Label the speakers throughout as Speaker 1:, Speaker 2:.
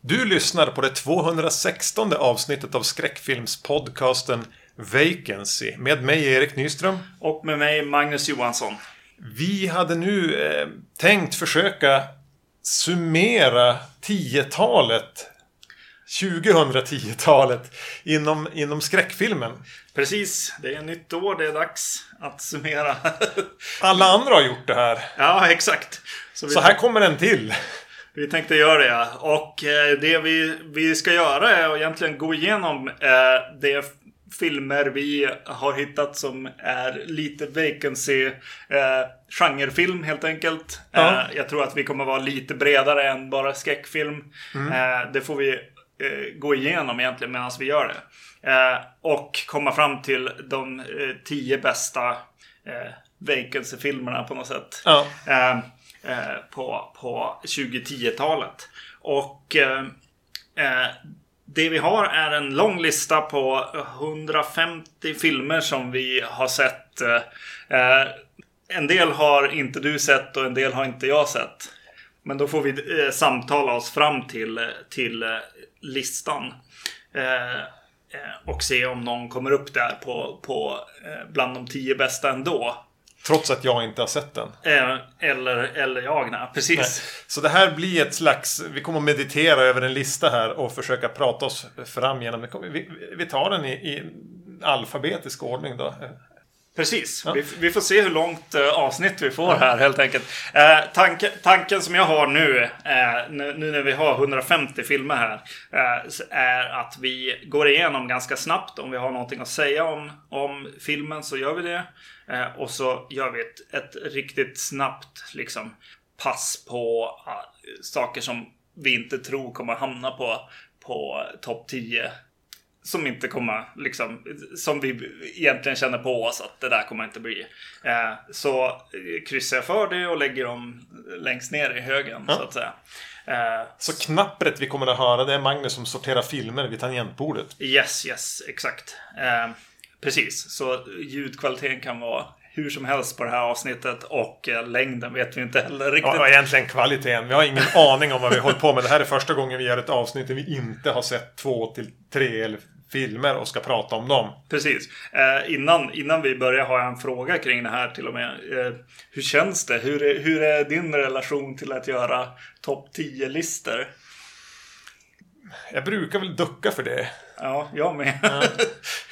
Speaker 1: Du lyssnar på det 216 avsnittet av skräckfilmspodcasten Vacancy med mig Erik Nyström.
Speaker 2: Och med mig Magnus Johansson.
Speaker 1: Vi hade nu eh, tänkt försöka summera 10-talet 2010-talet inom, inom skräckfilmen.
Speaker 2: Precis, det är nytt år, det är dags att summera.
Speaker 1: Alla andra har gjort det här.
Speaker 2: ja, exakt.
Speaker 1: Så, Så här kommer en till.
Speaker 2: Vi tänkte göra det ja. Och eh, det vi, vi ska göra är att egentligen gå igenom eh, de filmer vi har hittat som är lite vacancy eh, genrefilm helt enkelt.
Speaker 1: Ja.
Speaker 2: Eh, jag tror att vi kommer vara lite bredare än bara skräckfilm.
Speaker 1: Mm.
Speaker 2: Eh, det får vi eh, gå igenom egentligen medan vi gör det. Eh, och komma fram till de eh, tio bästa eh, vacancy-filmerna på något sätt
Speaker 1: Ja.
Speaker 2: eh, eh, på, på 2010-talet. Och eh, eh, det vi har är en lång lista på 150 filmer som vi har sett. Eh, eh, en del har inte du sett och en del har inte jag sett. Men då får vi eh, samtala oss fram till, eh, till eh, listan. Eh, eh, och se om någon kommer upp där på, på eh, bland de tio bästa ändå.
Speaker 1: Trots att jag inte har sett den.
Speaker 2: Eh, Eller, eller jag, nej. Precis.
Speaker 1: Så det här blir ett slags, vi kommer att meditera över en lista här och försöka prata oss fram genom det. Vi, vi tar den i, i alfabetisk ordning då.
Speaker 2: Precis. Vi, vi får se hur långt eh, avsnitt vi får här helt enkelt. Eh, tanke, tanken som jag har nu, eh, nu, nu när vi har 150 filmer här, eh, s- är att vi går igenom ganska snabbt. Om vi har någonting att säga om, om filmen så gör vi det. Eh, och så gör vi ett, ett riktigt snabbt liksom, pass på ah, saker som vi inte tror kommer hamna på, på topp 10 som inte kommer, liksom, som vi egentligen känner på oss att det där kommer inte bli. Eh, så eh, kryssar jag för det och lägger dem längst ner i högen, så att säga. Eh,
Speaker 1: Så knappret vi kommer att höra, det är Magnus som sorterar filmer vid tangentbordet.
Speaker 2: yes, yes, exakt. Eh, precis, så ljudkvaliteten kan vara hur som helst på det här avsnittet och eh, längden vet vi inte heller riktigt.
Speaker 1: Ja, och egentligen kvaliteten. Vi har ingen aning om vad vi håller på med. Det här är första gången vi gör ett avsnitt där vi inte har sett två till tre eller filmer och ska prata om dem.
Speaker 2: Precis. Eh, innan, innan vi börjar har jag en fråga kring det här till och med. Eh, hur känns det? Hur är, hur är din relation till att göra topp 10-listor?
Speaker 1: Jag brukar väl ducka för det.
Speaker 2: Ja, jag med.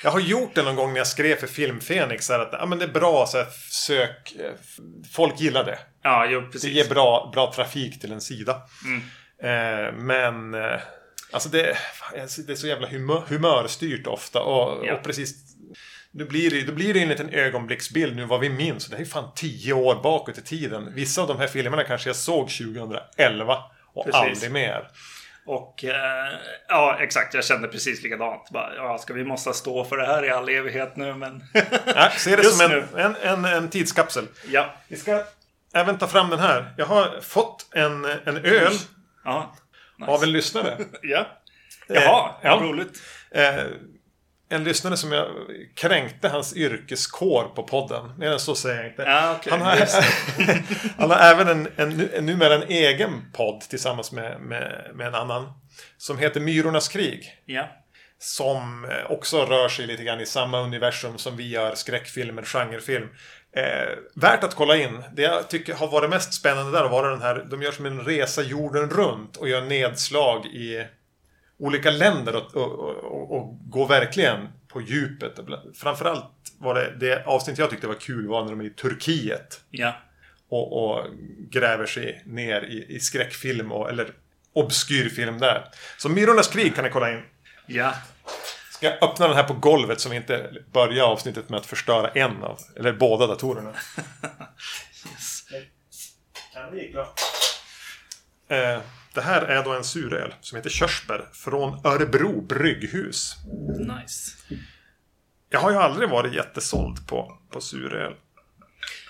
Speaker 1: Jag har gjort det någon gång när jag skrev för Filmfenix. så här Att ja, men det är bra, så här, sök. eh, f- Folk gillar det.
Speaker 2: ja, jo,
Speaker 1: Det
Speaker 2: precis. Mm.
Speaker 1: ger bra, bra trafik till en sida. Eh, men eh, alltså det, fan, jag- det är så jävla humör, humörstyrt ofta. Och,
Speaker 2: Ja.
Speaker 1: och precis, nu blir det, då blir det en liten ögonblicksbild nu vad vi minns. Det här är ju fan tio år bakåt i tiden. Vissa av de här filmerna kanske jag såg 2011 och
Speaker 2: Precis.
Speaker 1: aldrig mer.
Speaker 2: Och eh, ja, exakt. Jag kände precis likadant. Bara, ja, ska vi måste stå för det här i all evighet nu, men...
Speaker 1: Nej, ser det
Speaker 2: Just
Speaker 1: som en,
Speaker 2: nu.
Speaker 1: en, en, en tidskapsel.
Speaker 2: ja.
Speaker 1: Vi ska även ta fram den här. Jag har fått en, en öl
Speaker 2: Ja. Nice.
Speaker 1: av en lyssnare.
Speaker 2: ja. Jaha,
Speaker 1: ja.
Speaker 2: vad Eh, roligt.
Speaker 1: Eh, en lyssnare som jag kränkte hans yrkeskår på podden. Mer än så säger jag inte.
Speaker 2: Ja, Ah, okej.
Speaker 1: han, har,
Speaker 2: Just
Speaker 1: han har även en, en, nu- numera en egen podd tillsammans med, med, med en annan. Som heter Myrornas krig.
Speaker 2: Ja.
Speaker 1: Som eh, också rör sig lite grann i samma universum som vi gör skräckfilmer, genrefilm. Eh, värt att kolla in. Det jag tycker har varit mest spännande där har varit den här, de gör som en resa jorden runt och gör nedslag i olika länder och, och, och, och går verkligen på djupet. Framförallt var det, det avsnitt jag tyckte var kul var när de är i Turkiet
Speaker 2: Ja.
Speaker 1: och, och gräver sig ner i, i skräckfilm och, eller obskyrfilm där. Så Myrornas krig kan ni kolla in.
Speaker 2: Ja.
Speaker 1: Ska jag öppna den här på golvet så vi inte börjar avsnittet med att förstöra en av, eller båda datorerna?
Speaker 2: Yes.
Speaker 1: Kan vi, eh, det här är då en suröl som heter Körsbär från Örebro brygghus.
Speaker 2: Nice.
Speaker 1: Jag har ju aldrig varit jättesåld på, på suröl.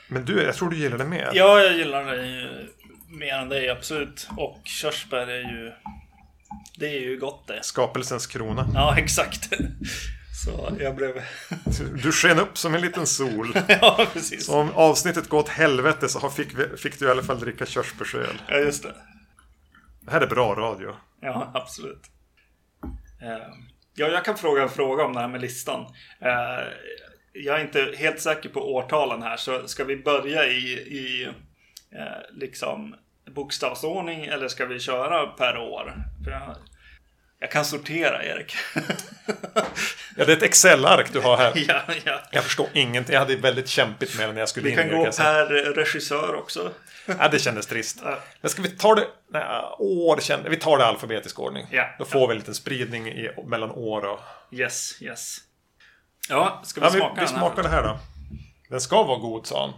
Speaker 1: Men du, jag tror du gillar det mer.
Speaker 2: Ja, jag gillar det ju mer än dig, absolut. Och körsbär är ju... Det är ju gott det.
Speaker 1: Skapelsens krona.
Speaker 2: Ja, exakt. Så jag blev...
Speaker 1: Du sken upp som en liten sol.
Speaker 2: ja, precis.
Speaker 1: Om avsnittet går åt helvete så har- fick, vi- fick du i alla fall dricka körsbärsöl.
Speaker 2: Ja, just det.
Speaker 1: Det här är bra radio.
Speaker 2: Ja, absolut. Eh, Ja, jag kan fråga en fråga om det här med listan. Eh, Jag är inte helt säker på årtalen här, så ska vi börja i, i eh, liksom bokstavsordning eller ska vi köra per år? För jag, jag kan sortera, Erik.
Speaker 1: Ja, det är ett Excel-ark du har här.
Speaker 2: ja, ja.
Speaker 1: Jag förstår ingenting. Jag hade väldigt kämpigt med det när jag skulle
Speaker 2: Vi
Speaker 1: in.
Speaker 2: kan
Speaker 1: i det,
Speaker 2: gå
Speaker 1: jag säga.
Speaker 2: per regissör också.
Speaker 1: Ja, det kändes trist.
Speaker 2: Ja.
Speaker 1: Men ska vi ta det... Nej, år kände... Vi tar det i alfabetisk ordning.
Speaker 2: Ja.
Speaker 1: Då får vi en liten spridning i, mellan år och...
Speaker 2: Yes, yes. Ja, ska vi
Speaker 1: Ja, vi, vi
Speaker 2: smaka den här?
Speaker 1: smakar det här då. Den ska vara god, sa han.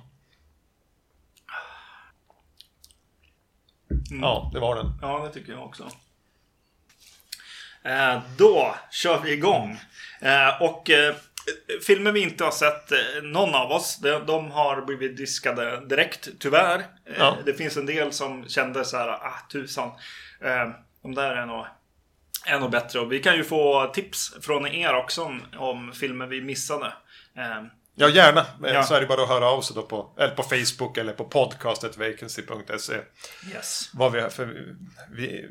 Speaker 2: Mm.
Speaker 1: Ja, det var den.
Speaker 2: Ja, det tycker jag också. Eh, Då kör vi igång. Eh, Och eh, filmer vi inte har sett, eh, någon av oss, de, de har blivit diskade direkt, tyvärr. Eh,
Speaker 1: Ja.
Speaker 2: Det finns en del som kände så här, ah tusan. eh, De där är nog, är nog bättre. Och vi kan ju få tips från er också om, om filmer vi missade. Eh,
Speaker 1: Ja, gärna. Eh,
Speaker 2: Ja.
Speaker 1: Så är det bara att höra av sig då på, eller på Facebook eller på podcastetvacancy.se.
Speaker 2: Yes.
Speaker 1: Vad vi, har- för vi,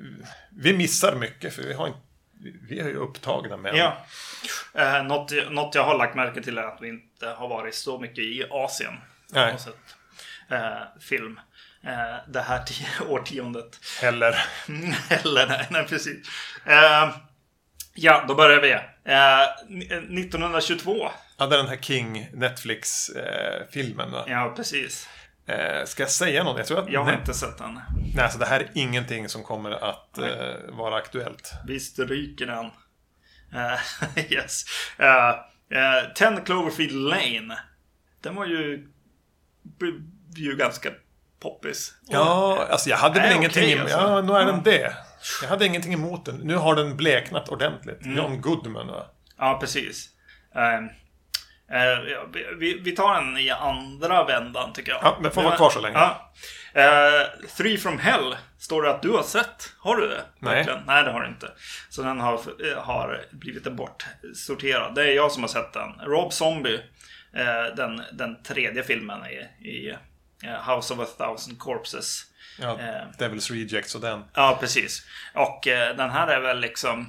Speaker 1: vi missar mycket, för vi har inte vi är ju upptagna med
Speaker 2: Ja.
Speaker 1: Mm.
Speaker 2: Eh, något, något jag har lagt märke till är att vi inte har varit så mycket i Asien.
Speaker 1: Nej.
Speaker 2: Och sett eh, film eh, det här ti- årtiondet.
Speaker 1: heller.
Speaker 2: Mm, Eller nej, nej precis. Eh, ja, då börjar vi. Eh, ni- eh, 1922.
Speaker 1: Ja, det är den här King Netflix-filmen. va?
Speaker 2: Ja, precis.
Speaker 1: Eh, ska jag säga någon? Jag tror att...
Speaker 2: Jag har
Speaker 1: nej,
Speaker 2: inte sett den.
Speaker 1: nej, så det här är ingenting som kommer att eh, vara aktuellt.
Speaker 2: Vi stryker den. Eh, yes. Eh, eh, 10 Cloverfield Lane. Den var ju, blev ju ganska poppis.
Speaker 1: Ja, alltså jag hade väl
Speaker 2: Nej,
Speaker 1: ingenting
Speaker 2: okej,
Speaker 1: emot...
Speaker 2: alltså.
Speaker 1: Ja, nu är den det. Jag hade ingenting emot den. Nu har den bleknat ordentligt.
Speaker 2: Mm.
Speaker 1: John Goodman, va?
Speaker 2: Ja, precis. Ehm, eh, ja, vi- vi, vi tar den i andra vändan tycker jag.
Speaker 1: Ja, men får
Speaker 2: Det
Speaker 1: vara
Speaker 2: var-
Speaker 1: kvar så länge.
Speaker 2: Ja. Eh, Three from hell står det att du har sett. Har du det?
Speaker 1: Nej.
Speaker 2: Verkligen? Nej, det har du inte. Så den har, eh, har blivit bortsorterad. Det är jag som har sett den. Rob Zombie, eh, den, den tredje filmen i, i eh, House of a thousand corpses.
Speaker 1: Ja,
Speaker 2: Eh.
Speaker 1: Devil's Rejects och den.
Speaker 2: Ja, precis. Och eh, den här är väl liksom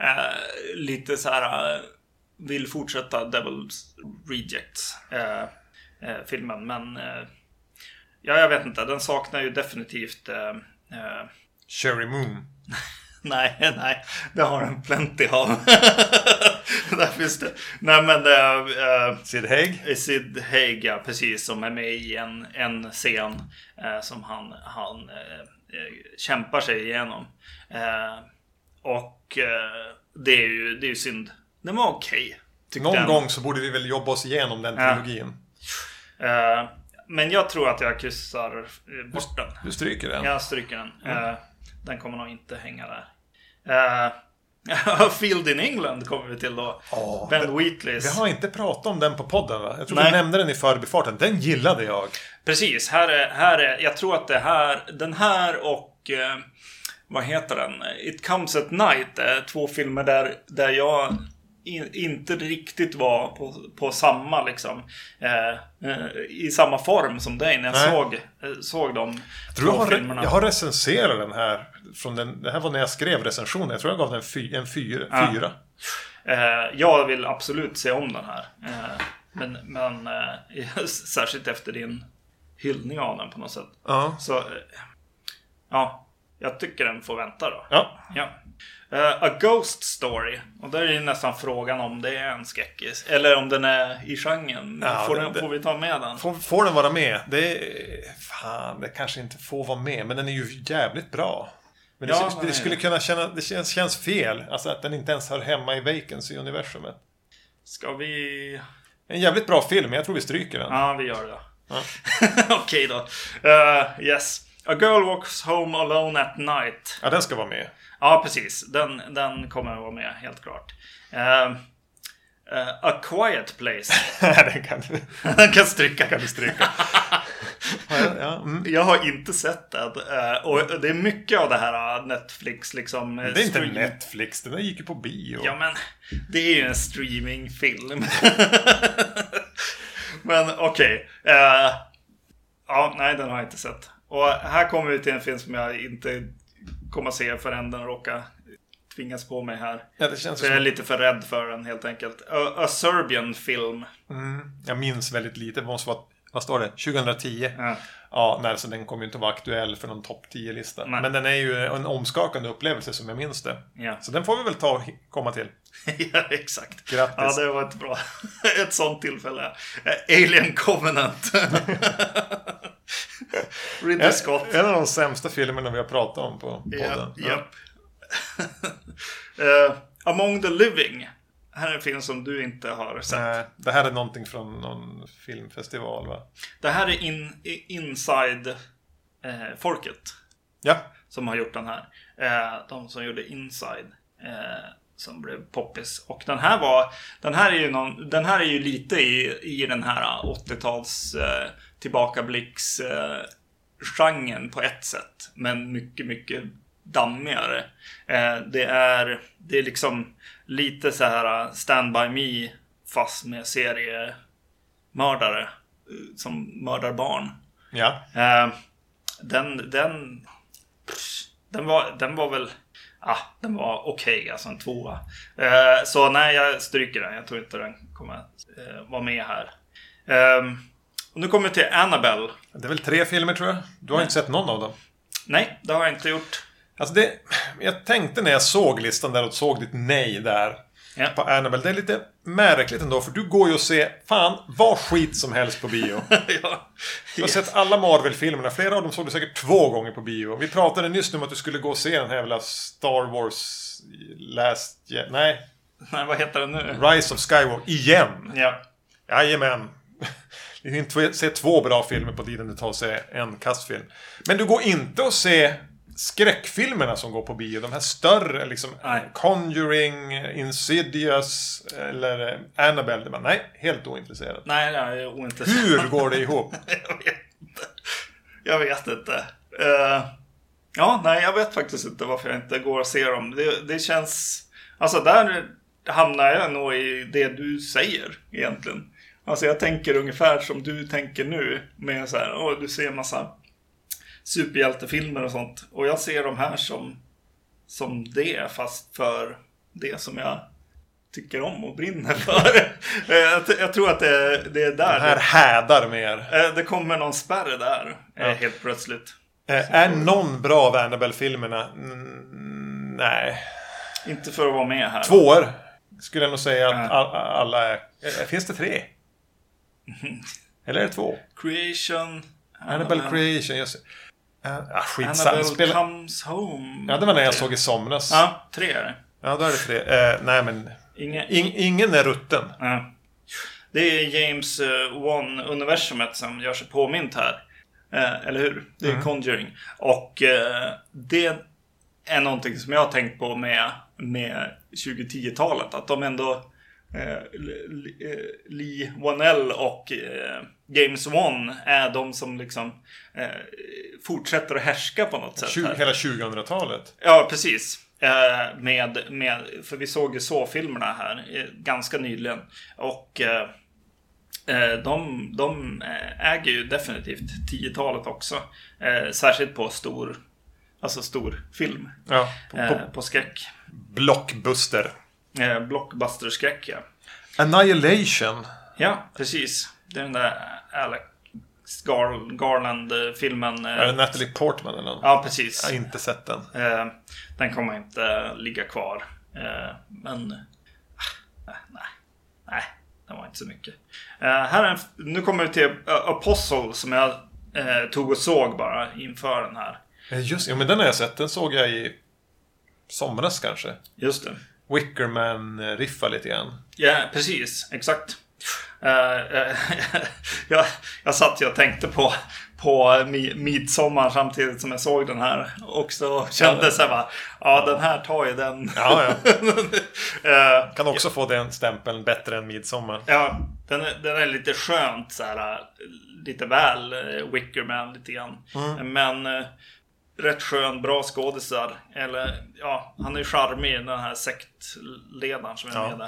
Speaker 2: eh, lite så här eh, vill fortsätta Devil's Rejects eh, eh, filmen, men eh, ja, jag vet inte. Den saknar ju definitivt eh, eh,
Speaker 1: Cherry Moon.
Speaker 2: Nej, nej, det har den plenty av. Där finns det. Nej, men det är, eh,
Speaker 1: Sid Haig.
Speaker 2: Sid Haig, ja, precis, som är med i en, en scen eh, som han, han eh, eh, kämpar sig igenom. Eh, och eh, det är ju det är ju synd. Den var okej. tyckte
Speaker 1: Någon
Speaker 2: jag.
Speaker 1: gång så borde vi väl jobba oss igenom den
Speaker 2: Ja.
Speaker 1: trilogin.
Speaker 2: Eh, men jag tror att jag kryssar eh, bort den.
Speaker 1: Du stryker den.
Speaker 2: Jag stryker den.
Speaker 1: Mm.
Speaker 2: Eh, den kommer nog inte hänga där. Eh, Field in England kommer vi till då.
Speaker 1: Ja,
Speaker 2: ben Wheatleys.
Speaker 1: Vi har inte pratat om den på podden va? Jag tror vi
Speaker 2: Nej.
Speaker 1: nämnde den i förbifarten. Den gillade jag.
Speaker 2: Precis, här är, här är, jag tror att det här, den här och eh, vad heter den? It comes at night är två filmer där, där jag in, inte riktigt var på, på samma liksom eh, eh, i samma form som dig när jag
Speaker 1: Nej.
Speaker 2: såg, eh, såg de
Speaker 1: Jag, tror
Speaker 2: två
Speaker 1: jag, har,
Speaker 2: filmerna.
Speaker 1: jag har recenserat den här. Från den, det här var när jag skrev recensionen. Jag tror jag gav den en, fy, en fyra. fyra.
Speaker 2: Eh, jag vill absolut se om den här. Eh, men men eh, särskilt efter din hyllning av den på något sätt.
Speaker 1: Ja.
Speaker 2: Så eh, ja, jag tycker den får vänta då.
Speaker 1: ja.
Speaker 2: Ja. Eh, A Ghost Story. Och där är ju nästan frågan om det är en skräckis. Eller om den är i genren.
Speaker 1: Ja,
Speaker 2: får,
Speaker 1: det-
Speaker 2: den,
Speaker 1: det-
Speaker 2: får vi ta med den?
Speaker 1: Får, får den vara med? Det är, Fan, det kanske inte får vara med. Men den är ju jävligt bra. Men det,
Speaker 2: Ja,
Speaker 1: det,
Speaker 2: den är
Speaker 1: skulle
Speaker 2: det.
Speaker 1: kunna känna, det känns, känns fel. Alltså att den inte ens hör hemma i Vacancy-universumet.
Speaker 2: Ska vi...
Speaker 1: En jävligt bra film, men jag tror vi stryker den.
Speaker 2: Ja, vi gör det.
Speaker 1: Ja.
Speaker 2: Okej då. Eh, yes. A Girl Walks Home Alone at Night.
Speaker 1: Ja, den ska vara med.
Speaker 2: Ja, precis. Den, den kommer att vara med, helt klart. Eh, eh, A Quiet Place.
Speaker 1: den kan du.
Speaker 2: den kan stryka. Kan
Speaker 1: stryka. Ja, mm.
Speaker 2: Jag har inte sett den. eh, Och det är mycket av det här eh, Netflix liksom. eh,
Speaker 1: Det är inte
Speaker 2: stream-
Speaker 1: Netflix, den där gick ju på bio.
Speaker 2: Ja, men det är ju en streamingfilm. men okej. Eh, ja, nej, den har jag inte sett. Och här kommer vi till en film som jag inte komma se förrän den råkar tvingas på mig här.
Speaker 1: Ja, det känns
Speaker 2: Så jag är
Speaker 1: som...
Speaker 2: lite för rädd för den helt enkelt. A, a Serbian film.
Speaker 1: Mm, jag minns väldigt lite. Det måste vara... Vad står det? 2010?
Speaker 2: Ja.
Speaker 1: Ja, nej, så den kommer ju inte vara aktuell för någon topp 10-lista.
Speaker 2: Nej.
Speaker 1: Men den är ju en omskakande upplevelse som jag minns det.
Speaker 2: Ja.
Speaker 1: Så den får vi väl ta och komma till.
Speaker 2: ja, exakt. Ja,
Speaker 1: Grattis.
Speaker 2: det var ett bra. Ett sånt tillfälle. Eh, Alien Covenant.
Speaker 1: Eh,
Speaker 2: Ridley Scott.
Speaker 1: En, en av de sämsta filmerna vi har pratat om på podden.
Speaker 2: Ja, japp. Eh, Among the Living. Här är en film som du inte har sett.
Speaker 1: Nej, Eh, det här är någonting från någon filmfestival, va?
Speaker 2: Det här är in, i- eh, Inside-folket
Speaker 1: Ja,
Speaker 2: som har gjort den här. Eh, de som gjorde Inside. Eh, som blev poppis. Och den här var... Den här är ju, någon, den här är ju lite i, i den här 80-tals eh, tillbakablicks eh, genren eh, på ett sätt. Men mycket, mycket dammigare. Eh, det är... Det är liksom lite så här eh, Stand By Me fast med seriemördare. eh, Som mördar barn.
Speaker 1: ja.
Speaker 2: Eh, den, den, den, var, den var väl, ah, den var okej, alltså en tvåa. Eh, så nej, jag stryker den. Jag tror inte den kommer eh, vara med här. Eh, och nu kommer vi till Annabelle.
Speaker 1: Det är väl tre filmer, tror jag. Du har inte sett någon av dem.
Speaker 2: Nej, det har jag inte gjort.
Speaker 1: Alltså det, jag tänkte när jag såg listan där och såg ditt nej där
Speaker 2: Ja.
Speaker 1: på Annabelle. Det är lite märkligt ändå för du går ju och ser fan vad skit som helst på bio.
Speaker 2: ja.
Speaker 1: Du har sett alla Marvel-filmerna. Flera av dem såg du säkert två gånger på bio. Vi pratade nyss om att du skulle gå och se den här jävla Star Wars eh, Last... Je- Nej,
Speaker 2: Nej, vad heter den nu?
Speaker 1: Rise of Skywalker igen.
Speaker 2: Ja.
Speaker 1: Jajamän. Du hinner inte se två bra filmer på tiden det tar sig en kastfilm. Men du går inte och se skräckfilmerna som går på bio. De här större liksom.
Speaker 2: Nej.
Speaker 1: Conjuring, Insidious eller eh, Annabelle. Det bara, Nej, helt ointresserad.
Speaker 2: Nej, nej, jag är ointresserad.
Speaker 1: Hur går det ihop?
Speaker 2: jag vet inte. Jag vet inte. Eh, ja, nej, jag vet faktiskt inte varför jag inte går och ser dem. Det, det känns... Alltså, där hamnar jag nog i det du säger egentligen. Alltså, jag tänker ungefär som du tänker nu. Med så här, åh, du ser massa superhjältefilmer och sånt. Och jag ser de här som, som det, fast för det som jag tycker om och brinner för. Eh, jag, t- jag tror att det, det är där
Speaker 1: Den här hädar mer.
Speaker 2: Eh, Det kommer någon spärr där eh,
Speaker 1: Ja.
Speaker 2: helt plötsligt.
Speaker 1: Eh, är någon bra av Annabelle-filmerna? Mm, nej.
Speaker 2: Inte för att vara med här.
Speaker 1: Tvåor. Skulle jag nog säga att
Speaker 2: Ja.
Speaker 1: all, alla är. Eh, Finns det tre? Eller är det två?
Speaker 2: Creation.
Speaker 1: Annabelle Creation, just det. Uh, ah, skitsamma.
Speaker 2: Annabelle
Speaker 1: Spela...
Speaker 2: comes home.
Speaker 1: Ja, det var när jag såg i somras. Ja,
Speaker 2: Ja, tre är det.
Speaker 1: då är det tre. Eh, nej, men
Speaker 2: Inga...
Speaker 1: ing- ingen är rutten.
Speaker 2: Ja. Det är James eh, Wan-universumet som gör sig påmint här. Eh, Eller hur? Det är Conjuring. Och eh, det är någonting som jag har tänkt på med, med 2010-talet. Att de ändå... eh, L- L- eh, Lee Wanell och eh, James Wan är de som liksom eh, fortsätter att härska på något sätt.
Speaker 1: Tju-
Speaker 2: här.
Speaker 1: hela 2000-talet.
Speaker 2: Ja, precis. Eh, med, med, för vi såg ju så-filmerna här eh, ganska nyligen. Och eh, eh, de, de eh, äger ju definitivt 10-talet också. Eh, särskilt på stor, alltså stor film.
Speaker 1: Ja, på, på
Speaker 2: Eh, på skräck.
Speaker 1: Blockbuster.
Speaker 2: Eh, Blockbuster-skräck, ja.
Speaker 1: Annihilation.
Speaker 2: Ja, precis. Det är den där Alec Gar- Garland-filmen.
Speaker 1: Är det
Speaker 2: Eh,
Speaker 1: Natalie Portman eller någon?
Speaker 2: ja, precis.
Speaker 1: Jag har inte sett den.
Speaker 2: Eh, den kommer inte ligga kvar. Eh, men... Ah, nej. Nej, det var inte så mycket. Eh, här är en, f- nu kommer vi till eh, Apostle som jag eh, tog och såg bara inför den här.
Speaker 1: Eh, Just ja, men den har jag sett. Den såg jag i somras kanske.
Speaker 2: Just det.
Speaker 1: Wickerman-riffa lite grann.
Speaker 2: Ja, precis. Exakt. Eh, eh, jag, jag satt ju och tänkte på, på mi, midsommar samtidigt som jag såg den här. Och så kände jag bara, ja den här tar ju den.
Speaker 1: Ja, ja.
Speaker 2: Eh,
Speaker 1: Kan också få den stämpeln bättre än midsommar.
Speaker 2: Ja, den är, den är lite skönt så här. Lite väl eh, Wickerman lite grann. Men eh, rätt skön, bra skådisar. Eller ja, han är ju charmig den här sektledaren som är
Speaker 1: Ja.
Speaker 2: med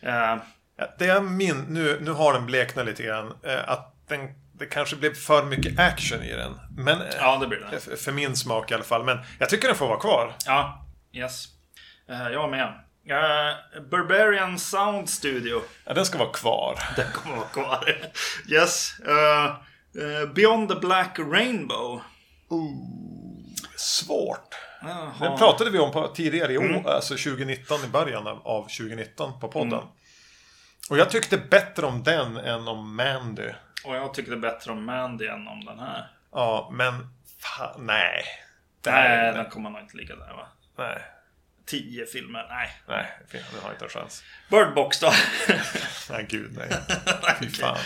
Speaker 2: där. Eh,
Speaker 1: Ja, Det jag min nu, nu har den bleknat lite grann. eh, Att den, det kanske blev för mycket action i den. Men, eh,
Speaker 2: Ja, det blir det.
Speaker 1: f- För min smak i alla fall. Men jag tycker den får vara kvar.
Speaker 2: Ja, yes. Eh, Jag med. Eh, Barbarian Sound Studio.
Speaker 1: Ja, den ska vara kvar.
Speaker 2: Den kommer vara kvar. Yes. Eh, eh, Beyond the Black Rainbow.
Speaker 1: Svårt.
Speaker 2: Jaha.
Speaker 1: Den pratade vi om på, tidigare i år, alltså 2019, i början av, av 2019 på podden. Och jag tyckte bättre om den än om Mandy.
Speaker 2: Och jag tyckte bättre om Mandy än om den här.
Speaker 1: Ja, men fan, nej.
Speaker 2: Nej, den kommer nog inte ligga där va?
Speaker 1: Nej,
Speaker 2: Tio filmer, nej.
Speaker 1: nej, fy, den har inte en chans.
Speaker 2: Bird Box då?
Speaker 1: Nej, gud nej. Fy fan.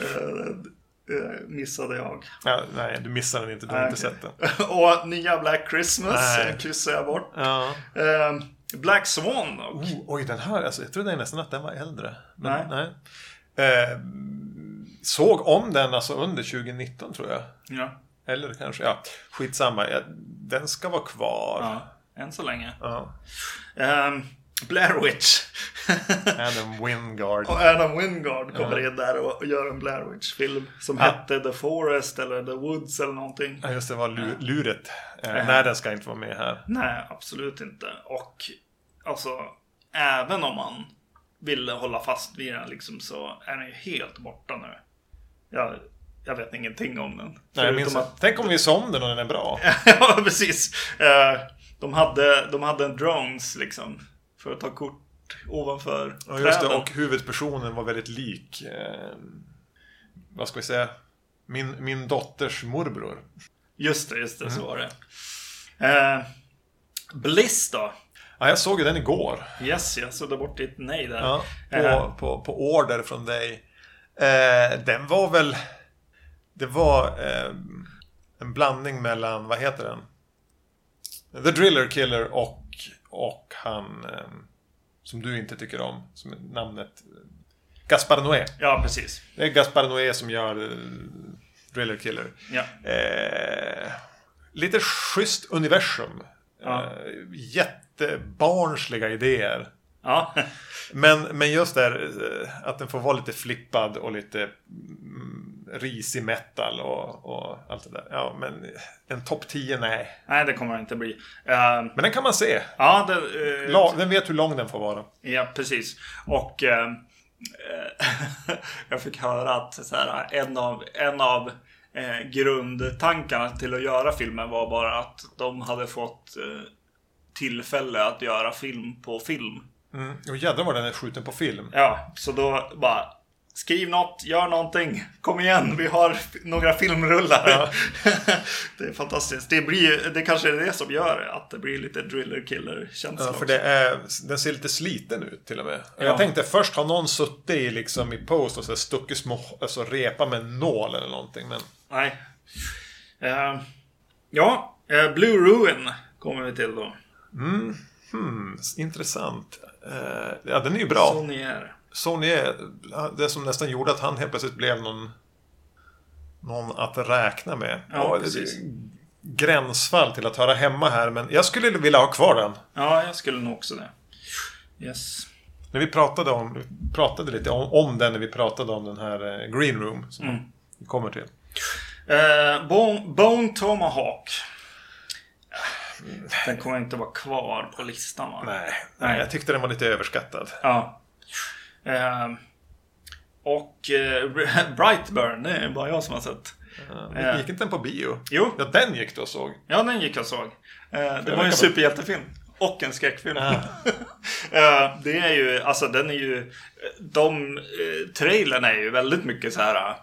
Speaker 2: Eh, Missade jag.
Speaker 1: Ja, nej, du missar den inte, du har inte sett den.
Speaker 2: Och nya Black Christmas
Speaker 1: Nej.
Speaker 2: eh, kryssar jag bort.
Speaker 1: Ja.
Speaker 2: Eh, Black Swan dock.
Speaker 1: Oh, oj, den här, alltså, jag trodde nästan att den var äldre. Men, nej.
Speaker 2: Nej.
Speaker 1: Eh, såg om den alltså under 2019 tror jag.
Speaker 2: Ja.
Speaker 1: Eller kanske, ja, skitsamma. Ja, Den ska vara kvar. Ja.
Speaker 2: ja, än så länge.
Speaker 1: Ja.
Speaker 2: Ehm, Blair Witch.
Speaker 1: Adam Wingard.
Speaker 2: och Adam Wingard kommer in där och och gör en Blair Witch-film som hette The Forest eller The Woods eller någonting.
Speaker 1: Ja, just det, var lu- luret. Eh, Nej, den ska inte vara med här.
Speaker 2: Nej, absolut inte. Och alltså, även om man ville hålla fast vid den liksom så är den ju helt borta nu. Jag, jag vet ingenting om den.
Speaker 1: Nej, jag minns
Speaker 2: Förutom att-
Speaker 1: att... Tänk om vi ser om den och den är bra.
Speaker 2: ja, precis. Eh, De hade, de hade en drones liksom. För att ta kort ovanför
Speaker 1: Ja, just det.
Speaker 2: träden.
Speaker 1: Och huvudpersonen var väldigt lik, eh, vad ska vi säga, min, min dotters morbror.
Speaker 2: Just det, just det,
Speaker 1: Mhm.
Speaker 2: så var det. Eh, Bliss då?
Speaker 1: Ja, jag såg ju den igår.
Speaker 2: Yes, jag sudda bort ditt nej där.
Speaker 1: Ja,
Speaker 2: Eh,
Speaker 1: på, på, på order från dig. Eh, den var väl... Det var eh, en blandning mellan, vad heter den? The Driller Killer och, och han eh, som du inte tycker om, som är namnet eh, Gaspar Noé.
Speaker 2: ja, precis.
Speaker 1: Det är Gaspar Noé som gör eh, Driller Killer.
Speaker 2: Ja.
Speaker 1: Eh, lite schysst universum.
Speaker 2: Ja.
Speaker 1: Eh, jättebarnsliga idéer.
Speaker 2: ja.
Speaker 1: Men, men just det här eh, att den får vara lite flippad och lite mm, risig metal och, och allt det där. Ja, men eh, en topp 10, nej.
Speaker 2: Nej, det kommer det inte bli. Eh,
Speaker 1: Men den kan man se.
Speaker 2: ja, det, eh,
Speaker 1: La, den vet hur lång den får vara.
Speaker 2: Ja, precis. Och eh, eh, jag fick höra att så här, en av, en av eh, grundtankarna till att göra filmen var bara att de hade fått eh, tillfälle att göra film på film.
Speaker 1: Mm. Och jädrar vad den är skjuten på film.
Speaker 2: Ja, så då bara skriv något, gör någonting, kom igen, vi har f- några filmrullar. det är fantastiskt. Det, blir, ju- det kanske är det som gör det, att det blir lite driller killer-känsla.
Speaker 1: Ja, för det är, den ser lite sliten ut till och med. Och Jag
Speaker 2: Ja.
Speaker 1: tänkte först har någon suttit i, liksom, i post och så här stuckit små alltså, repa med en nål eller någonting. Men
Speaker 2: Nej. Eh, ja, eh, Blue Ruin kommer vi till då.
Speaker 1: hmm, intressant. Eh, ja, den är ju bra.
Speaker 2: Sony är.
Speaker 1: Sony är det som nästan gjorde att han helt plötsligt blev någon, någon att räkna med.
Speaker 2: Ja,
Speaker 1: Och det-
Speaker 2: precis.
Speaker 1: Gränsfall till att höra hemma här, men jag skulle vilja ha kvar den.
Speaker 2: Ja, jag skulle nog också det. Yes.
Speaker 1: När vi pratade, om, vi pratade lite om, om den när vi pratade om den här eh, Green Room som
Speaker 2: Mm.
Speaker 1: vi kommer till.
Speaker 2: Eh, Bone, Bone Tomahawk. Den kommer inte vara kvar på listan va?
Speaker 1: Nej, nej, jag tyckte den var lite överskattad.
Speaker 2: Ja. Eh, och eh, Brightburn, det är bara jag som har sett.
Speaker 1: Eh, Gick inte den på bio?
Speaker 2: Jo,
Speaker 1: Ja, den gick du och såg.
Speaker 2: Ja, den gick jag såg. Eh, det var
Speaker 1: verkar
Speaker 2: ju
Speaker 1: bra.
Speaker 2: en superhjältefilm. Och en skräckfilm. Eh, det är ju, alltså den är ju, de eh, trailern är ju väldigt mycket så här.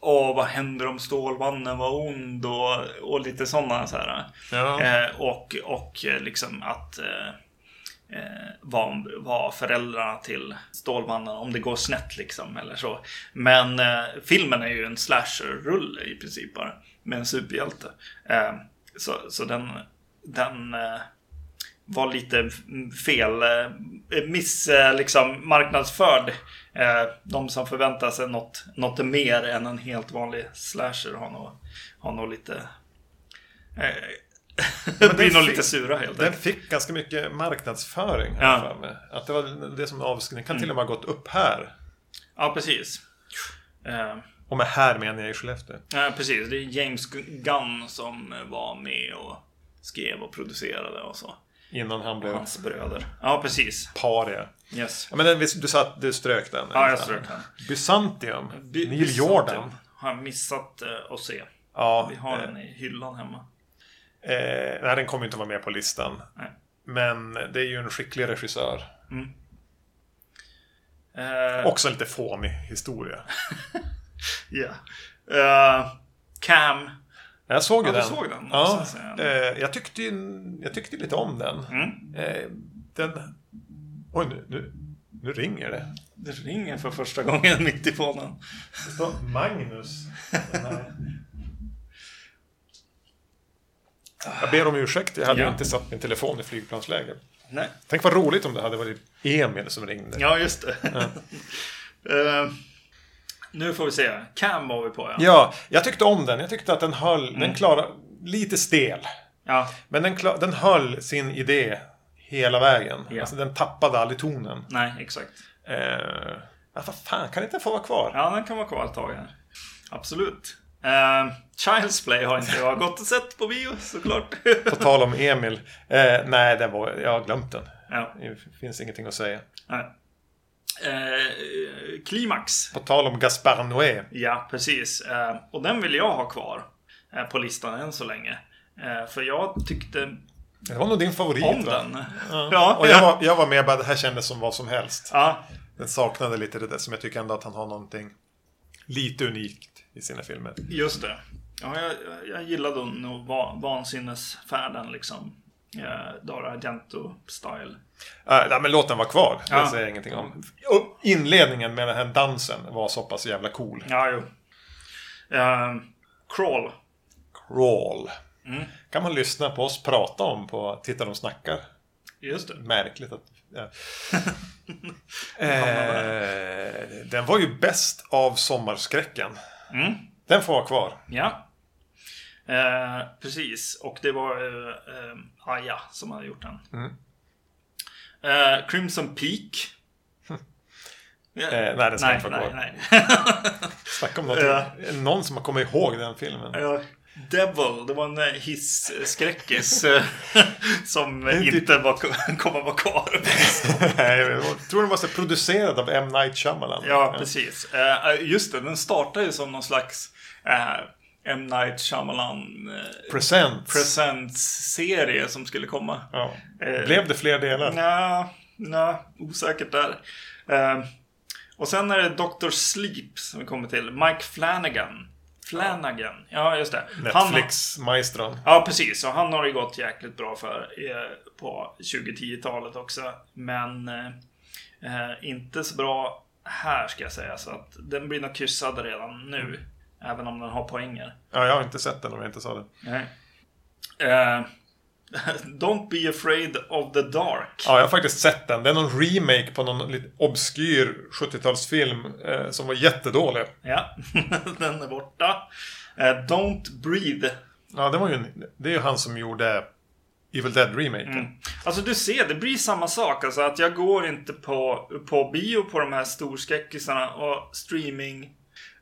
Speaker 2: Åh, vad händer om Stålmannen var ond och, och lite sådana så här.
Speaker 1: Ja.
Speaker 2: Eh, och, och eh, liksom att eh, eh, vad, vad föräldrarna till Stålmannen, om det går snett liksom eller så. Men eh, filmen är ju en slasher-rulle i princip bara. Med en superhjälte. Eh, så, så den, den eh, var lite fel, eh, miss, eh, liksom marknadsförd. Eh, de som förväntar sig något, något mer än en helt vanlig slasher har nog, har nog lite... Eh,
Speaker 1: den
Speaker 2: blir nog
Speaker 1: fi-
Speaker 2: lite sura helt
Speaker 1: Den
Speaker 2: enkelt.
Speaker 1: fick ganska mycket marknadsföring här
Speaker 2: Ja. Mm.
Speaker 1: framme. Att det var det som avskrev. Den kan till och med ha gått upp här.
Speaker 2: Ja, precis. Eh,
Speaker 1: Och med här menar jag i Skellefteå.
Speaker 2: Ja, precis. Det är James Gunn som var med och skrev och producerade och så.
Speaker 1: Innan han blev
Speaker 2: Hans bröder. Ja, precis.
Speaker 1: paria.
Speaker 2: Yes.
Speaker 1: Ja, men den, visst, du, satt, du strök den?
Speaker 2: Ja, jag strök den.
Speaker 1: Bysantium.
Speaker 2: By-
Speaker 1: Neil
Speaker 2: missat
Speaker 1: Jordan.
Speaker 2: den. Har jag missat eh, att se.
Speaker 1: Ja,
Speaker 2: Vi har den i hyllan hemma.
Speaker 1: eh, nej, den kommer ju inte vara med på listan.
Speaker 2: Nej.
Speaker 1: Men det är ju en skicklig regissör.
Speaker 2: Eh,
Speaker 1: Också en lite fånig historia.
Speaker 2: ja. Eh, Cam.
Speaker 1: Jag såg ju
Speaker 2: Ja, du
Speaker 1: den.
Speaker 2: såg den,
Speaker 1: Ja,
Speaker 2: måste jag Mm.
Speaker 1: eh, jag, tyckte ju, jag tyckte lite om den. Eh, den... Oj, nu, nu, nu ringer det.
Speaker 2: Det ringer för första gången mitt i podden.
Speaker 1: Det står Magnus. Jag ber om ursäkt, jag hade
Speaker 2: Ja.
Speaker 1: inte satt min telefon i flygplansläge.
Speaker 2: Nej.
Speaker 1: Tänk vad roligt om det hade varit Emil som ringde.
Speaker 2: Ja, just det. Eh, nu får vi se. Cam var vi på ja.
Speaker 1: Ja, jag tyckte om den. Jag tyckte att den höll,
Speaker 2: Mm.
Speaker 1: den klarade, lite stel.
Speaker 2: ja.
Speaker 1: Men den, klar, den höll sin idé hela vägen.
Speaker 2: Ja.
Speaker 1: Alltså den tappade aldrig tonen.
Speaker 2: Nej, exakt.
Speaker 1: Eh, ja, vad fan, kan inte den få vara kvar?
Speaker 2: Ja, den kan vara kvar ett tag här. Absolut. Eh, Child's Play har inte jag gått och sett på bio såklart.
Speaker 1: På tal om Emil. Eh, nej, den var, jag har glömt den.
Speaker 2: ja,
Speaker 1: Det finns ingenting att säga.
Speaker 2: nej. Eh, Klimax.
Speaker 1: På tal om Gaspar Noé.
Speaker 2: Ja, precis. Eh, och den vill jag ha kvar eh, på listan än så länge. Eh, för jag tyckte
Speaker 1: Det var nog din favorit
Speaker 2: om
Speaker 1: va?
Speaker 2: den. Ja,
Speaker 1: Och jag
Speaker 2: ja.
Speaker 1: var, jag var med bara det här kändes som vad som helst.
Speaker 2: ja,
Speaker 1: Den saknade lite det där som jag tycker ändå att han har någonting lite unikt i sina filmer.
Speaker 2: just det. Ja, jag, jag gillade nog va- vansinnesfärden liksom. Eh, Dara Argento-style.
Speaker 1: Äh, nej, men låt den vara kvar. Det
Speaker 2: Ja.
Speaker 1: säger jag ingenting om. Och inledningen med den här dansen var så pass jävla cool.
Speaker 2: Ja, jo. Eh, crawl. Mm,
Speaker 1: Crawl. Kan man lyssna på oss prata om på Titta de snackar.
Speaker 2: Just det.
Speaker 1: Märkligt att... Ja. eh, den var ju bäst av sommarskräcken.
Speaker 2: Mm.
Speaker 1: Den får vara kvar.
Speaker 2: Ja. Eh, precis. Och det var eh, eh, Aya som hade gjort den. Eh, Crimson Peak. Ja.
Speaker 1: Eh, nej, den ska
Speaker 2: nej,
Speaker 1: inte vara
Speaker 2: nej,
Speaker 1: kvar.
Speaker 2: nej.
Speaker 1: Snacka om något. Någon som har kommit ihåg den filmen.
Speaker 2: Eh, Devil, det var en eh, hiss-skräckis eh, som
Speaker 1: typ-
Speaker 2: inte var, kommer vara kvar.
Speaker 1: Nej, jag tror den var så producerad av M. Night Shyamalan.
Speaker 2: Ja, precis. Eh, just det, den startar ju som någon slags eh, M. Night Shyamalan eh,
Speaker 1: Presents.
Speaker 2: Presents-serie som skulle komma.
Speaker 1: ja.
Speaker 2: Eh,
Speaker 1: Blev det fler delar?
Speaker 2: Nja, nja, osäkert där. Eh, och sen är det Dr. Sleep som vi kommer till. Mike Flanagan. Flanagan, ja just det. Han-
Speaker 1: Netflix-maestron.
Speaker 2: Ja, precis. Och han har det gått jäkligt bra för eh, på 2010-talet också. Men eh, eh, inte så bra här ska jag säga. Så att den blir nog kryssad redan nu. Även om den har poänger.
Speaker 1: Ja, jag har inte sett den om jag inte sa det.
Speaker 2: Nej. Eh, Don't be afraid of the dark.
Speaker 1: Ja, jag har faktiskt sett den. Det är någon remake på någon lite obskyr 70-talsfilm eh, som var jättedålig.
Speaker 2: Ja, den är borta. Eh, Don't breathe.
Speaker 1: Ja, det var ju en, Det är ju han som gjorde Evil Dead-remaken.
Speaker 2: Alltså du ser, det blir samma sak. Alltså att jag går inte på, på bio på de här storskräckisarna och streaming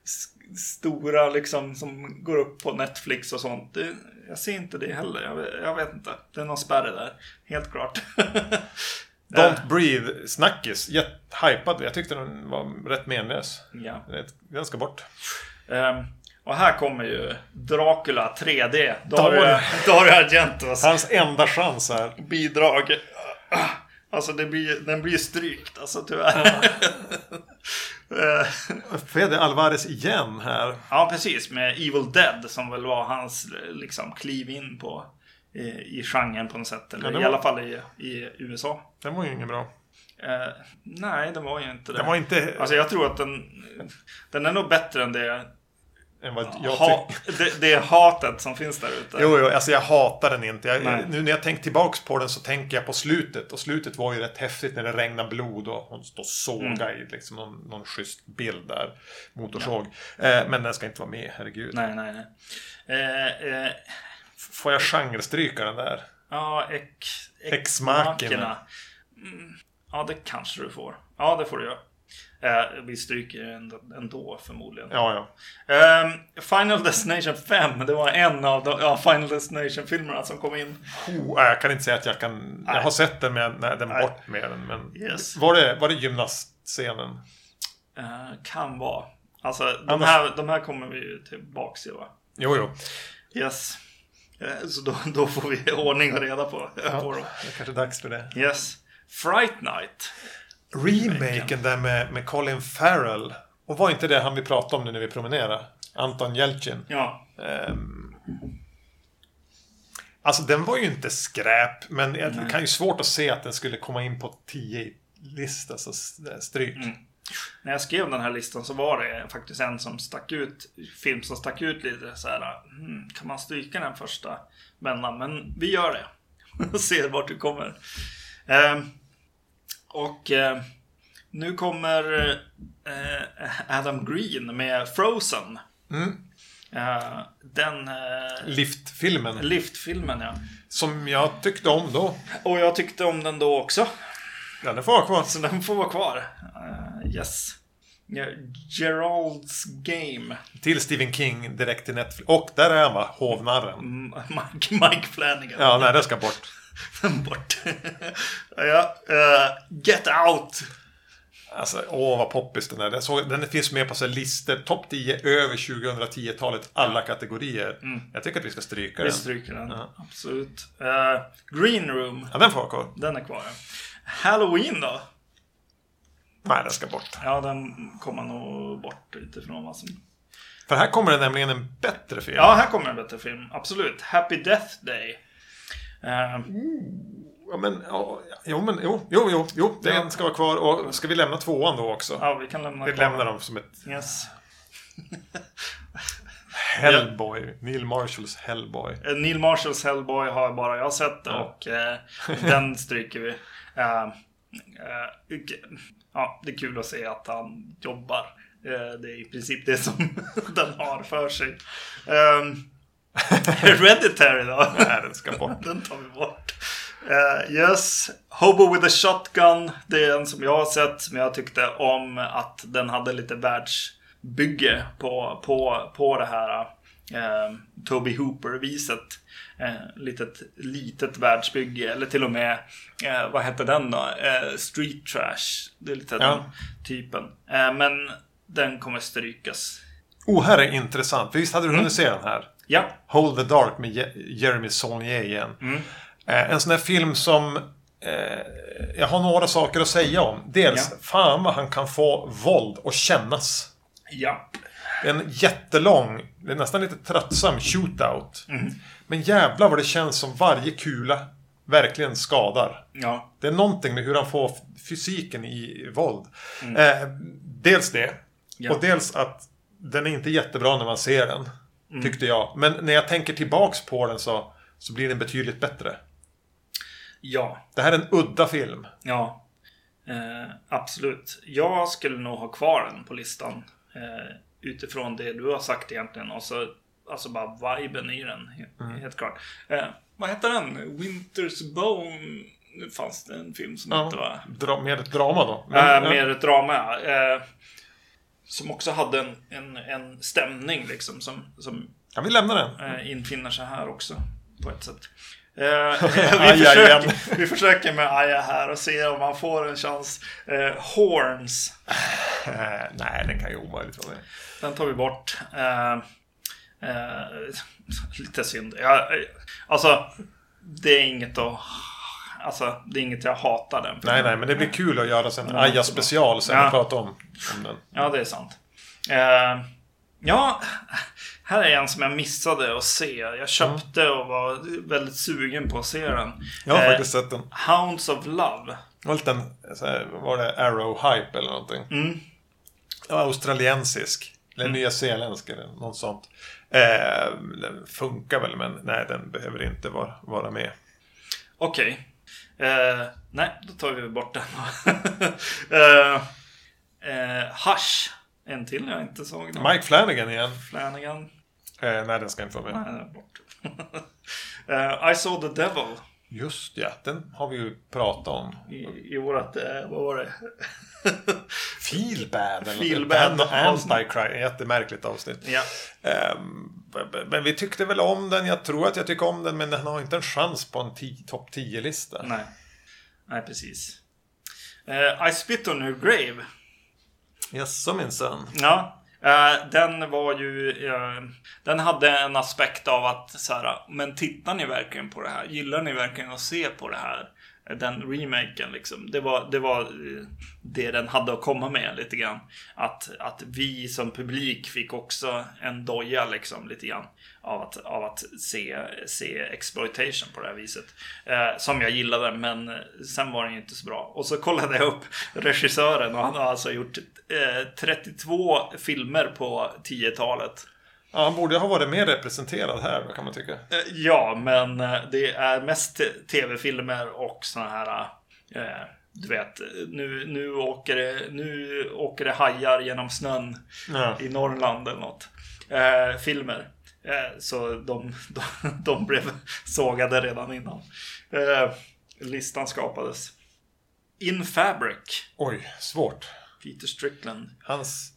Speaker 2: s- stora liksom som går upp på Netflix och sånt. Det, jag ser inte det heller. Jag, vet- jag vet inte. Det är någon spärr där. Helt klart.
Speaker 1: Don't Breathe, snackis. Jättehypad. Jag tyckte den var rätt menlös.
Speaker 2: ja.
Speaker 1: Den ska bort.
Speaker 2: Ehm, och här kommer ju Dracula 3D.
Speaker 1: Dario-
Speaker 2: Dario Dario Argento. alltså.
Speaker 1: Hans enda chans här.
Speaker 2: bidrag. Alltså det blir, den blir ju strykt alltså tyvärr. Eh,
Speaker 1: Fede Alvarez igen här.
Speaker 2: ja precis med Evil Dead som väl var hans liksom kliv in på i, i genren på något sätt. Eller
Speaker 1: Ja, det
Speaker 2: i
Speaker 1: var-
Speaker 2: alla fall i, i USA.
Speaker 1: Den var ju ingen bra.
Speaker 2: Eh, nej det var ju inte det.
Speaker 1: Den var inte
Speaker 2: Alltså jag tror att den, den är nog bättre än det,
Speaker 1: än vad jag
Speaker 2: ha,
Speaker 1: tycker.
Speaker 2: det, det hatet som finns där ute.
Speaker 1: Jo, jo, alltså jag hatar den inte.
Speaker 2: Nej.
Speaker 1: Jag, nu när jag tänkt tillbaks på den så tänker jag på slutet. Och slutet var ju rätt häftigt när det regnar blod och hon står och sågar
Speaker 2: Mm.
Speaker 1: i liksom någon, någon schysst bild där. Motorsåg. Eh, men den ska inte vara med, herregud.
Speaker 2: Nej, nej, nej. Eh, eh,
Speaker 1: Får jag genrestryka den där?
Speaker 2: Ja, ex,
Speaker 1: Ex Machina.
Speaker 2: Mm. Ja, det kanske du får. Ja, det får du göra. Eh, vi stryker änd- ändå förmodligen.
Speaker 1: Ja, ja.
Speaker 2: Ehm, Final Destination 5, det var en av de ja, Final Destination-filmerna som kom in.
Speaker 1: Oh, nej, jag kan inte säga att jag kan... Jag har sett den, men jag- nej, den
Speaker 2: Nej.
Speaker 1: bort med den. Men
Speaker 2: Yes.
Speaker 1: var, det, var det gymnastscenen?
Speaker 2: Eh, kan vara. Alltså, de
Speaker 1: Annars-
Speaker 2: här, de här kommer vi ju tillbaks till va?
Speaker 1: Jo, jo.
Speaker 2: Yes. Eh, Så då, då får vi ordning och reda på, på dem.
Speaker 1: Det är kanske dags för det.
Speaker 2: Yes. Fright Night.
Speaker 1: Remaken där med, med Colin Farrell. Och var inte det han vi pratade om nu när vi promenerade? Anton Jeltsin.
Speaker 2: Ja.
Speaker 1: Ehm, Alltså den var ju inte skräp, men det kan ju svårt att se att den skulle komma in på 10-lista, så s- eh, stryk.
Speaker 2: När jag skrev den här listan så var det faktiskt en som stack ut. Film som stack ut lite så här. Hmm, kan man stryka den första vändan? Men vi gör det. Och ser vart du kommer. Ehm, och eh, nu kommer eh, Adam Green med Frozen. Eh, den eh,
Speaker 1: Lift-filmen,
Speaker 2: Lift-filmen ja.
Speaker 1: som jag tyckte om då.
Speaker 2: Och jag tyckte om den då också.
Speaker 1: Den är kvar kvar.
Speaker 2: Så den får vara kvar. Eh, yes. Ja, Geralds Game.
Speaker 1: Till Stephen King, direkt till Netflix. Och där är han va? Hovnarren.
Speaker 2: M- Mike, Mike Flanagan.
Speaker 1: Ja, nej, det ska bort.
Speaker 2: Bort. ja, eh, get Out.
Speaker 1: Alltså, åh vad poppis den är. Den, såg, den finns med på så här listor. Topp 10 över 2010-talet. Alla kategorier. Jag tycker att vi ska stryka
Speaker 2: Mm. Vi
Speaker 1: den.
Speaker 2: stryker den.
Speaker 1: Ja.
Speaker 2: Absolut. Eh, Green Room.
Speaker 1: Ja, den får vara kvar.
Speaker 2: Den är kvar. ja. Halloween då?
Speaker 1: Nej, den ska bort.
Speaker 2: Ja, den kommer nog bort utifrån vad som...
Speaker 1: För här kommer det nämligen en bättre film.
Speaker 2: Ja, här kommer en bättre film. Absolut. Happy Death Day. Eh,
Speaker 1: Mm. Ja, men, ja, jo, men jo, jo, jo, jo. Den ska vara kvar. Och ska vi lämna tvåan då också?
Speaker 2: ja, vi kan lämna
Speaker 1: Vi
Speaker 2: kvar
Speaker 1: lämnar dem som ett
Speaker 2: den. Yes.
Speaker 1: Hellboy. Neil Marshalls Hellboy.
Speaker 2: Eh, Neil Marshalls Hellboy har bara jag sett och eh, den stryker vi. Eh, eh, ok- ja, det är kul att se att han jobbar. Eh, det är i princip det som den har för sig. Eh, Hereditary då?
Speaker 1: Nej, den ska bort.
Speaker 2: Den tar vi bort. Eh, yes, Hobo with a Shotgun. Det är en som jag har sett, men jag tyckte om att den hade lite världsbygge på, på, på det här eh, Toby Hooper-viset. Eh, litet, litet världsbygge, eller till och med, eh, vad hette den då? Eh, Street Trash. Det är lite den
Speaker 1: Ja.
Speaker 2: typen. Eh, men den kommer strykas.
Speaker 1: Oh, här är intressant. För visst hade du
Speaker 2: Mm.
Speaker 1: hunnit se den här?
Speaker 2: Ja,
Speaker 1: Hold the Dark med Je- Jeremy Saulnier igen. Eh, en sån här film som eh, jag har några saker att säga om. Dels,
Speaker 2: Ja.
Speaker 1: fan vad han kan få våld att kännas.
Speaker 2: ja.
Speaker 1: Det är En jättelång, det är nästan lite tröttsam shootout. Men jävlar vad det känns som varje kula verkligen skadar.
Speaker 2: Ja,
Speaker 1: Det är någonting med hur han får f- fysiken i våld. Eh, dels det.
Speaker 2: Ja.
Speaker 1: Och dels att den är inte jättebra när man ser den. Tyckte jag. Men när jag tänker tillbaks på den så, så blir den betydligt bättre.
Speaker 2: ja.
Speaker 1: Det här är en udda film.
Speaker 2: Ja, eh, absolut. Jag skulle nog ha kvar den på listan. Eh, utifrån det du har sagt egentligen. Och så, alltså bara viben i den. Helt, helt klart. Eh, vad heter den? Winter's Bone? Nu fanns det en film som hette va?
Speaker 1: Dra, mer ett drama då.
Speaker 2: Äh,
Speaker 1: Men,
Speaker 2: mer ett drama. Eh, som också hade en, en, en stämning liksom som, som
Speaker 1: ja, vi lämnar den.
Speaker 2: eh, infinner sig här också på ett sätt. Eh,
Speaker 1: Aja
Speaker 2: vi,
Speaker 1: igen.
Speaker 2: försöker, vi försöker med Aja här och se om han får en chans. Eh, horns,
Speaker 1: Eh, nej, den kan ju omöjligt vara med.
Speaker 2: den tar vi bort. Eh, eh, lite synd. Jag, eh, alltså, det är inget att... Alltså, det är inget jag hatar den för.
Speaker 1: Nej, nej, men det blir kul att göra sen. Aja special sen
Speaker 2: Ja.
Speaker 1: och prata om, om den.
Speaker 2: Ja, det är sant. Eh, ja, här är en som jag missade att se. Jag köpte och var väldigt sugen på att se den.
Speaker 1: Jag har
Speaker 2: Eh,
Speaker 1: faktiskt sett den.
Speaker 2: Hounds of Love.
Speaker 1: Det var en liten, så här, var det Arrow Hype eller någonting?
Speaker 2: Mm.
Speaker 1: Ja, Australiensisk. Eller nyzeeländsk eller något sånt. Eh, den funkar väl men nej den behöver inte vara, vara med.
Speaker 2: Okej. Eh, nej, då tar vi bort den. uh, Hush. En till jag inte såg. någon.
Speaker 1: Mike Flanagan igen.
Speaker 2: Flanagan.
Speaker 1: Eh, nej den ska inte vara med.
Speaker 2: Nej, den är bort. Eh, I saw the devil.
Speaker 1: Just ja, den har vi ju pratat om.
Speaker 2: I, i vårat, eh, vad var det?
Speaker 1: Feelbad. eller-
Speaker 2: Feelbad.
Speaker 1: Band of Antichrist. Jättemärkligt avsnitt.
Speaker 2: Ja.
Speaker 1: Ehm, b- b- Men vi tyckte väl om den. Jag tror att jag tycker om den. Men den har inte en chans på en ti- topp 10-lista.
Speaker 2: Nej. Nej, precis. Eh, I spit on her grave.
Speaker 1: Jaså minsann.
Speaker 2: Ja. eh, den var ju... eh, den hade en aspekt av att så här, men tittar ni verkligen på det här? Gillar ni verkligen att se på det här? Eh, Den remaken liksom. Det var, det var eh, det den hade att komma med lite grann. Att, att vi som publik fick också en doja liksom lite grann. Av att, av att se, se exploitation på det här viset. Eh, som jag gillade men eh, sen var den ju inte så bra. Och så kollade jag upp regissören och han har alltså gjort eh, 32 filmer på 10-talet.
Speaker 1: Ja, han borde ha varit mer representerad här kan man tycka.
Speaker 2: Eh, Ja, men eh, det är mest t- tv-filmer och såna här... Eh, du vet, nu, nu, åker det, nu åker det hajar genom snön
Speaker 1: Ja.
Speaker 2: i Norrland eller något. Eh, filmer. Eh, så de, de, de blev sågade redan innan eh, listan skapades. In Fabric,
Speaker 1: Oj, svårt.
Speaker 2: Peter Strickland.
Speaker 1: Hans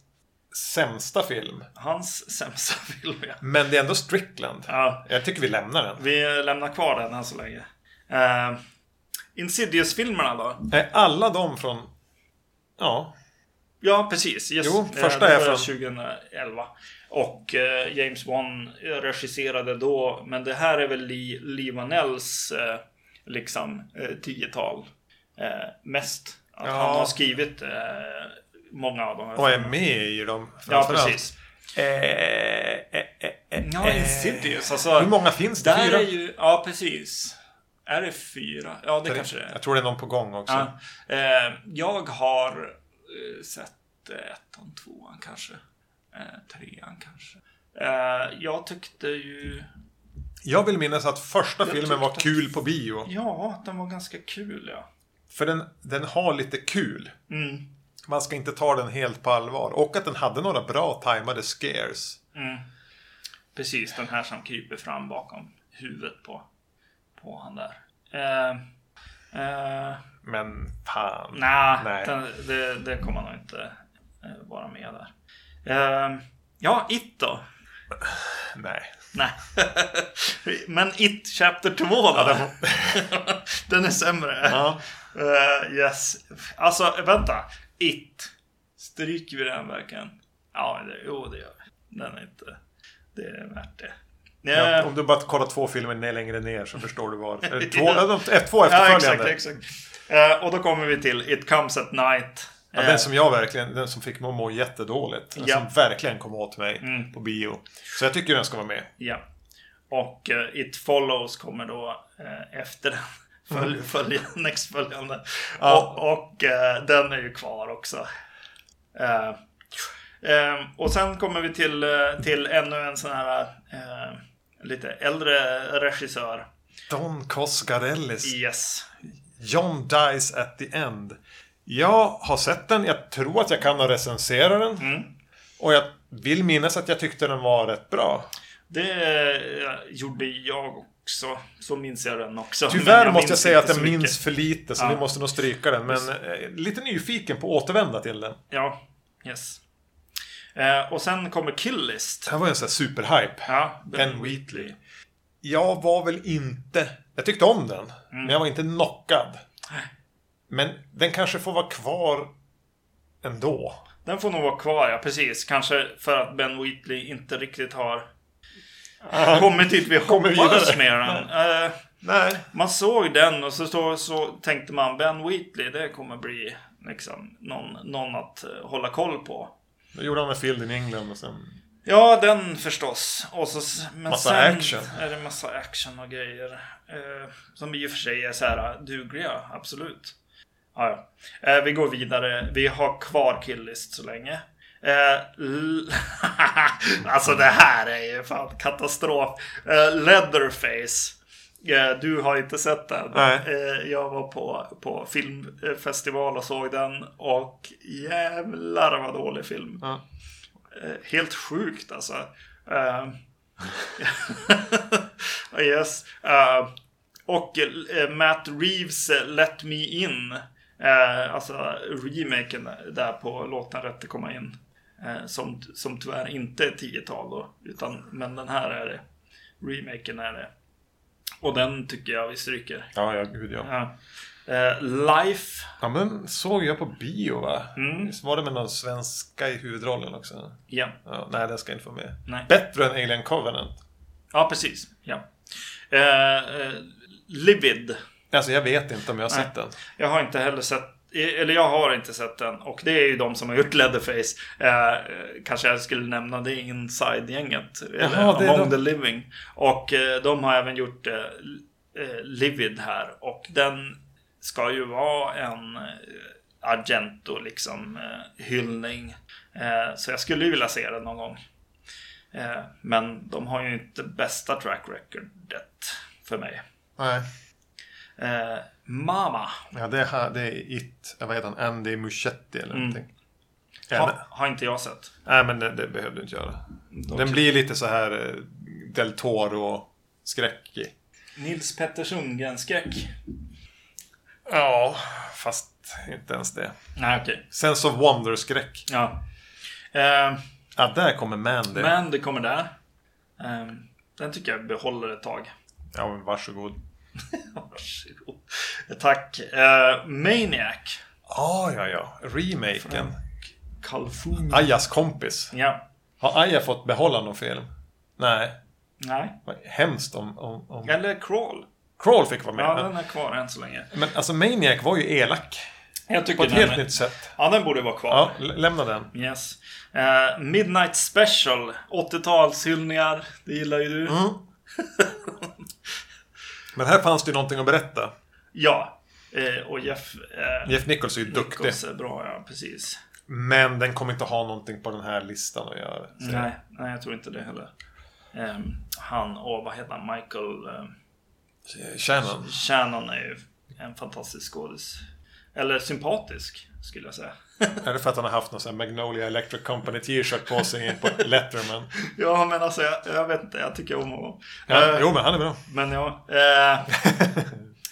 Speaker 1: sämsta film.
Speaker 2: Hans sämsta film, ja.
Speaker 1: Men det är ändå Strickland.
Speaker 2: ja.
Speaker 1: Jag tycker vi lämnar den.
Speaker 2: Vi lämnar kvar den än så länge. Eh, Insidious-filmerna då?
Speaker 1: Är alla de från... Ja.
Speaker 2: Ja, precis. Yes.
Speaker 1: Jo,
Speaker 2: Eh,
Speaker 1: första
Speaker 2: det
Speaker 1: är
Speaker 2: var
Speaker 1: från-
Speaker 2: 2011. Och eh, James Wan regisserade då, men det här är väl Lee, Lee Vanells eh, liksom eh, tiotal eh, mest. Att
Speaker 1: Ja.
Speaker 2: han har skrivit eh, många av dem.
Speaker 1: Och är med i dem.
Speaker 2: Ja,
Speaker 1: framförallt.
Speaker 2: precis.
Speaker 1: Eh, eh, eh, eh,
Speaker 2: Ja,
Speaker 1: eh.
Speaker 2: Insidious. Alltså,
Speaker 1: Hur många finns det?
Speaker 2: Där
Speaker 1: Fyra?
Speaker 2: är ju, ja, precis. Är det fyra? Ja, det kanske det är.
Speaker 1: Jag tror det är någon på gång också.
Speaker 2: Ja. Eh, jag har eh, sett eh, ettan, tvåan kanske. Eh, trean kanske. Eh, jag tyckte ju...
Speaker 1: Jag vill minnas att första
Speaker 2: Jag
Speaker 1: filmen var
Speaker 2: tyckte-
Speaker 1: kul på bio.
Speaker 2: Ja, den var ganska kul ja.
Speaker 1: För den, den har lite kul.
Speaker 2: Mm.
Speaker 1: Man ska inte ta den helt på allvar. Och att den hade några bra tajmade scares.
Speaker 2: Precis, den här som kryper fram bakom huvudet på, på han där. Eh, eh,
Speaker 1: Men fan.
Speaker 2: nah,
Speaker 1: Nej.
Speaker 2: Den, det, det kommer nog inte eh, vara med där. Eh, ja, It då.
Speaker 1: Nej.
Speaker 2: Nej. Men It Chapter 2 då? den är sämre.
Speaker 1: Ja.
Speaker 2: Eh, yes. Alltså, vänta. It. Stryker vi den verkligen? Ja, det, jo det gör vi. Den är inte... Det är värt det.
Speaker 1: Ja,
Speaker 2: Eh,
Speaker 1: om du bara kollar två filmer ner- längre ner så förstår du varför. Eller Två,
Speaker 2: Ja.
Speaker 1: ja. de, eh, två
Speaker 2: ja,
Speaker 1: efterföljande.
Speaker 2: exakt, exakt. Eh, och då kommer vi till It Comes At Night.
Speaker 1: Ja,
Speaker 2: Eh,
Speaker 1: den som jag verkligen, den som fick mig att må jättedåligt. Den
Speaker 2: Ja. Mm.
Speaker 1: som verkligen kom åt mig på bio. Så jag tycker den ska vara med.
Speaker 2: Ja. Och eh, It Follows kommer då eh, efter den. Följ, följ, next följande.
Speaker 1: Mm. Ja.
Speaker 2: Och, och eh, den är ju kvar också. Eh, eh, och sen kommer vi till, eh, till ännu en sån här eh, lite äldre regissör.
Speaker 1: Don Coscarellis
Speaker 2: Yes.
Speaker 1: John Dies at the End. Jag har sett den, jag tror att jag kan ha recensera den.
Speaker 2: Mm.
Speaker 1: Och jag vill minnas att jag tyckte den var rätt bra.
Speaker 2: Det eh, gjorde jag också. Så minns jag den också. Men
Speaker 1: Tyvärr måste jag
Speaker 2: minns
Speaker 1: säga att
Speaker 2: inte
Speaker 1: jag
Speaker 2: så
Speaker 1: minns
Speaker 2: mycket.
Speaker 1: för lite så
Speaker 2: Ja.
Speaker 1: vi måste nog stryka den. Men eh, lite nyfiken på att återvända till den.
Speaker 2: Ja, yes. Eh, och sen kommer Kill List.
Speaker 1: Det här var ju en sån här superhype.
Speaker 2: Ja,
Speaker 1: Ben Wheatley. Jag var väl inte... Jag tyckte om den.
Speaker 2: Mm.
Speaker 1: Men jag var inte knockad. Men den kanske får vara kvar ändå.
Speaker 2: Den får nog vara kvar, ja precis. Kanske för att Ben Wheatley inte riktigt har kommit dit vi
Speaker 1: Kommer
Speaker 2: hoppades
Speaker 1: vidare.
Speaker 2: med den. Eh,
Speaker 1: Nej.
Speaker 2: man såg den och så, så, så tänkte man Ben Wheatley, det kommer bli liksom, någon, någon att eh, hålla koll på.
Speaker 1: Då gjorde han en film in England och sen...
Speaker 2: Ja, den förstås. Och så, s- men
Speaker 1: Massa
Speaker 2: sen
Speaker 1: action.
Speaker 2: är det massa action och grejer. Eh, som i och för sig är så här dugliga, absolut. Ja, ja. Eh, vi går vidare. Vi har kvar Killist så länge. Eh, l- alltså det här är ju fan katastrof. Eh, Leatherface. Eh, du har inte sett den.
Speaker 1: Nej.
Speaker 2: Eh, jag var på, på filmfestival och såg den. Och jävlar vad dålig film.
Speaker 1: Ja.
Speaker 2: Eh, helt sjukt alltså. Eh, Ah, yes. Eh, och eh, Matt Reeves eh, Let Me In Eh, alltså remaken där på låten Rätt att komma in. Eh, som, som tyvärr inte är 10-tal då. Utan, men den här är det. Remaken är det. Och den tycker jag vi stryker.
Speaker 1: Ja, ja, gud ja.
Speaker 2: Ja. Eh, Life.
Speaker 1: Ja, men den såg jag på bio va?
Speaker 2: Mm.
Speaker 1: Visst var det med någon svenska i huvudrollen också?
Speaker 2: Ja,
Speaker 1: Ja, nej, den ska inte få med.
Speaker 2: Nej.
Speaker 1: Bättre än Alien Covenant.
Speaker 2: ja precis. Ja. Eh, eh, Livid.
Speaker 1: Alltså, jag vet inte om jag har
Speaker 2: Nej.
Speaker 1: sett den.
Speaker 2: Jag har inte heller sett eller jag har inte sett den och det är ju de som har gjort Leatherface. Eh, kanske jag skulle nämna det är Inside-gänget. Eller
Speaker 1: Jaha, det är de.
Speaker 2: Among the Living. Och eh, de har även gjort eh, eh, Livid här. Och den ska ju vara en eh, Argento liksom eh, hyllning. Eh, så jag skulle ju vilja se den någon gång. Eh, men de har ju inte bästa track recordet för mig.
Speaker 1: Nej.
Speaker 2: Eh, Mama.
Speaker 1: Ja, det, här, det är It. Vad heter han? Andy Muschietti eller någonting. Ja,
Speaker 2: Mm. Ha,
Speaker 1: nej.
Speaker 2: har inte jag sett.
Speaker 1: Nej, men det, det behöver du inte göra. Den
Speaker 2: Okej.
Speaker 1: blir lite så här eh, Del Toro-skräckig.
Speaker 2: Nils Petter Sundgren-skräck.
Speaker 1: Ja, fast inte ens det.
Speaker 2: Nej, okej.
Speaker 1: Sense of Wonder-skräck.
Speaker 2: Ja. Eh,
Speaker 1: Ja, där kommer Mandy.
Speaker 2: men det kommer där. Eh, den tycker jag behåller ett tag.
Speaker 1: Ja, men varsågod.
Speaker 2: Varsågod. Tack. Eh, Maniac.
Speaker 1: Ah, ja, ja. Remaken.
Speaker 2: Calfoon.
Speaker 1: Ajas kompis.
Speaker 2: Ja.
Speaker 1: Har Aja fått behålla någon film? Nej.
Speaker 2: Nej.
Speaker 1: Vad Hemskt om... om, om...
Speaker 2: Eller Crawl.
Speaker 1: Crawl fick vara med.
Speaker 2: Ja,
Speaker 1: men,
Speaker 2: den är kvar än så länge.
Speaker 1: men alltså Maniac var ju elak.
Speaker 2: Jag tycker
Speaker 1: På ett
Speaker 2: den
Speaker 1: helt
Speaker 2: är-
Speaker 1: nytt sätt.
Speaker 2: Ja, den borde vara kvar.
Speaker 1: Ja, lä- lämna den.
Speaker 2: Yes. Eh, Midnight Special. 80-talshyllningar. Det gillar ju du.
Speaker 1: Mm. Men här fanns det ju någonting att berätta.
Speaker 2: Ja. Eh, och Jeff... Eh,
Speaker 1: Jeff Nichols är ju duktig.
Speaker 2: Nichols är bra, ja. Precis.
Speaker 1: Men den kommer inte ha någonting på den här listan att göra. Så-
Speaker 2: Nej, nej, jag tror inte det heller. Ehm, han och vad heter han? Michael ehm,
Speaker 1: Shannon.
Speaker 2: Shannon är ju en fantastisk skådis. Eller sympatisk, skulle jag säga.
Speaker 1: Är det för att han har haft någon sån här Magnolia Electric Company t-shirt på sig på Letterman?
Speaker 2: ja, men alltså jag, jag vet inte. Jag tycker om honom.
Speaker 1: Ja,
Speaker 2: Eh,
Speaker 1: jo, men han är bra.
Speaker 2: Men ja. Eh,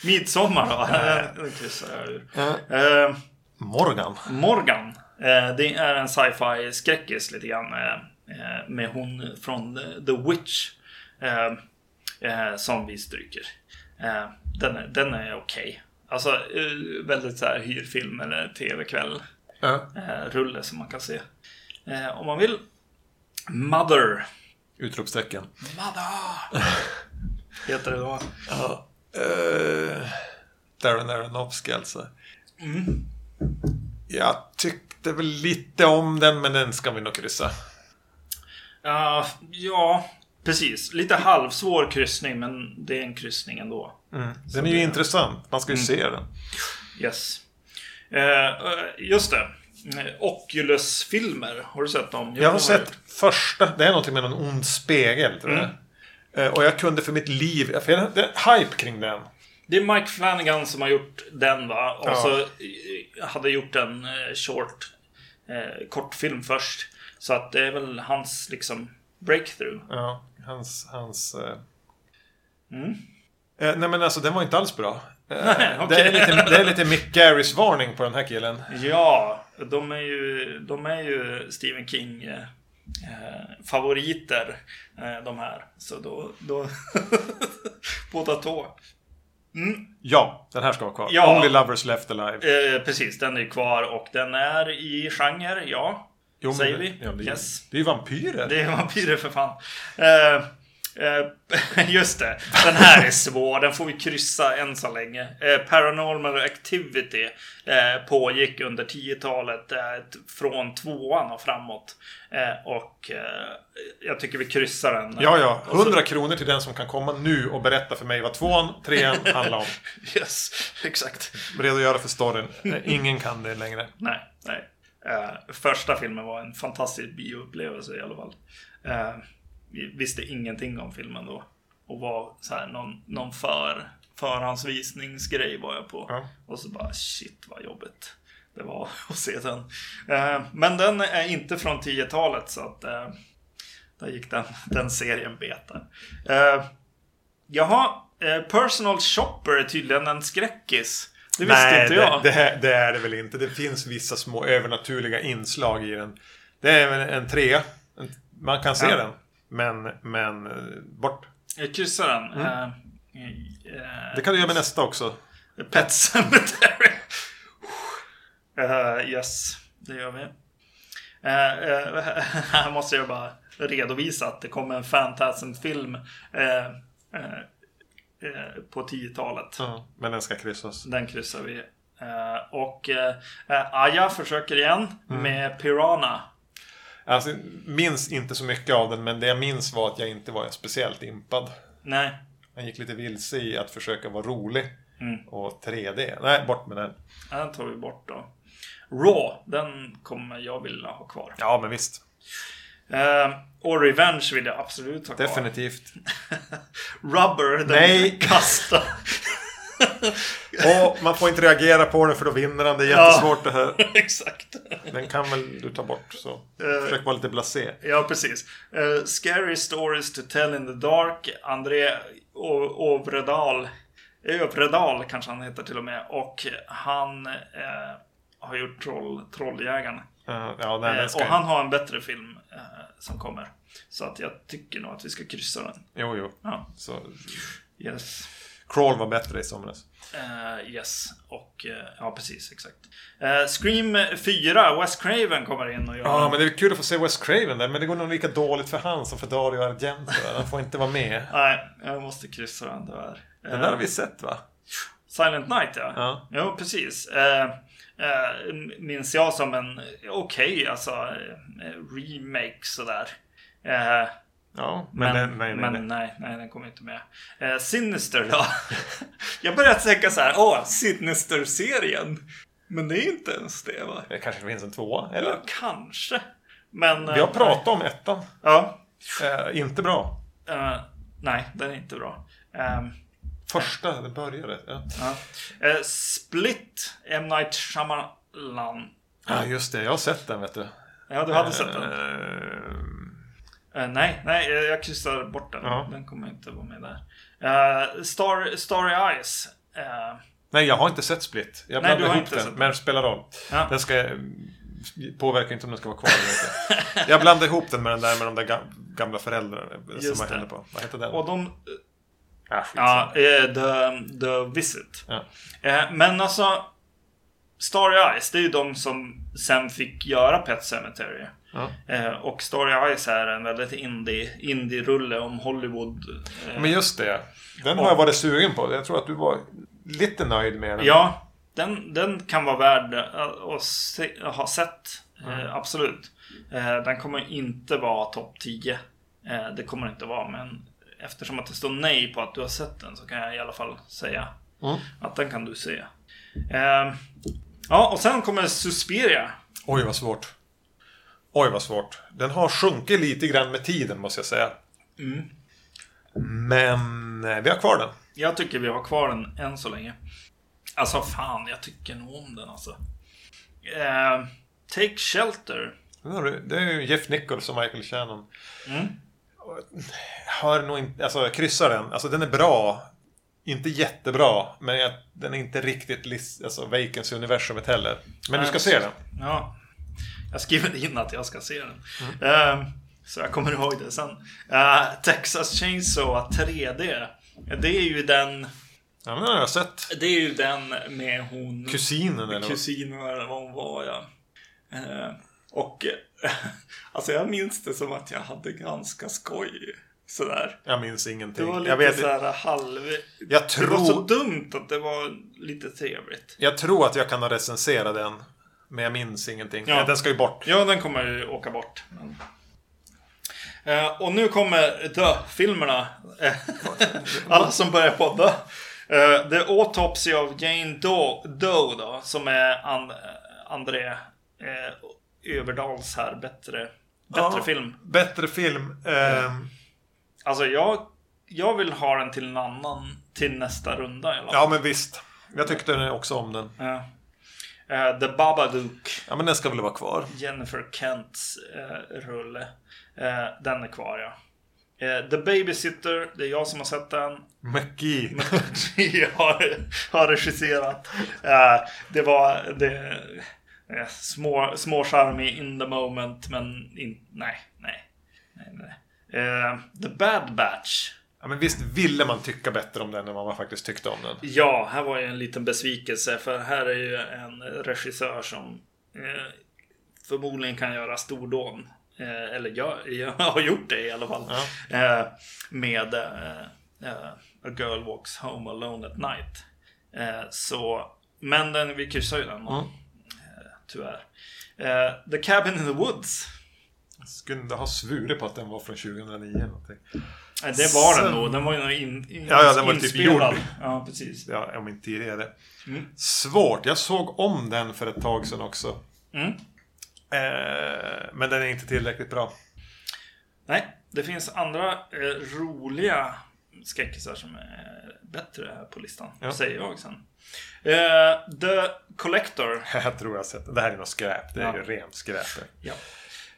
Speaker 2: midsommar då. Den- Den kryssar jag ur. Ehm,
Speaker 1: Morgan.
Speaker 2: Morgan. Eh, det är en sci-fi skräckis lite grann. Eh, eh, med hon från The- The Witch. Eh, eh, som vi stryker. Eh, den är, den är okej. Alltså eh, väldigt så här hyrfilm eller tv-kväll.
Speaker 1: Ja.
Speaker 2: Eh, rulle som man kan se. Eh, om man vill. Mother.
Speaker 1: Utropstecken.
Speaker 2: Mother. Heter det då.
Speaker 1: Ja. Eh, Darren Aronofsky alltså.
Speaker 2: Mm.
Speaker 1: Jag tyckte väl lite om den, men den ska vi nog kryssa.
Speaker 2: Ja, ja, precis. Lite halvsvår kryssning men det är en kryssning ändå.
Speaker 1: Mm. Den är ju intressant. Man ska
Speaker 2: Mm.
Speaker 1: ju se den.
Speaker 2: Yes. Eh, eh, just det. Eh, Oculus-filmer. Har du sett dem?
Speaker 1: Jag har sett första. Det är någonting med någon ond spegel, tror jag.
Speaker 2: Mm.
Speaker 1: Eh, Och jag kunde för mitt liv... För jag, det är hype kring den.
Speaker 2: Det är Mike Flanagan som har gjort den va? Och
Speaker 1: Ja.
Speaker 2: så eh, hade gjort en eh, short eh, kortfilm först. Så att det är väl hans liksom breakthrough.
Speaker 1: Ja, hans... hans eh.
Speaker 2: Mm.
Speaker 1: Eh, nej men alltså den var inte alls bra. Eh, det, är
Speaker 2: okej. Mm.
Speaker 1: lite, det är lite Mick Garris varning på den här killen.
Speaker 2: Ja, de är ju, de är ju Stephen King eh, eh, favoriter eh, de här. Så då... då Båda tå.
Speaker 1: Ja, den här ska vara kvar.
Speaker 2: Ja.
Speaker 1: Only Lovers Left Alive.
Speaker 2: Eh, precis, den är ju kvar och den är i genre, ja.
Speaker 1: Jo, men
Speaker 2: säger
Speaker 1: det-
Speaker 2: vi?
Speaker 1: Ja, det, är-
Speaker 2: Yes.
Speaker 1: det är ju vampyrer.
Speaker 2: Det är vampyrer för fan. Eh, eh, just det, den här är svår. Den får vi kryssa än så länge. Eh, Paranormal Activity eh, pågick under 10-talet eh, t- från tvåan och framåt. Eh, och eh, jag tycker vi kryssar den.
Speaker 1: Ja, ja. 100 kronor till den som kan komma nu och berätta för mig vad tvåan, trean handlar om.
Speaker 2: Yes, exakt.
Speaker 1: Redogöra för storyn. Eh, Ingen kan det längre.
Speaker 2: Nej, nej. Eh, första filmen var en fantastisk bioupplevelse i alla fall. Eh, vi visste ingenting om filmen då. Och var så här, någon, någon för, förhandsvisningsgrej var jag på.
Speaker 1: Ja.
Speaker 2: Och så bara shit vad jobbigt det var att se den. Eh, men den är inte från 10-talet så att eh, där gick den, den serien beta. Eh, jaha, eh, Personal Shopper är tydligen en skräckis. Det visste
Speaker 1: Nej,
Speaker 2: inte
Speaker 1: det-
Speaker 2: jag.
Speaker 1: Det, det är det väl inte. Det finns vissa små övernaturliga inslag i den. Det är väl en trea. En- Man kan se
Speaker 2: Ja.
Speaker 1: den. Men, men eh, bort.
Speaker 2: Jag kryssar den. Eh,
Speaker 1: Det kan du göra med nästa också.
Speaker 2: eh, Pet Cemetery. Eh, yes, det gör vi. Eh, eh, här måste jag bara redovisa att det kom en Fantasm-film eh, eh, eh, på 10-talet.
Speaker 1: Ja, Men den ska kryssas.
Speaker 2: Den kryssar vi. Eh, och eh, eh, Aja försöker igen med Piranha.
Speaker 1: Alltså, minns inte så mycket av den, men det jag minns var att jag inte var speciellt impad.
Speaker 2: Nej,
Speaker 1: Han gick lite vilse i att försöka vara rolig. Och 3D. Nej, bort med den.
Speaker 2: den tar vi bort då. Raw, den kommer jag vilja ha kvar.
Speaker 1: Ja, men visst.
Speaker 2: Eh, och Revenge vill jag absolut ha kvar.
Speaker 1: Definitivt.
Speaker 2: Rubber, den
Speaker 1: Nej.
Speaker 2: kasta.
Speaker 1: Och man får inte reagera på den för då vinner han. Det är jättesvårt det här.
Speaker 2: Exakt.
Speaker 1: Den kan väl du ta bort. Så. Försök vara lite blasé.
Speaker 2: Ja, precis. Eh, scary stories to tell in the dark. André O- Ovredal. Övredal kanske han heter till och med. Och han eh, har gjort troll, Trolljägarna.
Speaker 1: Eh, ja, nej, den
Speaker 2: Eh,
Speaker 1: ska
Speaker 2: och
Speaker 1: jag-
Speaker 2: han har en bättre film eh, som kommer. Så att jag tycker nog att vi ska kryssa den.
Speaker 1: Jo, jo.
Speaker 2: Ja,
Speaker 1: Så,
Speaker 2: yes.
Speaker 1: crawl var bättre i somras.
Speaker 2: Eh, yes, och eh, ja precis exakt. Eh, Scream 4, Wes Craven kommer in och gör
Speaker 1: Ja, men det är kul att få se Wes Craven där. Men det går nog lika dåligt för han som för Dario Argento. Han får inte vara med.
Speaker 2: Nej, jag måste kryssa den tyvärr.
Speaker 1: Den där har vi sett va?
Speaker 2: Silent Night ja.
Speaker 1: Ja.
Speaker 2: Jo, precis. Eh, eh, minns jag som en okej alltså eh, remake sådär. Eh,
Speaker 1: Ja, men,
Speaker 2: men,
Speaker 1: den- nej, nej,
Speaker 2: men
Speaker 1: nej.
Speaker 2: nej, nej, den kommer inte med. Eh, Sinister då? jag började tänka så här, åh, Sinister-serien. Men det är inte ens det va?
Speaker 1: Det kanske finns en tvåa,
Speaker 2: Ja,
Speaker 1: eller?
Speaker 2: kanske. Men... eh,
Speaker 1: Vi har pratat om ettan.
Speaker 2: Ja.
Speaker 1: Eh, inte bra.
Speaker 2: Eh, nej, den är inte bra. Ehm,
Speaker 1: Första, den började. Ja,
Speaker 2: ja. Eh, Split, M. Night Shyamalan.
Speaker 1: ah, just det. Jag har sett den, vet du.
Speaker 2: Ja, du hade sett den.
Speaker 1: Eh. den?
Speaker 2: Eh, nej, nej, eh, jag kryssar bort den.
Speaker 1: Ja.
Speaker 2: Den kommer inte vara med där. Eh, Star, Starry Eyes. Eh,
Speaker 1: Nej, jag har inte sett Split. Jag
Speaker 2: Nej, du
Speaker 1: blandade
Speaker 2: har
Speaker 1: ihop
Speaker 2: inte
Speaker 1: den,
Speaker 2: sett
Speaker 1: men spelar roll.
Speaker 2: Ja.
Speaker 1: Den ska... Påverkar inte om den ska vara kvar eller inte. Jag blandade ihop den med den där med de där ga- gamla föräldrarna. eh,
Speaker 2: Just
Speaker 1: som man
Speaker 2: det.
Speaker 1: hällde på. Vad hette den?
Speaker 2: och de...
Speaker 1: ah, skit.
Speaker 2: Ja, eh, the, the Visit.
Speaker 1: Ja.
Speaker 2: Eh, men alltså... Starry Eyes, det är ju de som sen fick göra Pet Cemetery.
Speaker 1: Ja.
Speaker 2: Eh, och Starry Eyes är en väldigt indie, indie-rulle om Hollywood. Eh,
Speaker 1: Men just det. Den har jag varit sugen på. Jag tror att du var lite nöjd med den.
Speaker 2: ja, den, den kan vara värd eh, att se, ha sett. Eh, absolut. Eh, den kommer inte vara topp 10. Eh, det kommer den inte vara, men eftersom att det står nej på att du har sett den så kan jag i alla fall säga
Speaker 1: Mm.
Speaker 2: att den kan du se. Eh, ja, och sen kommer Suspiria.
Speaker 1: Oj, vad svårt. Oj, vad svårt. Den har sjunkit lite grann med tiden, måste jag säga.
Speaker 2: Mm.
Speaker 1: Men eh, vi har kvar den.
Speaker 2: Jag tycker vi har kvar den än så länge. Alltså fan, jag tycker nog om den alltså. Eh, Take Shelter.
Speaker 1: Den har du- Det är ju Jeff Nichols och Michael Shannon.
Speaker 2: Mm.
Speaker 1: Och, Har nog inte, alltså jag kryssar den. Alltså den är bra. Inte jättebra, men jag, den är inte riktigt lis- alltså, Vacancy-universumet heller. Men du
Speaker 2: Nej,
Speaker 1: ska se den.
Speaker 2: Ja. Jag skriver in att jag ska se den. Eh, så jag kommer ihåg det sen. Eh, Texas Chainsaw 3D. Det är ju den...
Speaker 1: Ja, men den har jag sett.
Speaker 2: Det är ju den med hon...
Speaker 1: Kusinen eller vad?
Speaker 2: kusinen eller vad hon var ja. Eh, och eh, alltså jag minns det som att jag hade ganska skoj. Sådär.
Speaker 1: Jag minns ingenting.
Speaker 2: Det var lite
Speaker 1: jag, vet,
Speaker 2: så här halv...
Speaker 1: jag,
Speaker 2: Det var så
Speaker 1: tror,
Speaker 2: dumt att det var lite trevligt.
Speaker 1: jag tror att jag kan ha recenserat den. Men jag minns ingenting.
Speaker 2: Ja.
Speaker 1: Ja. Den ska ju bort.
Speaker 2: Ja, den kommer ju åka bort. Men... Eh, och nu kommer The-filmerna. Eh, Alla som börjar podda. Eh, The Autopsy of Jane Doe, Doe då, som är An- André eh, Överdals här bättre, bättre
Speaker 1: Ja.
Speaker 2: film.
Speaker 1: Bättre film. Ehm,
Speaker 2: Alltså jag, jag vill ha den till en annan, till nästa runda i alla fall.
Speaker 1: Ja, men visst. Jag tyckte också om den.
Speaker 2: Ja. Eh, The Babadook.
Speaker 1: Ja, men den ska väl vara kvar.
Speaker 2: Jennifer Kents eh, rulle. Eh, den är kvar ja. Eh, The Babysitter, det är jag som har sett den.
Speaker 1: McGee.
Speaker 2: McGee har, har regisserat. Eh, det var det, eh, små, små charm i In the Moment, men in, nej, nej. nej, nej. Eh, The Bad Batch.
Speaker 1: Ja, men visst ville man tycka bättre om den än vad man faktiskt tyckte om den?
Speaker 2: Ja, här var ju en liten besvikelse för här är ju en regissör som eh, förmodligen kan göra stordån. Eh, eller jag, jag har gjort det i alla fall. Eh, med eh, eh, A Girl Walks Home Alone at Night. Eh, så, men den, vi kryssar ju den
Speaker 1: Mm.
Speaker 2: eh, tyvärr. Eh, the Cabin in the Woods.
Speaker 1: Skulle ha svurit på att den var från 2009. eller Någonting.
Speaker 2: Eh, det var
Speaker 1: Sen-
Speaker 2: den nog. Den var ju nog in, in,
Speaker 1: Ja, ja, den var typ
Speaker 2: inspelad.
Speaker 1: gjord.
Speaker 2: Ja, precis.
Speaker 1: Ja, om inte tidigare.
Speaker 2: Mm.
Speaker 1: Svårt. Jag såg om den för ett tag sedan också.
Speaker 2: Mm.
Speaker 1: Eh, men den är inte tillräckligt bra.
Speaker 2: Nej, det finns andra eh, roliga skräckisar som är bättre här på listan.
Speaker 1: Ja.
Speaker 2: Säger jag sen. Eh, The Collector.
Speaker 1: Jag tror jag har sett den. Det här är något skräp. Det är
Speaker 2: Ja.
Speaker 1: ju rent skräp.
Speaker 2: Ja.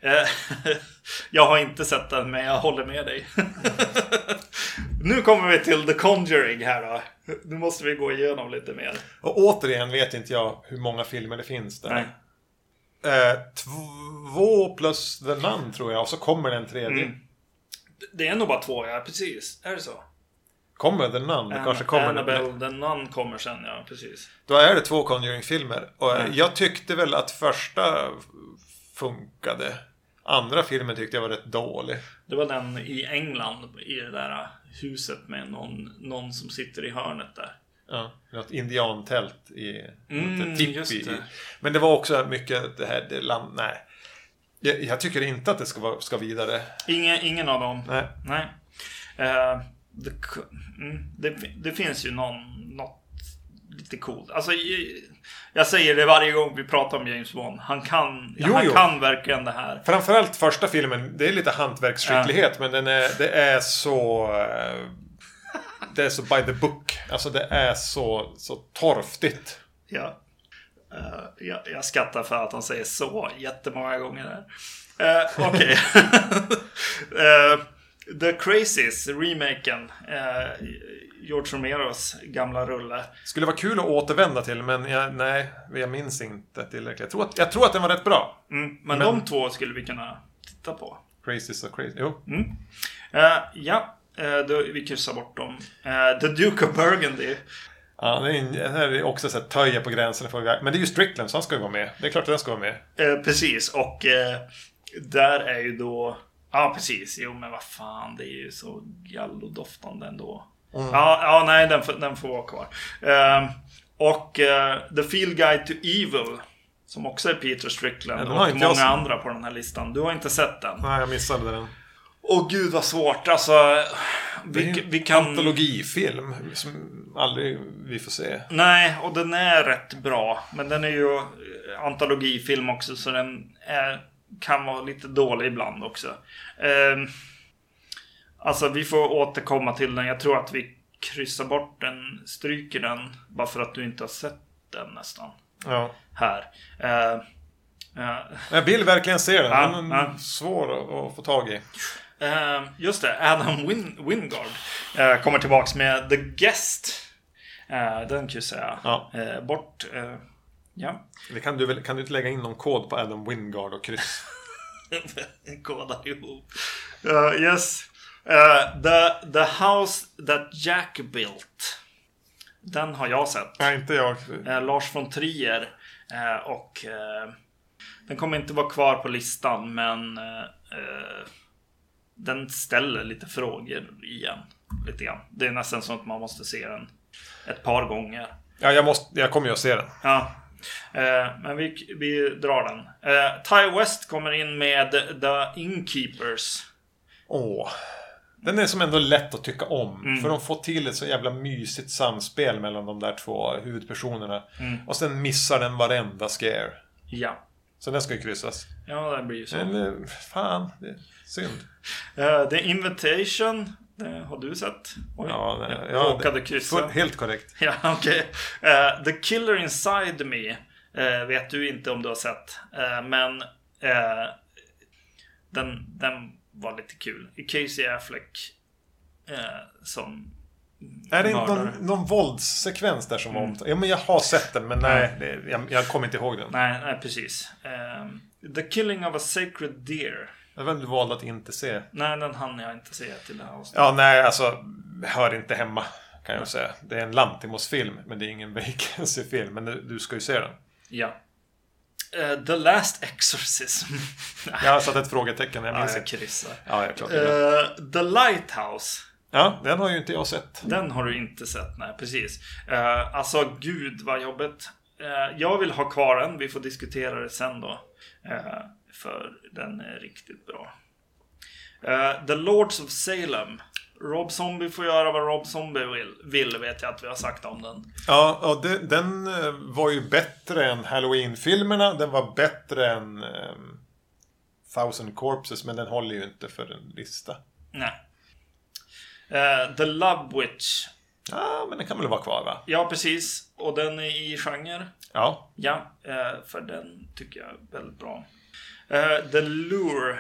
Speaker 2: Eh, jag har inte sett den, men jag håller med dig. nu kommer vi till The Conjuring här då. Nu måste vi gå igenom lite mer.
Speaker 1: Och återigen vet inte jag hur många filmer det finns där. Eh, två plus The Nun tror jag och så kommer den tredje.
Speaker 2: Mm. Det är nog bara två, ja. Precis. Är det så?
Speaker 1: Kommer The Nun? Det kanske kommer
Speaker 2: Annabelle, den någon kommer sen, ja. Precis.
Speaker 1: Då är det två Conjuring-filmer. Och eh,
Speaker 2: Mm.
Speaker 1: jag tyckte väl att första funkade. Andra filmen tyckte jag var rätt dålig.
Speaker 2: Det var den i England i det där huset med någon, någon som sitter i hörnet där.
Speaker 1: Ja, något indiantält i...
Speaker 2: Mm,
Speaker 1: något tipi.
Speaker 2: just det.
Speaker 1: Men det var också mycket det här det land... Nej. Jag, jag tycker inte att det ska, vara, ska vidare.
Speaker 2: Ingen, ingen av dem.
Speaker 1: Nej.
Speaker 2: Nej. Eh, det, ku- mm, det, det finns ju någon, något lite coolt. Alltså, jag, jag säger det varje gång vi pratar om James Bond. Han kan,
Speaker 1: Jo,
Speaker 2: han
Speaker 1: jo.
Speaker 2: kan verkligen det här.
Speaker 1: Framförallt första filmen, det är lite hantverksskicklighet men den är, det är så... eh, Det är så by the book. Alltså det är så, så torftigt.
Speaker 2: Ja. Eh, jag, jag skrattar för att han säger så jättemånga gånger där. Eh, Okej. Eh, The Crazies, remaken. eh, George Romeros gamla rulle.
Speaker 1: Skulle vara kul att återvända till men jag, nej, jag minns inte tillräckligt. Jag tror att, jag tror att den var rätt bra.
Speaker 2: Mm, men, de två skulle vi kunna titta på.
Speaker 1: Crazy so crazy. Jo.
Speaker 2: Mm. Eh, ja, eh, då, vi kryssar bort dem. Eh, The Duke of Burgundy.
Speaker 1: Ja, det är, en- det här är också så här töja på gränsen. För, men det är ju Strickland så han ska ju vara med. Det är klart att den ska vara med.
Speaker 2: Eh, precis, och eh, där är ju då... Ja, precis. Jo, men vad fan, det är ju så gallodoftande ändå. Ja, ja, nej, den får, den får vara kvar. Eh, och eh, The Field Guide to Evil, som också är Peter Strickland
Speaker 1: Ja, den har
Speaker 2: och
Speaker 1: inte
Speaker 2: många
Speaker 1: jag sett.
Speaker 2: andra på den här listan. Du har inte sett den?
Speaker 1: Nej, jag missade den.
Speaker 2: Åh gud vad svårt, alltså.
Speaker 1: Det är
Speaker 2: Vi,
Speaker 1: ju Mm.
Speaker 2: vi kan...
Speaker 1: Antologifilm som aldrig vi får se.
Speaker 2: Nej, och den är rätt bra. Men den är ju eh, antologifilm också, så den är, kan vara lite dålig ibland också. Ehm, alltså, vi får återkomma till den. Jag tror att vi kryssar bort den, stryker den, bara för att du inte har sett den nästan.
Speaker 1: Ja.
Speaker 2: Här. Ehm, eh,
Speaker 1: Jag vill verkligen se den.
Speaker 2: Ja,
Speaker 1: Den är
Speaker 2: ja.
Speaker 1: svår att, att få tag i.
Speaker 2: Eh, just det, Adam Win- Wingard eh, kommer tillbaks med The Guest. Eh, den kryssar jag
Speaker 1: Ja.
Speaker 2: eh, bort. Eh, ja.
Speaker 1: Det kan, du väl, kan du inte lägga in någon kod på Adam Wingard och kryss?
Speaker 2: Kodar ihop. Eh, yes. Eh, the, the House That Jack Built. Den har jag sett.
Speaker 1: Nej, inte jag.
Speaker 2: Eh, Lars von Trier. eh, och eh, den kommer inte vara kvar på listan men eh, eh, den ställer lite frågor igen. Lite grann. Det är nästan så att man måste se den ett par gånger.
Speaker 1: Ja, jag, måste, jag kommer ju att se den.
Speaker 2: Ja. Eh, men vi, vi drar den. Eh, Ty West kommer in med The Innkeepers.
Speaker 1: Åh. Den är som ändå lätt att tycka om. För de får till ett så jävla mysigt samspel mellan de där två huvudpersonerna. Och sen missar den varenda scare.
Speaker 2: Ja.
Speaker 1: Så den ska ju kryssas.
Speaker 2: Ja, det blir ju så.
Speaker 1: Eller fan, det är synd.
Speaker 2: Eh, The Invitation. Det har du sett? Oj,
Speaker 1: Ja, nej,
Speaker 2: jag
Speaker 1: ja,
Speaker 2: råkade
Speaker 1: det-
Speaker 2: kryssa.
Speaker 1: full- Helt korrekt.
Speaker 2: Ja, okej. Eh, The Killer Inside Me eh, vet du inte om du har sett. Eh, men eh, den, den var lite kul. Casey Affleck eh, som
Speaker 1: Är det inte någon,
Speaker 2: mördare. Mm.
Speaker 1: någon våldssekvens där som var omtalad? Ja, men jag har sett den, men nej. det- Jag, jag kommer inte ihåg den.
Speaker 2: Nej, nej precis. Ehm, The Killing of a Sacred Deer.
Speaker 1: Jag vet inte, du valde att inte se.
Speaker 2: Nej, den hann jag inte se till det här avsnittet.
Speaker 1: Ja, nej, alltså. Hör inte hemma. Kan jag säga. Det är en Lantimos-film, men det är ingen Vacancy-film. Men du, du ska ju se den.
Speaker 2: Ja. Eh, The Last Exorcism.
Speaker 1: Jag har satt ett frågetecken, jag minns
Speaker 2: jag
Speaker 1: inte.
Speaker 2: kryssar.
Speaker 1: Ja, jag är klart.
Speaker 2: Eh, The Lighthouse.
Speaker 1: Ja, den har ju inte jag sett.
Speaker 2: Den har du inte sett, nej precis. Eh, alltså gud vad jobbigt. Eh, jag vill ha kvar den, vi får diskutera det sen då. Eh, för den är riktigt bra. Eh, The Lords of Salem. Rob Zombie får göra vad Rob Zombie vill, vill vet jag att vi har sagt om den.
Speaker 1: Ja, och det, den eh, var ju bättre än Halloween-filmerna. Den var bättre än ehm, Thousand Corpses, men den håller ju inte för en lista.
Speaker 2: Nej. Eh, The Love Witch.
Speaker 1: Ja, men den kan väl vara kvar, va?
Speaker 2: Ja, precis. Och den är i genre.
Speaker 1: Ja.
Speaker 2: Ja, eh, för den tycker jag är väldigt bra. Eh, The Lure.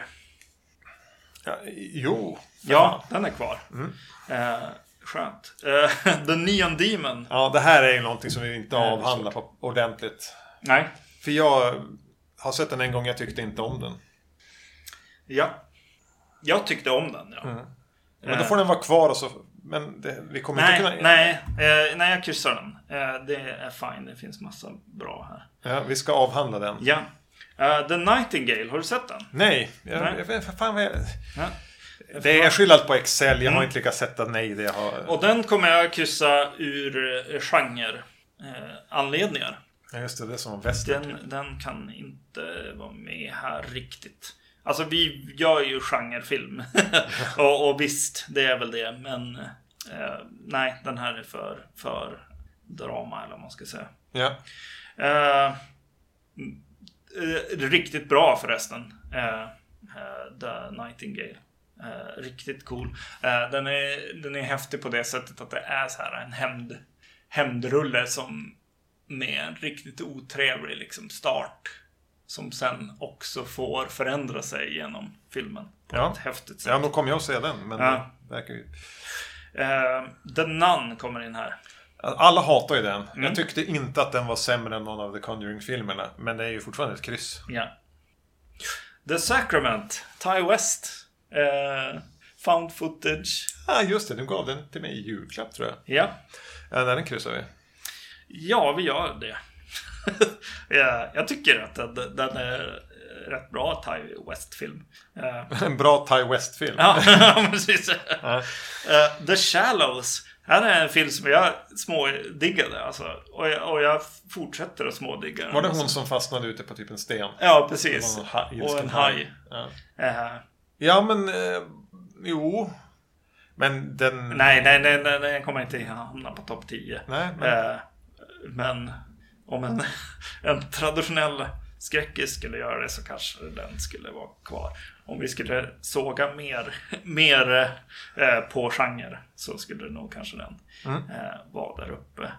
Speaker 1: ja jo.
Speaker 2: Ja, den är kvar.
Speaker 1: Mm.
Speaker 2: Eh, skönt. Eh, The Neon Demon.
Speaker 1: Ja, det här är ju någonting som vi inte
Speaker 2: Nej, det är
Speaker 1: avhandlar på ordentligt.
Speaker 2: Nej.
Speaker 1: För jag har sett den en gång, jag tyckte inte om den.
Speaker 2: Ja. Jag tyckte om den, ja.
Speaker 1: Mm. Men då får den vara kvar och så... Men det, vi kommer
Speaker 2: Nej,
Speaker 1: inte kunna...
Speaker 2: nej, eh, nej, jag kryssar den. Eh, det är fine. Det finns massa bra här.
Speaker 1: Ja, vi ska avhandla den.
Speaker 2: Ja. Eh, The Nightingale, har du sett den?
Speaker 1: Nej, jag,
Speaker 2: Nej.
Speaker 1: jag vet för fan vad jag...
Speaker 2: Ja.
Speaker 1: Det är skillnad på Excel, jag har inte lyckats sätta nej det jag har...
Speaker 2: Mm. Och den kommer jag kryssa ur eh, genre eh, anledningar.
Speaker 1: Ja, just det, det är som väster.
Speaker 2: Den, den kan inte vara med här riktigt. Alltså vi gör ju genrefilm. och, och visst, det är väl det. Men eh, nej, den här är för, för drama eller vad man ska säga.
Speaker 1: Ja.
Speaker 2: Eh, mm, eh, riktigt bra förresten. Eh, eh, The Nightingale. Eh, riktigt cool. Eh, den, är, den är häftig på det sättet att det är så här en hämnd, hämndrulle som med en riktigt otrevlig liksom start. Som sen också får förändra sig genom filmen på
Speaker 1: Ja.
Speaker 2: ett häftigt sätt.
Speaker 1: ja, då kommer jag att se den. Men
Speaker 2: Ja.
Speaker 1: det verkar ju...
Speaker 2: Eh, The Nun kommer in här.
Speaker 1: Alla hatar ju den.
Speaker 2: Mm.
Speaker 1: Jag tyckte inte att den var sämre än någon av The Conjuring-filmerna. Men det är ju fortfarande ett kryss.
Speaker 2: Ja. The Sacrament, Ty West. Eh, found footage.
Speaker 1: Ja, just det. Du gav den till mig i julklapp tror jag.
Speaker 2: Ja,
Speaker 1: Ja, nej, den kryssar vi.
Speaker 2: ja vi gör det. ja, jag tycker att den, den är rätt bra Ty West-film. Eh,
Speaker 1: En bra Ty West-film.
Speaker 2: ja, precis. Eh, The Shallows. Här är en film som jag smådiggade alltså. Och jag, och jag fortsätter att smådigga den.
Speaker 1: Var det hon som fastnade ute på typ en sten?
Speaker 2: Ja,
Speaker 1: Det var
Speaker 2: precis.
Speaker 1: någon ha-
Speaker 2: Och
Speaker 1: ilsken
Speaker 2: en haj.
Speaker 1: Ja.
Speaker 2: Eh,
Speaker 1: ja, men... Eh, jo. Men den...
Speaker 2: Nej, nej, nej, nej, nej, den kommer inte hamna på topp 10.
Speaker 1: Nej, men-
Speaker 2: men... Eh, men om en, en traditionell skräckis skulle göra det så kanske den skulle vara kvar. Om vi skulle såga mer, mer eh, på genre så skulle nog kanske den eh, vara där uppe.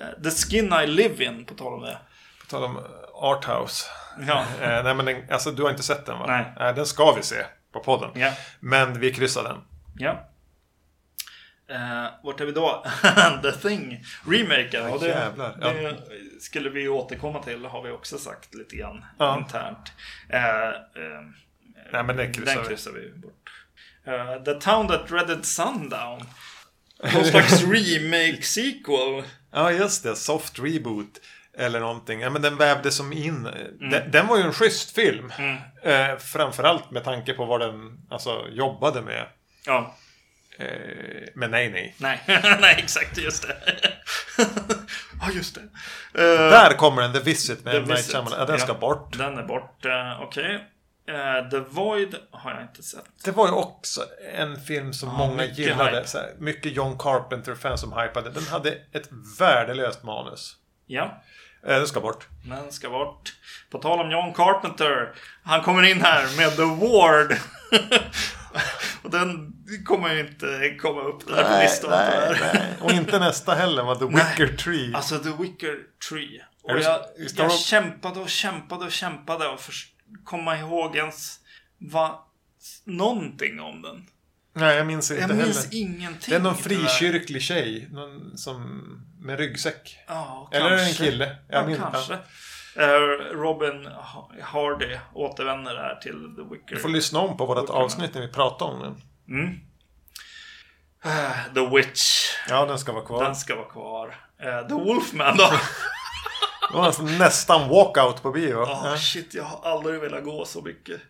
Speaker 2: Eh, The Skin I Live In, på tal om det.
Speaker 1: På tal om eh, Arthouse.
Speaker 2: Ja,
Speaker 1: Eh, nej, men den, alltså, du har inte sett den va?
Speaker 2: Nej.
Speaker 1: den ska vi se på podden.
Speaker 2: Ja.
Speaker 1: Men vi kryssar den.
Speaker 2: ja. Eh, vart är vi då? The Thing, remaken. och det,
Speaker 1: jävlar, ja.
Speaker 2: det skulle vi återkomma till, har vi också sagt lite grann
Speaker 1: Ja.
Speaker 2: internt. Eh, eh,
Speaker 1: Nej, men den kryssar
Speaker 2: den
Speaker 1: vi.
Speaker 2: kryssar vi bort. Eh, The Town That Dreaded Sundown. Någon slags remake-sequel.
Speaker 1: Ja, just det. Soft reboot. Eller någonting. Ja, men den vävde som in. eh,
Speaker 2: Mm.
Speaker 1: Den, den var ju en schysst film. Eh, framförallt med tanke på vad den alltså, jobbade med.
Speaker 2: Ja,
Speaker 1: Eh, men nej, nej.
Speaker 2: nej, nej exakt, just det. ja, just det. Eh,
Speaker 1: Där kommer den, The Visit med
Speaker 2: The
Speaker 1: M. Night
Speaker 2: Visit.
Speaker 1: Shyamalan. Ja, den ska
Speaker 2: Ja.
Speaker 1: bort.
Speaker 2: Den är bort, eh, okej. Eh, The Void har jag inte sett.
Speaker 1: Det var ju också en film som många
Speaker 2: mycket
Speaker 1: gillade.
Speaker 2: hype.
Speaker 1: Så här, mycket John Carpenter-fans som hypade. Den hade ett värdelöst manus.
Speaker 2: Ja,
Speaker 1: Eh, den ska bort.
Speaker 2: men ska bort. På tal om John Carpenter. Han kommer in här med The Ward. Och den kommer ju inte komma upp där på listan tyvärr.
Speaker 1: Och inte nästa heller var The Wicker Tree.
Speaker 2: Alltså The Wicker Tree.
Speaker 1: Är
Speaker 2: Och
Speaker 1: det-
Speaker 2: jag,
Speaker 1: visst har
Speaker 2: jag
Speaker 1: de-
Speaker 2: kämpade och kämpade och kämpade och förs- komma ihåg ens vad någonting om den.
Speaker 1: Nej, jag minns inte
Speaker 2: Jag minns
Speaker 1: heller.
Speaker 2: ingenting.
Speaker 1: Det är någon
Speaker 2: tyvärr.
Speaker 1: frikyrklig tjej. Någon som, med ryggsäck.
Speaker 2: Ja,
Speaker 1: Eller är det en
Speaker 2: kanske.
Speaker 1: kille?
Speaker 2: Ja,
Speaker 1: minns-
Speaker 2: kanske. Eh, Robin Ha- Hardy återvänder där till The Wicker.
Speaker 1: Du får lyssna om på vårt avsnitt när vi pratar om den.
Speaker 2: Eh, The Witch.
Speaker 1: Ja, den ska vara kvar.
Speaker 2: Den ska vara kvar. Eh, The Wolfman då?
Speaker 1: Det var nästan- nästan walkout på bio.
Speaker 2: Ja,
Speaker 1: Ja.
Speaker 2: Ah, shit, jag har aldrig velat gå så mycket.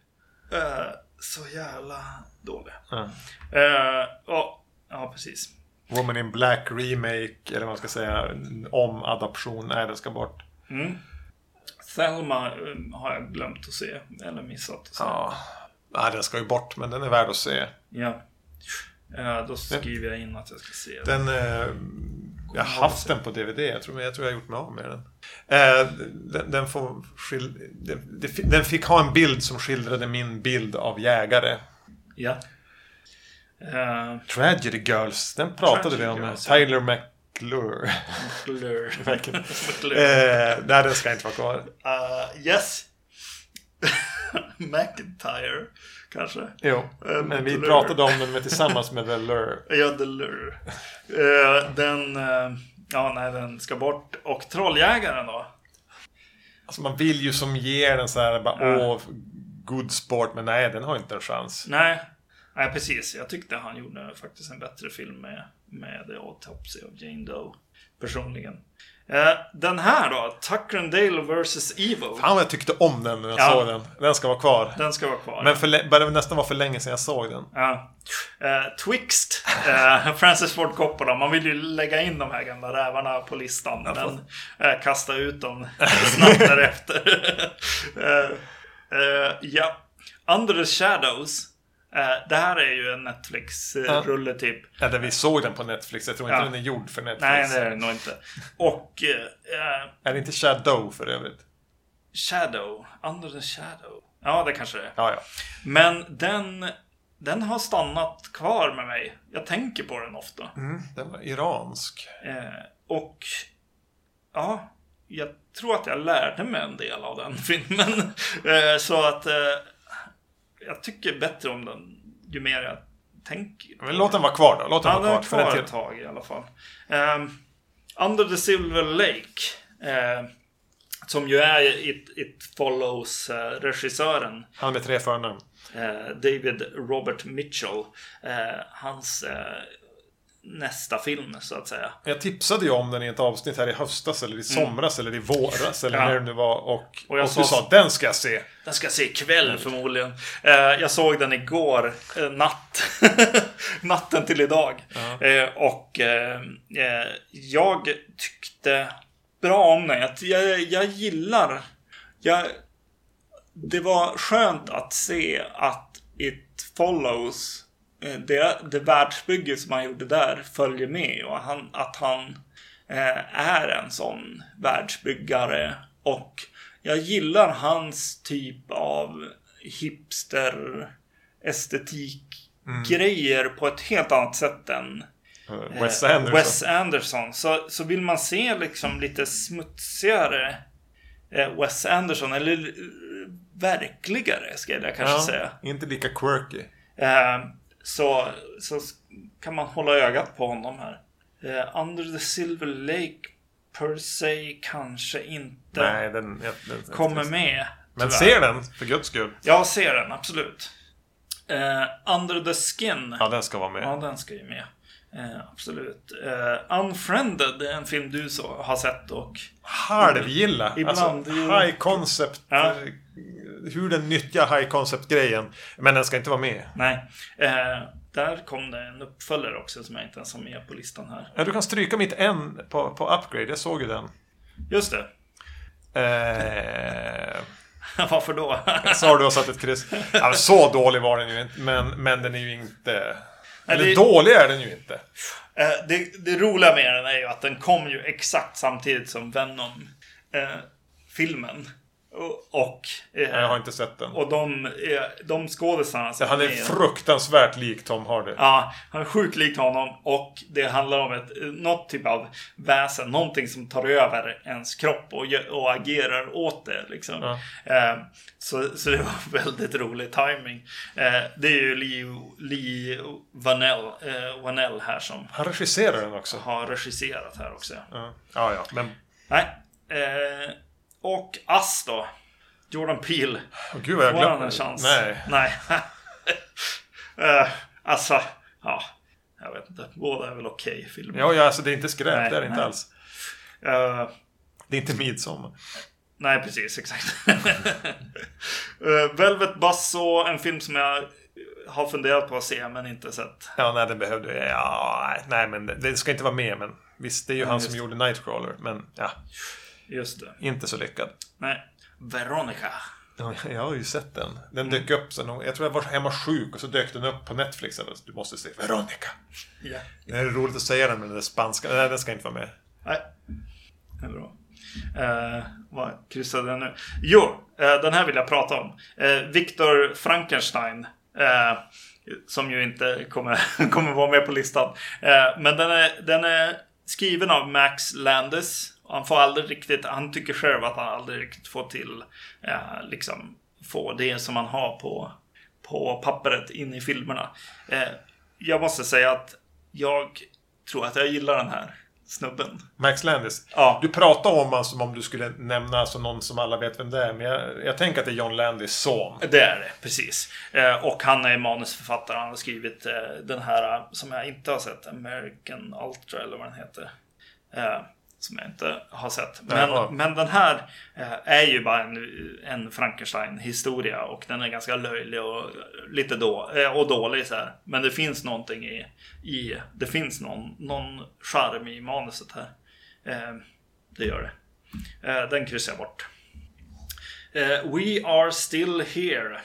Speaker 2: Eh, så jävla dålig.
Speaker 1: Ja.
Speaker 2: Eh, ja, ja, precis.
Speaker 1: Woman in Black Remake, eller vad man ska säga, en omadaption. Nej, den ska bort.
Speaker 2: Selma eh, har jag glömt att se. Eller missat att se.
Speaker 1: Ja. Nej, den ska ju bort, men den är värd att se.
Speaker 2: Ja. Eh, då skriver jag in att jag ska se den.
Speaker 1: Den... Eh, jag har haft den på DVD. Jag tror jag, tror jag har gjort mig av med den. Eh, den, den, får skil, den, den fick ha en bild som skildrade min bild av jägare.
Speaker 2: Ja. Eh,
Speaker 1: Tragedy Girls, den pratade
Speaker 2: Tragedy
Speaker 1: vi om.
Speaker 2: Girls, ja.
Speaker 1: Tyler McClure.
Speaker 2: blur.
Speaker 1: Verkligen.
Speaker 2: Blur.
Speaker 1: eh, nej, den ska inte vara kvar.
Speaker 2: Eh, yes. McIntyre, kanske.
Speaker 1: Jo,
Speaker 2: Eh,
Speaker 1: men vi
Speaker 2: Lure.
Speaker 1: pratade om den med, tillsammans med The Lure.
Speaker 2: Ja, The Lure. Eh, den... eh, ja, nej, den ska bort. Och Trolljägaren då?
Speaker 1: Alltså man vill ju som ger den så här bara
Speaker 2: Ja.
Speaker 1: åh, good sport, men nej, den har inte en chans.
Speaker 2: Nej. Nej, precis. Jag tyckte han gjorde faktiskt en bättre film med, med The Autopsy of Jane Doe. Personligen. Eh, den här då? Tucker and Dale vs. Evil.
Speaker 1: Fan vad jag tyckte om den när jag
Speaker 2: Ja.
Speaker 1: såg den. Den ska vara kvar.
Speaker 2: Den ska vara kvar.
Speaker 1: Men för, lä- började väl nästan vara för länge sedan jag såg den.
Speaker 2: Ja. Eh, Twixt, eh, Francis Ford Coppola. Man vill ju lägga in de här gamla rävarna på listan. men eh, kasta ut dem snabbt därefter. eh, eh, ja. Under the Shadows. Eh, det här är ju en
Speaker 1: Ja.
Speaker 2: Netflix-rulle typ.
Speaker 1: Eller vi såg den på Netflix. Jag tror inte
Speaker 2: Ja.
Speaker 1: den är gjord för Netflix.
Speaker 2: Nej, det är det nog inte. Och eh, eh,
Speaker 1: Är det inte Shadow för övrigt?
Speaker 2: Shadow, Under the Shadow. Ja, det kanske det är.
Speaker 1: Ja, ja.
Speaker 2: Men den, den har stannat kvar med mig. Jag tänker på den ofta.
Speaker 1: Mm, den var iransk.
Speaker 2: Eh, och ja, jag tror att jag lärde mig en del av den filmen. Eh, så att eh, jag tycker bättre om den ju mer jag tänker.
Speaker 1: Men låt den vara kvar då. Låt den
Speaker 2: Han
Speaker 1: vara
Speaker 2: är
Speaker 1: kvar. För den
Speaker 2: kvar ett
Speaker 1: till...
Speaker 2: tag i alla fall. Ehm, Under the Silver Lake. Eh, som ju är It, It Follows-regissören.
Speaker 1: Han med tre förnamn.
Speaker 2: Eh, David Robert Mitchell. Eh, hans eh, nästa film så att säga.
Speaker 1: Jag tipsade ju om den i ett avsnitt här i höstas eller i somras eller i våras eller
Speaker 2: Mm. Ja.
Speaker 1: när det nu var. Och, och,
Speaker 2: Och jag
Speaker 1: du
Speaker 2: sa-
Speaker 1: sa den ska jag se.
Speaker 2: Den ska jag se ikväll förmodligen. Eh, jag såg den igår eh, natt. Natten till idag. Eh, och eh, eh, jag tyckte bra om den. Jag, jag, jag gillar... Jag, det var skönt att se att It Follows, eh, det, det världsbygge som han gjorde där, följer med. Och han, att han eh, är en sån världsbyggare. Och jag gillar hans typ av hipster estetik grejer på ett helt annat sätt än
Speaker 1: Eh, Wes
Speaker 2: eh,
Speaker 1: Anderson.
Speaker 2: Wes Anderson. Så, så vill man se liksom lite smutsigare eh, Wes Anderson, eller eh, verkligare ska jag kanske säga.
Speaker 1: Inte lika quirky.
Speaker 2: Eh, så, så s- kan man hålla ögat på honom här. Eh, Under the Silver Lake per se kanske inte
Speaker 1: Nej, den... Jag, den
Speaker 2: kommer med.
Speaker 1: Men
Speaker 2: tyvärr.
Speaker 1: se den, för guds skull.
Speaker 2: Jag ser den, absolut. Eh, Under the Skin.
Speaker 1: Ja, den ska vara med.
Speaker 2: Ja, den ska ju med. Eh, absolut. Eh, Unfriended är en film du så, har sett och...
Speaker 1: Halvgilla.
Speaker 2: Ibland
Speaker 1: Alltså,
Speaker 2: ju-
Speaker 1: high concept.
Speaker 2: Ja.
Speaker 1: eh, Hur den nyttjar high concept-grejen. Men den ska inte vara med.
Speaker 2: Nej. Eh, där kom det en uppföljare också som jag inte ens har med på listan här.
Speaker 1: Ja, Du kan stryka mitt N på, på upgrade. Jag såg ju den.
Speaker 2: Just det.
Speaker 1: Eh,
Speaker 2: Varför då?
Speaker 1: så har du och satt ett kryss. Ja, men så dålig var den ju inte. Men, men den är ju inte... Eller
Speaker 2: det-
Speaker 1: dålig är den ju inte.
Speaker 2: Eh, det, det roliga med den är ju att den kom ju exakt samtidigt som Venom-filmen. eh, Och, eh,
Speaker 1: Nej, jag har inte sett den.
Speaker 2: och de, eh, de skådisarna som
Speaker 1: Han är
Speaker 2: med-
Speaker 1: fruktansvärt lik Tom Hardy.
Speaker 2: Ja, han är sjukt lik honom och det handlar om ett, något typ av väsen, någonting som tar över ens kropp och, gö- och agerar åt det. Liksom.
Speaker 1: Ja.
Speaker 2: Eh, så, så det var väldigt rolig timing. Eh, det är ju Lee, Lee Vanell, eh, Vanell här som
Speaker 1: Han regisserar den också.
Speaker 2: har regisserat här också.
Speaker 1: Ja, ja. ja. Men
Speaker 2: Nej. Eh, och Ass då. Jordan Peele.
Speaker 1: oh, gud vad jag
Speaker 2: Får han en
Speaker 1: glömde.
Speaker 2: chans?
Speaker 1: Nej.
Speaker 2: Nej. Eh, alltså, ja. Jag vet inte. Båda är väl okej filmer.
Speaker 1: Ja, ja, alltså det är inte skräp.
Speaker 2: Nej,
Speaker 1: det är det inte
Speaker 2: nej.
Speaker 1: alls.
Speaker 2: Eh,
Speaker 1: Det är inte midsommar.
Speaker 2: nej, precis. Exakt. Eh, Velvet Buzzsaw, en film som jag har funderat på att se men inte sett.
Speaker 1: Ja, nej, den behövde jag. Ja, nej, nej, men det, det ska inte vara med. Men visst, det är ju han som
Speaker 2: just
Speaker 1: gjorde Nightcrawler. Men ja,
Speaker 2: Just det.
Speaker 1: inte så lyckad.
Speaker 2: Nej. Veronica.
Speaker 1: Ja, Jag har ju sett den. Den
Speaker 2: Mm.
Speaker 1: dök upp sen. Jag tror jag var hemma sjuk och så dök den upp på Netflix. Jag bara, Du måste se Veronica.
Speaker 2: Ja.
Speaker 1: Det är roligt att säga den med den där spanska. Nej, den ska inte vara med.
Speaker 2: Nej. Det är bra. Eh, vad kryssade jag nu? Jo, eh, den här vill jag prata om. Eh, Viktor Frankenstein. Eh, som ju inte kommer, kommer vara med på listan. Eh, men den är, den är skriven av Max Landis. Han får aldrig riktigt, han tycker själv att han aldrig riktigt får till, eh, liksom, få det som han har på, på pappret in i filmerna. Eh, jag måste säga att jag tror att jag gillar den här snubben.
Speaker 1: Max Landis.
Speaker 2: Ja.
Speaker 1: Du pratar om honom som om du skulle nämna alltså någon som alla vet vem det är. Men jag, jag tänker att det är John Landis son.
Speaker 2: Det är det, precis. Eh, Och han är manusförfattare. Han har skrivit eh, den här eh, som jag inte har sett, American Ultra eller vad den heter. Eh, Som jag inte har sett. Men,
Speaker 1: Jaha.
Speaker 2: men den här eh, är ju bara en, en Frankenstein-historia och den är ganska löjlig och lite då, eh, och dålig så här. Men det finns någonting i, i det finns någon, någon charm i manuset här. Eh, Det gör det. Eh, Den kryssar jag bort. Eh, We are still here.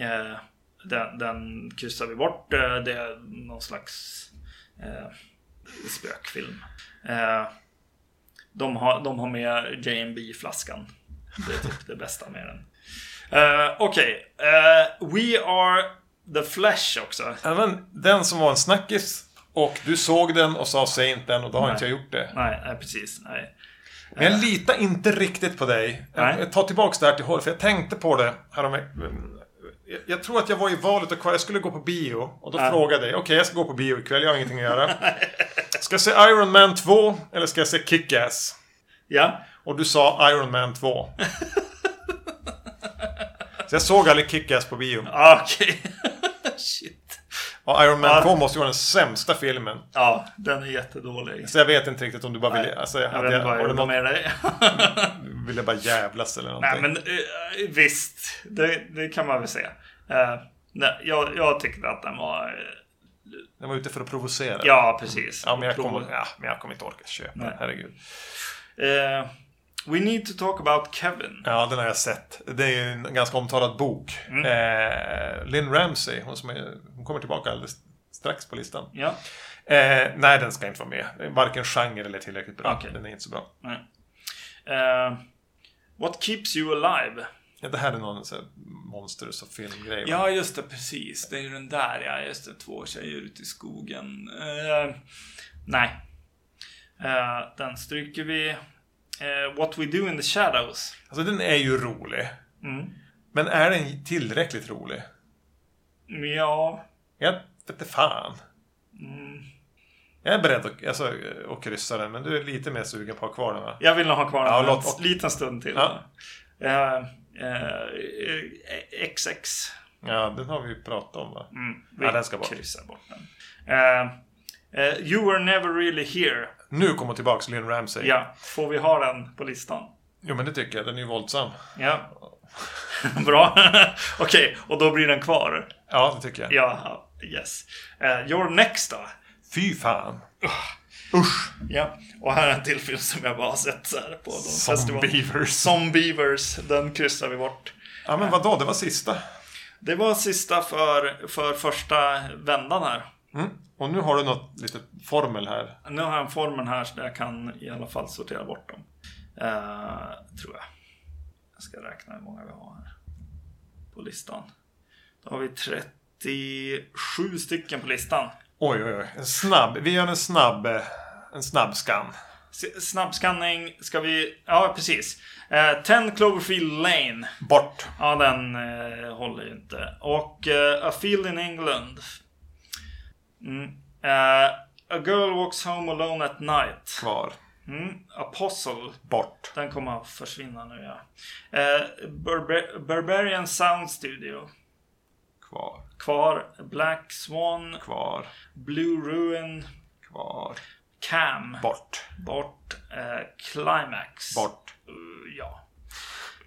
Speaker 2: Eh, den, den kryssar vi bort. Eh, det är någon slags eh, spökfilm. Eh, de, har, de har med JMB-flaskan. Det är typ det bästa med den. Eh, Okej. Eh, we are the Flash också.
Speaker 1: Även den som var en snackis. Och du såg den och sa säg inte den och då har inte jag gjort det.
Speaker 2: Nej, nej precis. Nej.
Speaker 1: Men jag litar inte riktigt på dig.
Speaker 2: Nej.
Speaker 1: Jag tar tillbaka det här till håll, för jag tänkte på det härom... Jag- Jag tror att jag var i valet och kvar. Jag skulle gå på bio och då
Speaker 2: Ja.
Speaker 1: frågade jag dig. Okej, jag ska gå på bio ikväll. Jag har ingenting att göra. Ska jag se Iron Man 2 eller ska jag se Kick-Ass?
Speaker 2: Ja.
Speaker 1: Och du sa Iron Man 2. Så jag såg aldrig Kick-Ass på bio.
Speaker 2: Ah, Okej. Shit.
Speaker 1: Och Iron Man
Speaker 2: Ja.
Speaker 1: 2 måste ju vara den sämsta filmen.
Speaker 2: Ja, den är jättedålig.
Speaker 1: Så jag vet inte riktigt om du bara ville... Alltså,
Speaker 2: Jag
Speaker 1: hade
Speaker 2: vet
Speaker 1: jag,
Speaker 2: inte vad
Speaker 1: var
Speaker 2: jag
Speaker 1: det
Speaker 2: gjorde
Speaker 1: någon,
Speaker 2: med dig.
Speaker 1: ville bara jävlas eller någonting?
Speaker 2: Nej, men eh, visst. Det, det kan man väl säga. Eh, nej, jag, jag tyckte att den var... eh,
Speaker 1: Jag var ute för att provocera.
Speaker 2: Ja, precis.
Speaker 1: Ja, men jag
Speaker 2: Prov-
Speaker 1: kommer, ja, men jag kommer inte orka köpa den.
Speaker 2: Nej.
Speaker 1: Herregud.
Speaker 2: Eh, we need to talk about Kevin.
Speaker 1: Ja, den har jag sett. Det är ju en ganska omtalad bok.
Speaker 2: Mm.
Speaker 1: Eh, Lynn Ramsey, hon, som är, hon kommer tillbaka alldeles strax på listan.
Speaker 2: Ja.
Speaker 1: Eh, nej, den ska inte vara med. Varken genre eller tillräckligt bra.
Speaker 2: Okej.
Speaker 1: Den är inte så bra.
Speaker 2: nej. Eh, what keeps you alive?
Speaker 1: Ja, det här är någon sån här monsters och filmgrej. va?
Speaker 3: Ja, just det, precis. Det är ju den där, ja. Just det, två tjejer ute i skogen.
Speaker 2: Eh, nej. Eh, den stryker vi. Eh, what we do in the shadows.
Speaker 1: Alltså, den är ju rolig.
Speaker 2: Mm.
Speaker 1: Men är den tillräckligt rolig?
Speaker 2: Ja.
Speaker 1: Jag vete fan.
Speaker 2: Mm.
Speaker 1: Jag är beredd att alltså, att kryssa den, men du är lite mer sugen på att ha kvar den va?
Speaker 2: Jag vill nog ha kvar den
Speaker 1: Ja,
Speaker 2: en
Speaker 1: låt- och-
Speaker 2: liten stund till.
Speaker 1: Ja.
Speaker 2: Eh, eh, eh, XX.
Speaker 1: Ja, den har vi ju pratat om va?
Speaker 2: Mm,
Speaker 1: Ja, den ska bort.
Speaker 2: kryssar bort den. Eh, eh, you were never really here.
Speaker 1: Nu kommer tillbaks Lynn Ramsey.
Speaker 2: Ja, får vi ha den på listan?
Speaker 1: Jo, men det tycker jag. Den är ju våldsam.
Speaker 2: Ja. Bra. Okej, och då blir den kvar.
Speaker 1: Ja, det tycker jag.
Speaker 2: Ja, ja, yes. Eh, your next då?
Speaker 1: Fy fan.
Speaker 2: Ja, och här är en till film som jag bara har sett så här på någon festival.
Speaker 1: Zombievers.
Speaker 2: Zombievers. Den kryssar vi bort.
Speaker 1: Ja, men vadå? Det var sista.
Speaker 2: Det var sista för, för första vändan här.
Speaker 1: Mm. Och nu har du något litet formel här.
Speaker 2: Nu har jag en formen här så jag kan i alla fall sortera bort dem. Eh, tror jag. Jag ska räkna hur många vi har här. På listan. Då har vi 37 stycken på listan.
Speaker 1: Oj, oj, oj. En snabb. Vi gör en snabb, eh, en snabb scan.
Speaker 2: S- Snabbskanning ska vi... Ja, precis. Eh, 10 Cloverfield Lane.
Speaker 1: Bort.
Speaker 2: Ja, den eh, håller ju inte. Och eh, A Field in England. Mm. Eh, a Girl Walks Home Alone at Night.
Speaker 1: Kvar.
Speaker 2: Mm. Apostle.
Speaker 1: Bort.
Speaker 2: Den kommer att försvinna nu ja. Eh, Barbar- Barbarian Sound Studio.
Speaker 1: Kvar.
Speaker 2: Kvar Black Swan.
Speaker 1: Kvar.
Speaker 2: Blue Ruin.
Speaker 1: Kvar.
Speaker 2: Cam.
Speaker 1: Bort.
Speaker 2: Bort. Eh, Climax.
Speaker 1: Bort.
Speaker 2: Uh, ja.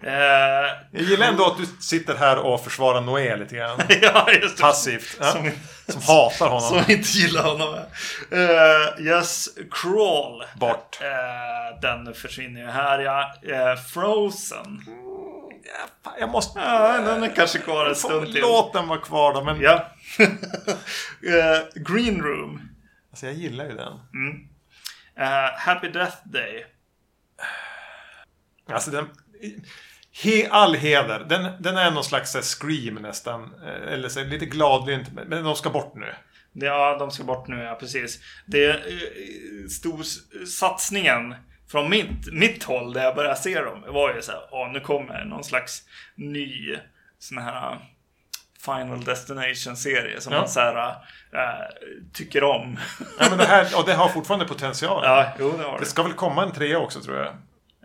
Speaker 2: Eh,
Speaker 1: Jag gillar ändå att du sitter här och försvarar Noé lite grann.
Speaker 2: ja, just det.
Speaker 1: Passivt. Ja.
Speaker 2: Som,
Speaker 1: Som hatar
Speaker 2: som
Speaker 1: honom.
Speaker 2: inte gillar honom. Eh, yes, Crawl.
Speaker 1: Bort.
Speaker 2: Eh, den försvinner ju här ja. Eh, Frozen.
Speaker 1: Mm. Ja, fan, Jag måste...
Speaker 2: Ja, den är kanske kvar
Speaker 1: Får-
Speaker 2: en stund till.
Speaker 1: Låt den vara kvar då, men
Speaker 2: Ja. Eh, Green Room.
Speaker 1: alltså, jag gillar ju den.
Speaker 2: Eh, Happy Death Day.
Speaker 1: Alltså den... He, all heder. Den, den är någon slags så här, scream nästan. Eh, Eller så här, lite gladlynt. Men men de ska bort nu.
Speaker 2: Ja, de ska bort nu, ja precis. Det är eh, stor s- satsningen från mitt, mitt håll där jag började se dem var ju så här, "Åh, nu kommer någon slags ny sån här eh, Final Destination-serie som
Speaker 1: Ja.
Speaker 2: man så här, eh, tycker om.
Speaker 1: Ja, men det här, och det har fortfarande potential.
Speaker 2: ja, jo det har
Speaker 1: Det
Speaker 2: det.
Speaker 1: ska väl komma en trea också tror jag.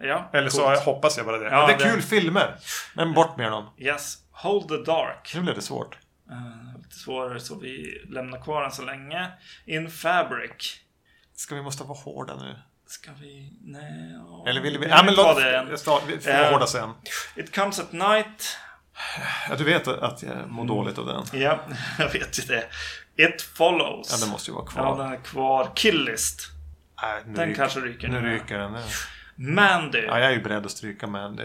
Speaker 2: Ja,
Speaker 1: Eller så
Speaker 2: coolt.
Speaker 1: hoppas jag bara det.
Speaker 2: Ja,
Speaker 1: men det är
Speaker 2: det-
Speaker 1: kul filmer. Men bort med dem.
Speaker 2: Yes, Hold the Dark.
Speaker 1: Nu blev det svårt.
Speaker 2: Eh, lite svårare så vi lämnar kvar den så länge. In Fabric.
Speaker 1: Ska vi måste vara hårda nu?
Speaker 2: Ska vi... Nej... ja,
Speaker 1: Eller vill vi...
Speaker 2: kan
Speaker 1: Ja, men låt...
Speaker 2: ta det än.
Speaker 1: Jag tar- Vi får
Speaker 2: Eh.
Speaker 1: vara hårda sen.
Speaker 2: It comes at night.
Speaker 1: Ja, du vet att jag
Speaker 2: Mm.
Speaker 1: mår dåligt av den.
Speaker 2: Ja, jag vet ju det. It follows.
Speaker 1: Ja, den måste ju vara kvar.
Speaker 2: Ja, den är kvar. Killist.
Speaker 1: Nej, nu
Speaker 2: Den
Speaker 1: ryker-
Speaker 2: kanske ryker
Speaker 1: Nu
Speaker 2: nu.
Speaker 1: ryker den. nu.
Speaker 2: Mandy.
Speaker 1: Ja,
Speaker 2: Ja,
Speaker 1: jag är ju beredd att stryka Mandy.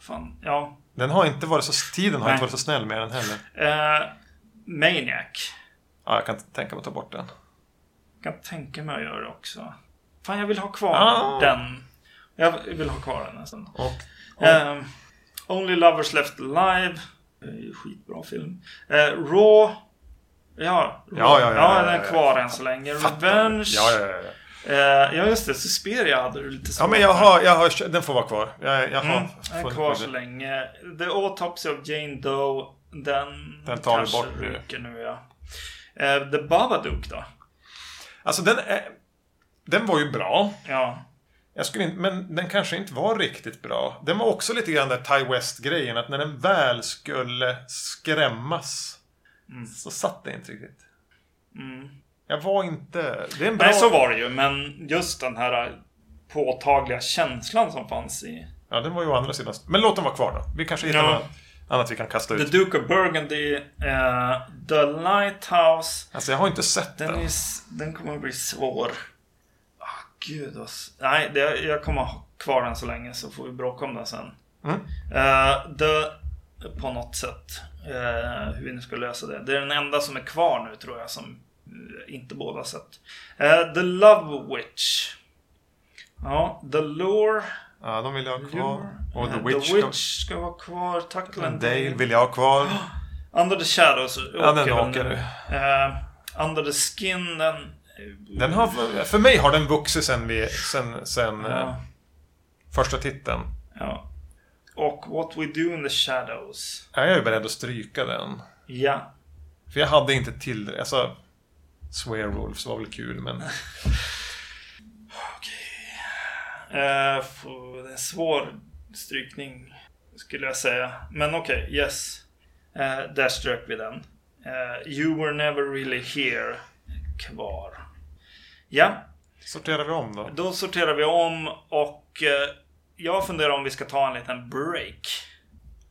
Speaker 2: fan. Ja.
Speaker 1: Den har inte varit så... Tiden har
Speaker 2: Nej.
Speaker 1: inte varit så snäll med den heller.
Speaker 2: Eh, Maniac.
Speaker 1: Ja, jag kan inte tänka mig att ta bort den.
Speaker 2: Jag kan tänka mig att göra det också. Fan, jag vill ha kvar
Speaker 1: Ah.
Speaker 2: den. Jag vill ha kvar den nästan.
Speaker 1: Och...
Speaker 2: Ehm, Only Lovers Left Alive. Det är ju Skitbra film. Eh, Raw. Ja, Raw.
Speaker 1: Ja, ja, ja, ja,
Speaker 2: den
Speaker 1: ja,
Speaker 2: är
Speaker 1: ja.
Speaker 2: kvar än så länge. Revenge.
Speaker 1: Ja, ja, ja, ja.
Speaker 2: Eh, ja, just det. Susperia hade du lite
Speaker 1: ja, men jag har... Jag har den får vara kvar. Jag, jag har
Speaker 2: Mm, den är
Speaker 1: funnit
Speaker 2: kvar
Speaker 1: mig
Speaker 2: så
Speaker 1: det.
Speaker 2: länge. The Autopsy of Jane Doe. Den,
Speaker 1: Den tar vi
Speaker 2: kanske
Speaker 1: bort nu.
Speaker 2: ryker nu, ja. Eh, The Babadook då?
Speaker 1: Alltså, den är... Den var ju bra.
Speaker 2: Ja.
Speaker 1: Jag skulle inte, men den kanske inte var riktigt bra. Den var också lite grann den Ty West-grejen, att när den väl skulle skrämmas så satt det inte riktigt.
Speaker 2: Mm.
Speaker 1: Jag var inte... Det är en bra...
Speaker 2: Nej, så var det ju. Men just den här påtagliga känslan som fanns i
Speaker 1: Ja, den var ju å andra sidan... Men låt den vara kvar då. Vi kanske hittar
Speaker 2: Ja.
Speaker 1: något annat vi kan kasta
Speaker 2: The
Speaker 1: ut.
Speaker 2: Duke of Burgundy, eh, The Lighthouse.
Speaker 1: Alltså, jag har inte sett den.
Speaker 2: Den, är, s- den kommer att bli svår. Ah, gud alltså. Nej, det, jag kommer ha kvar den så länge så får vi bråka om den sen.
Speaker 1: Mm.
Speaker 2: Eh, the, på något sätt. eh, hur vi nu ska lösa det. Det är den enda som är kvar nu tror jag som eh, inte båda har sett. Eh, the Love Witch. Ja, The Lore.
Speaker 1: Ja, de vill jag ha kvar. Och
Speaker 2: Eh,
Speaker 1: The Witch.
Speaker 2: the Witch ska vara kvar. Tackle
Speaker 1: Dale
Speaker 2: and Dale.
Speaker 1: vill jag ha kvar.
Speaker 2: Under the Shadows
Speaker 1: Ja, den
Speaker 2: väl
Speaker 1: åker
Speaker 2: nu. Eh, Under the Skin, den...
Speaker 1: Den har, för mig har den vuxit sen, vi, sen, sen eh,
Speaker 2: Ja,
Speaker 1: första titeln.
Speaker 2: ja. Och What We Do In The Shadows.
Speaker 1: Jag är ju beredd att stryka den.
Speaker 2: Ja.
Speaker 1: För jag hade inte till... Alltså... Swearwolves var väl kul, men...
Speaker 2: Eh, f- det är en svår strykning, skulle jag säga. Men okej, yes. Eh, där strök vi den. Eh, you Were Never Really Here. Kvar. Ja,
Speaker 1: Sorterar vi om då?
Speaker 2: då sorterar vi om och eh, jag funderar om vi ska ta en liten break.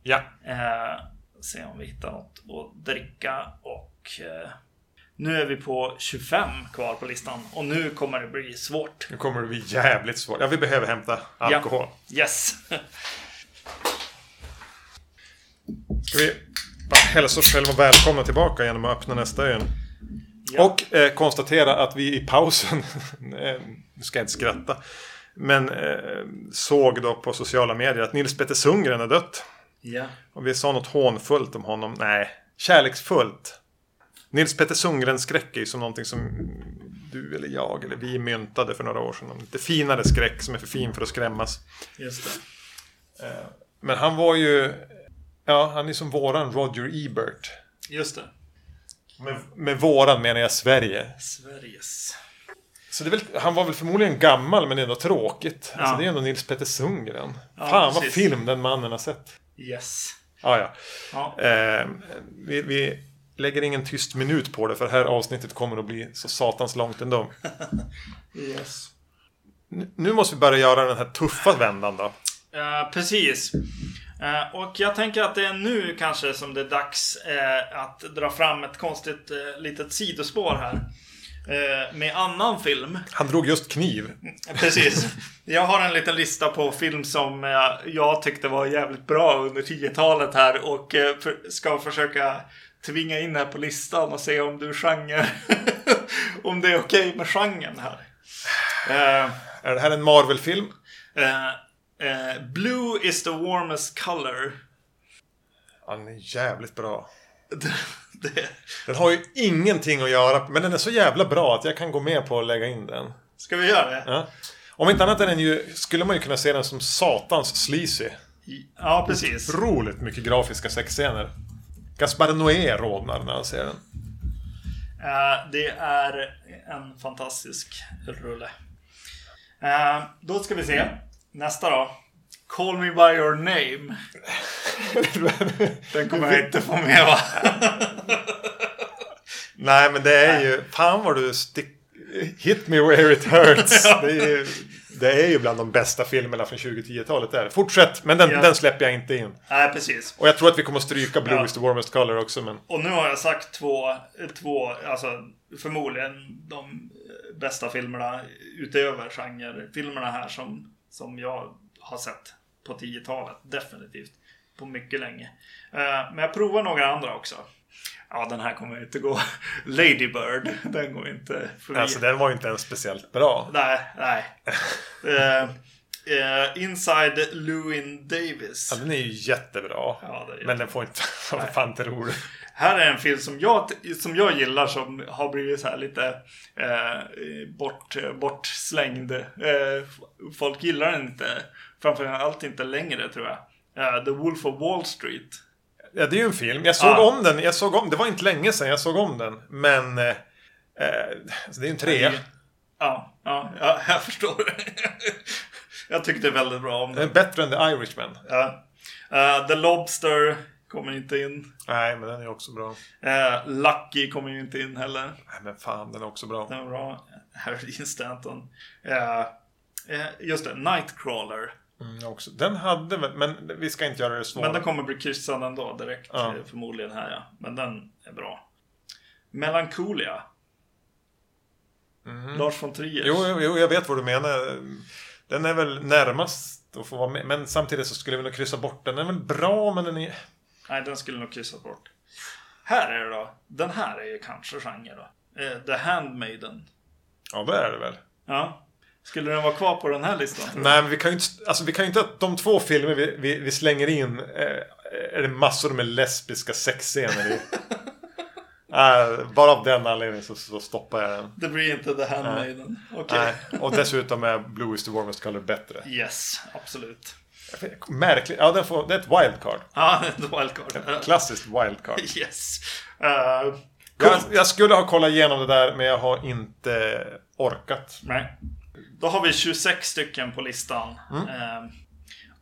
Speaker 1: Ja.
Speaker 2: Eh, se om vi hittar något att dricka och eh, nu är vi på 25 kvar på listan och nu kommer det bli svårt.
Speaker 1: Nu kommer det bli jävligt svårt. Ja, vi behöver hämta alkohol.
Speaker 2: Yes!
Speaker 1: Ska vi bara hälsa oss själva välkomna tillbaka genom att öppna nästa öl?
Speaker 2: Ja.
Speaker 1: Och eh, konstatera att vi i pausen... eh, nu ska jag inte skratta. Men eh, såg då på sociala medier att Nils Petter Sundgren är dött.
Speaker 2: Ja.
Speaker 1: Och vi sa något hånfullt om honom. Nej, kärleksfullt. Nils Petter Sundgrens skräck är ju som någonting som du eller jag eller vi myntade för några år sedan. En lite finare skräck som är för fin för att skrämmas.
Speaker 2: Just det.
Speaker 1: Men han var ju... Ja, han är som våran Roger Ebert.
Speaker 2: Just det.
Speaker 1: Med, med våran menar jag Sverige.
Speaker 2: Sveriges.
Speaker 1: Så det är väl, han var väl förmodligen gammal men ändå tråkigt. Alltså
Speaker 2: Ja.
Speaker 1: det är ändå Nils Petter Sundgren.
Speaker 2: Ja,
Speaker 1: Fan vad
Speaker 2: precis.
Speaker 1: film den mannen har sett.
Speaker 2: Yes.
Speaker 1: Ah, ja.
Speaker 2: Ja.
Speaker 1: eh, vi, vi lägger ingen tyst minut på det för det här avsnittet kommer att bli så satans långt ändå.
Speaker 2: Yes.
Speaker 1: N- Nu måste vi börja göra den här tuffa vändan då.
Speaker 2: Eh, precis. Eh, och jag tänker att det är nu kanske som det är dags eh, att dra fram ett konstigt eh, litet sidospår här. Eh, med annan film.
Speaker 1: Han drog just kniv.
Speaker 2: Precis. Jag har en liten lista på film som eh, jag tyckte var jävligt bra under 10-talet här och eh, för, ska försöka tvinga in här på listan och se om du genre... om det är okej med genren här. Eh,
Speaker 1: Är det här en Marvel-film?
Speaker 2: eh, eh, blue is the warmest color.
Speaker 1: Ja, den är jävligt bra.
Speaker 2: Det, det,
Speaker 1: Den har ju ingenting att göra men den är så jävla bra att jag kan gå med på att lägga in den.
Speaker 2: ska vi göra det?
Speaker 1: Ja. Om inte annat är den ju, skulle man ju kunna se den som satans sleazy.
Speaker 2: Ja, precis.
Speaker 1: Otroligt mycket grafiska sexscener. Gaspar Noé rodnar när han ser den.
Speaker 2: Eh, Det är en fantastisk rulle. Eh, Då ska vi se. Nästa då. Call me by your name. Den kommer jag inte få med va?
Speaker 1: Nej men det är ju, fan vad du stick... Hit me where it hurts.
Speaker 2: Ja.
Speaker 1: det, är ju, det är ju bland de bästa filmerna från 2010-talet där. Fortsätt, men den,
Speaker 2: Ja.
Speaker 1: den släpper jag inte in.
Speaker 2: Nej, precis.
Speaker 1: Och jag tror att vi kommer att stryka Blue
Speaker 2: Ja.
Speaker 1: is the warmest color också men...
Speaker 2: Och nu har jag sagt två, två alltså förmodligen de bästa filmerna utöver genrefilmerna här som, som jag har sett på 10-talet. Definitivt. På mycket länge. Eh, Men jag provar några andra också. Ja, den här kommer inte gå. Ladybird, den går inte förbi.
Speaker 1: Alltså den var ju inte ens speciellt bra.
Speaker 2: Nej, nej. Eh, eh, Inside Lewin Davis.
Speaker 1: Ja, den är ju jättebra.
Speaker 2: Ja, det är
Speaker 1: men den får inte... Vad fan inte rolig.
Speaker 2: Här är en film som jag, som jag gillar som har blivit så här lite eh, bort, bortslängd. Eh, folk gillar den inte. Framförallt inte längre tror jag. Eh, The Wolf of Wall Street.
Speaker 1: Ja, det är ju en film. Jag såg
Speaker 2: Ah.
Speaker 1: om den. Jag såg om, det var inte länge sedan jag såg om den. Men... Eh, eh, alltså, det är ju en trea.
Speaker 2: Ja, ja, ja jag förstår. jag tyckte väldigt bra om
Speaker 1: Den
Speaker 2: den.
Speaker 1: är bättre än The Irishman.
Speaker 2: Ja. Eh, The Lobster kommer inte in.
Speaker 1: Nej, men den är också bra.
Speaker 2: Eh, Lucky kommer ju inte in heller.
Speaker 1: Nej, men fan, den är också bra.
Speaker 2: Den var bra. Harry Dean Stanton. Eh, eh, just det, Nightcrawler.
Speaker 1: Mm, också. Den hade väl- men vi ska inte göra det svårare.
Speaker 2: Men den kommer bli kryssad ändå direkt
Speaker 1: Ja.
Speaker 2: eh, förmodligen här ja. Men den är bra. Melancholia. Lars von Trier.
Speaker 1: Mhm. Jo, jo, jo, jag vet vad du menar. Den är väl närmast att få vara med. Men samtidigt så skulle vi nog kryssa bort den. Den är väl bra, men den är...
Speaker 2: Nej, den skulle nog kryssat bort. Här är det då. Den här är ju kanske genre då. Eh, The Handmaiden.
Speaker 1: Ja, det är det väl.
Speaker 2: Ja. Skulle den vara kvar på den här listan? tror du?
Speaker 1: Nej, men vi kan ju inte... Alltså, vi kan ju inte att de två filmer vi, vi, vi slänger in eh, är det massor med lesbiska sexscener i. Nej, bara av den anledningen så, så stoppar jag den.
Speaker 2: Det blir inte The Handmaiden. Okej.
Speaker 1: Nej. Och dessutom är Blue is the warmest color bättre.
Speaker 2: Yes, absolut.
Speaker 1: Märkligt. Ja, den får, det är ett wildcard.
Speaker 2: Ja, det var wildcard.
Speaker 1: Klassiskt wildcard.
Speaker 2: Yes. Eh,
Speaker 1: Jag, jag skulle ha kollat igenom det där men jag har inte orkat.
Speaker 2: Nej. Då har vi 26 stycken på listan.
Speaker 1: Mm.
Speaker 2: Ehm,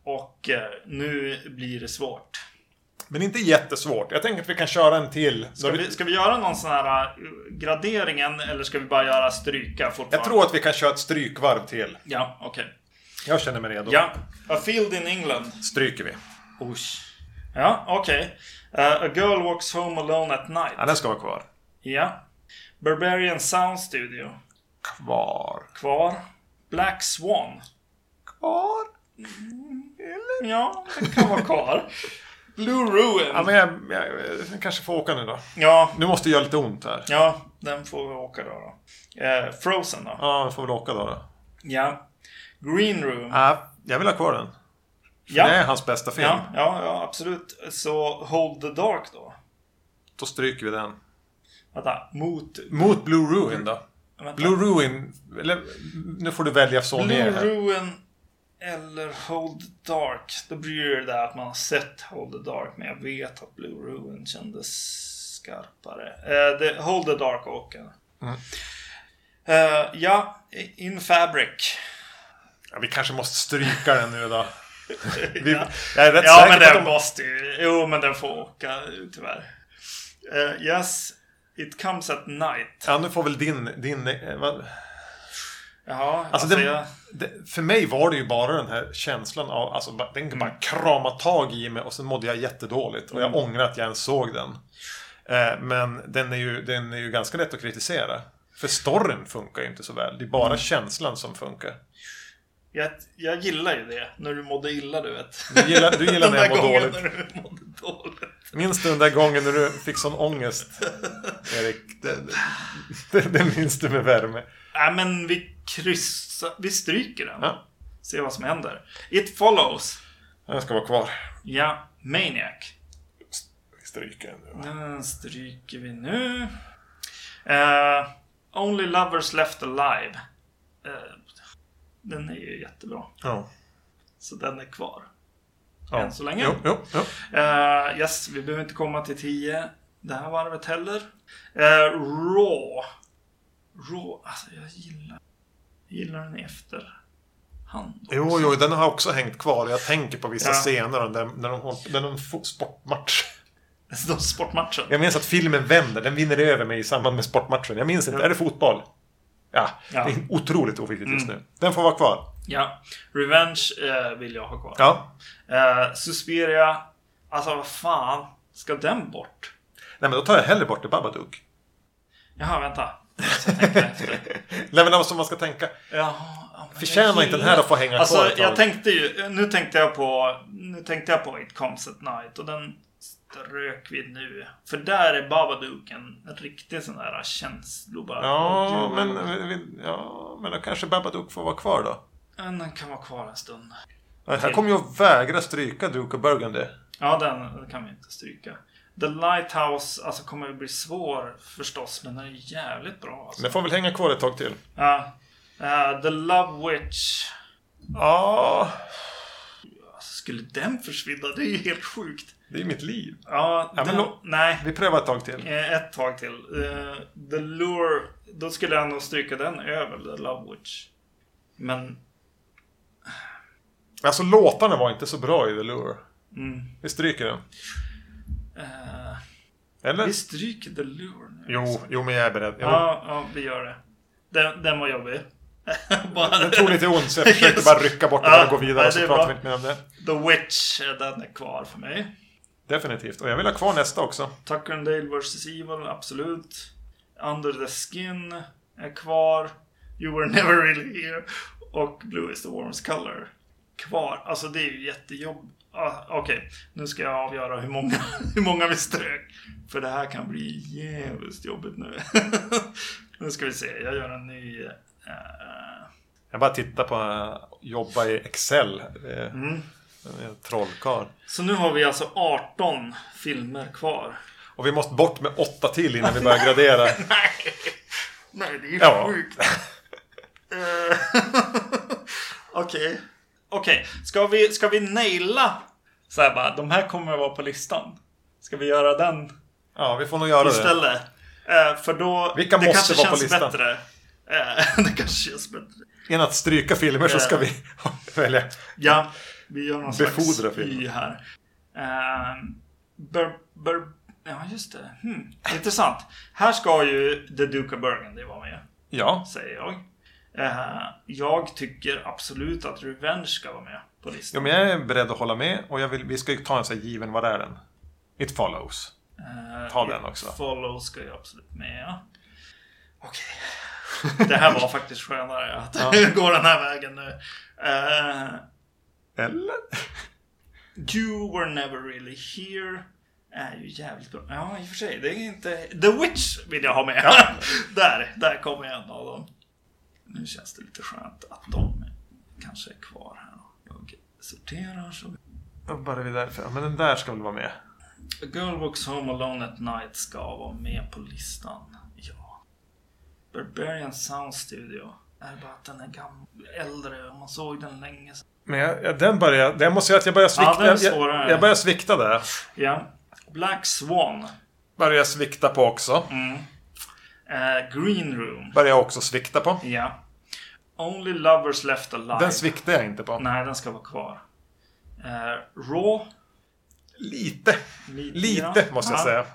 Speaker 2: och eh, nu blir det svårt.
Speaker 1: Men inte jättesvårt. Jag tänker att vi kan köra en till.
Speaker 2: Ska vi, ska vi göra någon sån här eh, graderingen eller ska vi bara göra stryka fortfarande?
Speaker 1: Jag tror att vi kan köra ett strykvarv till.
Speaker 2: Ja, okej.
Speaker 1: Jag känner mig redo.
Speaker 2: Ja. A Field in England.
Speaker 1: Stryker vi.
Speaker 2: Usch. Ja, okej. Eh, a Girl Walks Home Alone at Night.
Speaker 1: Ja, den ska vara kvar.
Speaker 2: Ja. Barbarian Sound Studio.
Speaker 1: Kvar.
Speaker 2: Kvar. Black Swan.
Speaker 1: Kvar.
Speaker 2: Mm. Ja, den kan vara kvar. Blue Ruin.
Speaker 1: Ja, men jag, jag, jag kanske får åka nu då.
Speaker 2: Ja,
Speaker 1: Nu måste jag göra lite ont här.
Speaker 2: Ja, den får vi åka då. då. Eh, Frozen då.
Speaker 1: Ja, jag får väl åka då. då.
Speaker 2: Ja. Green Room.
Speaker 1: Ja, jag vill ha kvar den. För
Speaker 2: Ja.
Speaker 1: Det är hans bästa film.
Speaker 2: Ja, ja, ja, absolut. Så Hold the Dark då.
Speaker 1: Då stryker vi den.
Speaker 2: Vänta, mot...
Speaker 1: Mot Blue Ruin då?
Speaker 2: Vänta.
Speaker 1: Blue Ruin, eller nu får du välja så ni
Speaker 2: Blue
Speaker 1: är här.
Speaker 2: Ruin eller Hold the Dark. Då blir det ju det där att man har sett Hold the Dark, men jag vet att Blue Ruin kändes skarpare. Eh, det, Hold the Dark åker. Eh, ja, In Fabric.
Speaker 1: Ja, vi kanske måste stryka den nu då. Vi,
Speaker 2: Ja.
Speaker 1: Jag är rätt
Speaker 2: Ja, men
Speaker 1: säker på
Speaker 2: den
Speaker 1: att de...
Speaker 2: måste ju... Jo, men den får åka tyvärr. Eh, yes, It comes at night.
Speaker 1: Ja, nu får väl din... din eh, vad-
Speaker 2: Jaha,
Speaker 1: alltså
Speaker 2: alltså, jag...
Speaker 1: det, det, för mig var det ju bara den här känslan av... Alltså, ba- den bara
Speaker 2: Mm.
Speaker 1: krama tag i mig och sen mådde jag jättedåligt. Och jag ångrar att jag ens såg den. Eh, men den är, ju, den är ju ganska lätt att kritisera. För storyn funkar ju inte så väl. Det är bara
Speaker 2: Mm.
Speaker 1: känslan som funkar.
Speaker 2: Jag, jag gillar ju det. När du mådde illa, du vet.
Speaker 1: Du gillar, du gillar
Speaker 2: Den
Speaker 1: när jag
Speaker 2: där
Speaker 1: mår
Speaker 2: gången
Speaker 1: dåligt.
Speaker 2: när du mådde dåligt.
Speaker 1: Minns du den där gången när du fick sån ångest? Erik, det, det, det minns du med värme.
Speaker 2: Nej, men vi kryssar... Vi stryker den.
Speaker 1: Ja,
Speaker 2: Se vad som händer. It follows.
Speaker 1: den ska vara kvar.
Speaker 2: Ja, Maniac.
Speaker 1: Vi stryker den nu.
Speaker 2: Den stryker vi nu. Eh, Only Lovers Left Alive. Eh, den är ju jättebra.
Speaker 1: Ja.
Speaker 2: Så den är kvar.
Speaker 1: ja.
Speaker 2: Än så länge.
Speaker 1: Jo, jo, jo.
Speaker 2: Eh, yes, vi behöver inte komma till 10 det här varvet heller. Eh, Raw. Raw, alltså jag gillar, gillar den i efterhand.
Speaker 1: jo, jo, den har också hängt kvar. Jag tänker på vissa
Speaker 2: Ja.
Speaker 1: scener där, när de håller när de får sportmatch.
Speaker 2: Alltså, de sportmatchen.
Speaker 1: Jag minns att filmen vänder. Den vinner över mig i samband med sportmatchen. Jag minns inte. Är det fotboll? Ja,
Speaker 2: Ja. Mm.
Speaker 1: det är otroligt oviktigt just nu. Den får vara kvar.
Speaker 2: Ja. Revenge eh, vill jag ha kvar.
Speaker 1: Ja.
Speaker 2: Eh, Suspiria. Alltså vad fan. Ska den bort?
Speaker 1: Nej, men då tar jag hellre bort det Babadook.
Speaker 2: Jaha, vänta. Så jag tänkte efter.
Speaker 1: Nej, men alltså man ska tänka.
Speaker 2: Jaha, ja, men
Speaker 1: Förtjänar
Speaker 2: jag
Speaker 1: inte den
Speaker 2: gillar-
Speaker 1: här att få hänga kvar
Speaker 2: Alltså,
Speaker 1: ett tag?
Speaker 2: jag tänkte ju... Nu tänkte jag på... Nu tänkte jag på It comes at night och den strök vi nu. För där är Babadook en riktig sån där känslo bara.
Speaker 1: Ja,
Speaker 2: Åh, gud.
Speaker 1: men, vi- ja, men då kanske Babadook får vara kvar då.
Speaker 2: Men Den kan vara kvar en stund.
Speaker 1: Ja, Här kommer jag att vägra stryka Duke och Burgundy.
Speaker 2: Ja, den kan vi inte stryka. The Lighthouse alltså, kommer ju bli svår förstås, men den är jävligt bra. Alltså.
Speaker 1: Den får väl hänga kvar ett tag till.
Speaker 2: Ja. Eh, The Love Witch.
Speaker 1: Ja,
Speaker 2: Alltså, skulle den försvinna? Det är ju helt sjukt.
Speaker 1: det är mitt liv.
Speaker 2: Ja,
Speaker 1: Ja, men
Speaker 2: den,
Speaker 1: lo-
Speaker 2: nej.
Speaker 1: Vi prövar ett tag till.
Speaker 2: Eh, Ett tag till. Eh, The Lure. Då skulle jag nog stryka den över The Love Witch. Men...
Speaker 1: Alltså låtarna var inte så bra i The Lure.
Speaker 2: Mm,
Speaker 1: Vi stryker den.
Speaker 2: eh,
Speaker 1: Eller?
Speaker 2: vi stryker The Lure nu.
Speaker 1: Jo, jo, men jag är beredd. Jo.
Speaker 2: Ja, ja, vi gör det. Den, den var jobbig. Bara
Speaker 1: Den tog lite ont så jag försökte bara rycka bort den och
Speaker 2: Ja,
Speaker 1: gå vidare
Speaker 2: nej,
Speaker 1: så
Speaker 2: det är
Speaker 1: pratar vi
Speaker 2: bra.
Speaker 1: inte mer om det.
Speaker 2: The Witch, eh, den är kvar för mig.
Speaker 1: Definitivt. Och jag vill ha kvar nästa också.
Speaker 2: Tucker and Dale vs Evil, absolut. Under the Skin är kvar. You were never really here. Och Blue is the warmest color. Kvar. Alltså det är ju jättejobb... Ah, Okej, nu ska jag avgöra hur många, hur många vi strök. För det här kan bli jävligt jobbigt nu. nu ska vi se, jag gör en ny... eh,
Speaker 1: Jag bara tittar på eh, jobba i Excel. Eh,
Speaker 2: Mm.
Speaker 1: en Trollkarl.
Speaker 2: Så nu har vi alltså 18 filmer kvar.
Speaker 1: Och vi måste bort med åtta till innan vi börjar gradera.
Speaker 2: Nej, nej det är ju
Speaker 1: Ja.
Speaker 2: sjukt. Eh, Okej. Okej, ska vi, ska vi naila så här bara, de här kommer att vara på listan. Ska vi göra den
Speaker 1: Ja, vi får nog göra det.
Speaker 2: istället? Eh, för då,
Speaker 1: Vilka
Speaker 2: det
Speaker 1: måste
Speaker 2: kanske
Speaker 1: vara på
Speaker 2: känns
Speaker 1: listan?
Speaker 2: bättre. Eh, det kanske känns bättre.
Speaker 1: Än att stryka filmer så ska vi välja.
Speaker 2: Ja, vi gör någon
Speaker 1: Befordra
Speaker 2: slags
Speaker 1: filmen.
Speaker 2: Y här. Eh, bur, bur, ja, just det. Hmm. Intressant. Här ska ju The Duke of Burgundy vara med.
Speaker 1: Ja.
Speaker 2: säger jag. Eh, jag tycker absolut att Revenge ska vara med på
Speaker 1: ja,
Speaker 2: listan.
Speaker 1: men jag är beredd att hålla med och jag vill, vi ska ju ta en sån här given, vad är den? It follows.
Speaker 2: Eh,
Speaker 1: ta den också.
Speaker 2: Follow ska ju absolut med. Okej. Det här var faktiskt skönare att gå den här vägen nu. Eh,
Speaker 1: Eller?
Speaker 2: you were never really here. Är ju jävligt bra. Ja, i och för sig. Det är inte... The Witch vill jag ha med. där, där kommer en av dem. Nu känns det lite skönt att de kanske är kvar här. då. Jag sorterar så.
Speaker 1: Och Bara vi därför. Ja, men den där ska väl vara med.
Speaker 2: A Girl Walks Home Alone at Night ska vara med på listan. Ja. Barbarian Sound Studio. Är bara att den är gammal, äldre och man såg den länge sedan.
Speaker 1: Men jag, jag, den börjar... Jag måste säga att jag börjar svikta.
Speaker 2: den är
Speaker 1: jag,
Speaker 2: svårare.
Speaker 1: jag börjar svikta där.
Speaker 2: Ja. Black Swan.
Speaker 1: Börjar svikta på också.
Speaker 2: Mm. Eh, Green Room.
Speaker 1: Börjar jag också svikta på.
Speaker 2: Ja. Only Lovers Left Alive.
Speaker 1: Den sviktar jag inte på.
Speaker 2: Nej, den ska vara kvar. Eh, Raw.
Speaker 1: Lite.
Speaker 2: Lite,
Speaker 1: Lite, måste jag
Speaker 2: Ja.
Speaker 1: säga.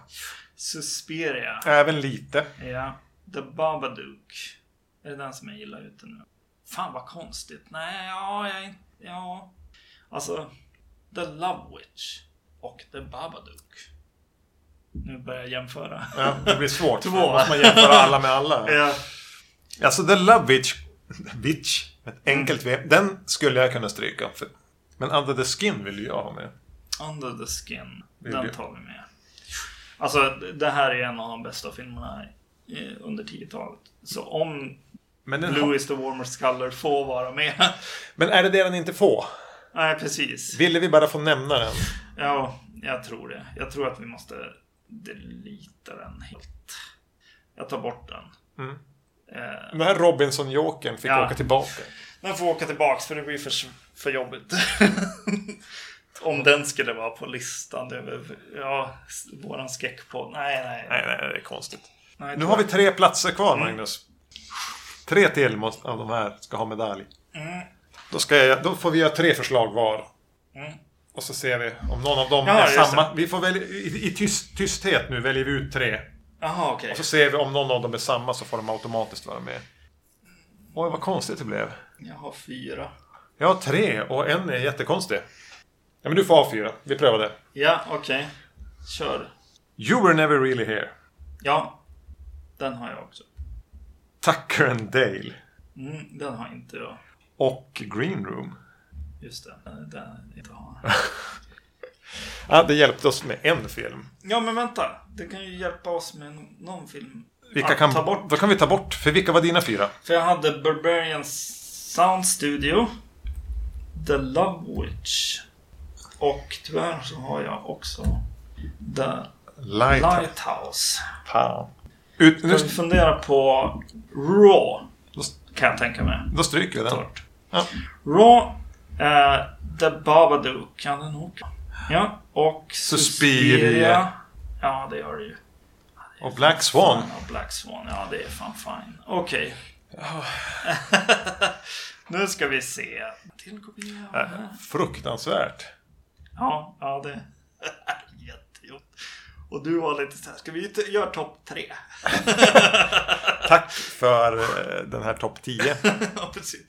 Speaker 2: Suspiria.
Speaker 1: Även lite.
Speaker 2: Ja. The Babadook. Är det den som jag gillar ute nu? Fan vad konstigt. Nej, ja, jag... är- Ja. Alltså, The Love Witch och The Babadook. Nu börjar jag jämföra.
Speaker 1: Ja, det blir svårt.
Speaker 2: Två.
Speaker 1: Då måste man jämföra alla med alla.
Speaker 2: Ja.
Speaker 1: Alltså The Love Witch, Witch med
Speaker 2: Mm.
Speaker 1: ett enkelt V, den skulle jag kunna stryka. För, men Under the Skin vill ju jag ha med.
Speaker 2: Under the Skin.
Speaker 1: Det är
Speaker 2: Den
Speaker 1: det.
Speaker 2: tar vi med. Alltså, det här är en av de bästa filmerna eh, under 10-talet. Så om
Speaker 1: Men, den
Speaker 2: Blue
Speaker 1: har,
Speaker 2: is the warmest color får vara med.
Speaker 1: men är det det den inte får?
Speaker 2: Nej, precis.
Speaker 1: Ville vi bara få nämna den?
Speaker 2: Ja, jag tror det. Jag tror att vi måste delita den helt. Jag tar bort den. Eh,
Speaker 1: Den här Robinson-jokern fick
Speaker 2: Ja.
Speaker 1: åka tillbaka.
Speaker 2: den får åka tillbaks för det blir för, för jobbigt. Om den skulle vara på listan över ja, s- våran skräckpodd. Nej, nej.
Speaker 1: Nej, nej, det är konstigt.
Speaker 2: nej
Speaker 1: Nu har vi tre platser kvar,
Speaker 2: Mm.
Speaker 1: Magnus. Tre till måste, av de här ska ha medalj.
Speaker 2: Mm.
Speaker 1: Då, ska jag, då får vi göra tre förslag var.
Speaker 2: Mm.
Speaker 1: Och så ser vi om någon av dem
Speaker 2: Ja,
Speaker 1: är
Speaker 2: just det.
Speaker 1: samma. Vi får välja, i, i tyst, tysthet nu väljer vi ut tre.
Speaker 2: Jaha, okej.
Speaker 1: Och så ser vi om någon av dem är samma så får de automatiskt vara med. Oj, vad konstigt det blev.
Speaker 2: Jag har fyra.
Speaker 1: Jag har tre och en är jättekonstig. Ja, men du får ha fyra. Vi prövar det.
Speaker 2: Ja, okej. Kör.
Speaker 1: You were never really here.
Speaker 2: Ja. Den har jag också.
Speaker 1: Tucker and Dale.
Speaker 2: Mm, den har inte jag.
Speaker 1: Och Green Room.
Speaker 2: Just det. Den den jag inte har.
Speaker 1: Ja, det hjälpte oss med en film.
Speaker 2: Ja men vänta, det kan ju hjälpa oss med no- någon film.
Speaker 1: Vilka
Speaker 2: Att
Speaker 1: kan,
Speaker 2: ta bort?
Speaker 1: Då kan vi ta bort. För vilka var dina fyra?
Speaker 2: För jag hade Barbarian Sound Studio, The Love Witch och tyvärr så har jag också The
Speaker 1: Light.
Speaker 2: Lighthouse.
Speaker 1: Fan. Ut, nu,
Speaker 2: Ska vi fundera på Raw,
Speaker 1: då,
Speaker 2: kan jag tänka mig.
Speaker 1: då stryker vi den. Ja.
Speaker 2: Raw, eh, The Babadook kan den nog. Ja, och
Speaker 1: Suspiria.
Speaker 2: Ja, det har du ju.
Speaker 1: Och Black Swan.
Speaker 2: Fan, ja, Black Swan, ja det är fan fine. Okej. nu ska vi se. Till kopia.
Speaker 1: Fruktansvärt.
Speaker 2: Ja, ja det är jättejobbigt. Och du var lite såhär, ska vi inte göra topp tre?
Speaker 1: Tack för eh, den här topp 10.
Speaker 2: ja, precis.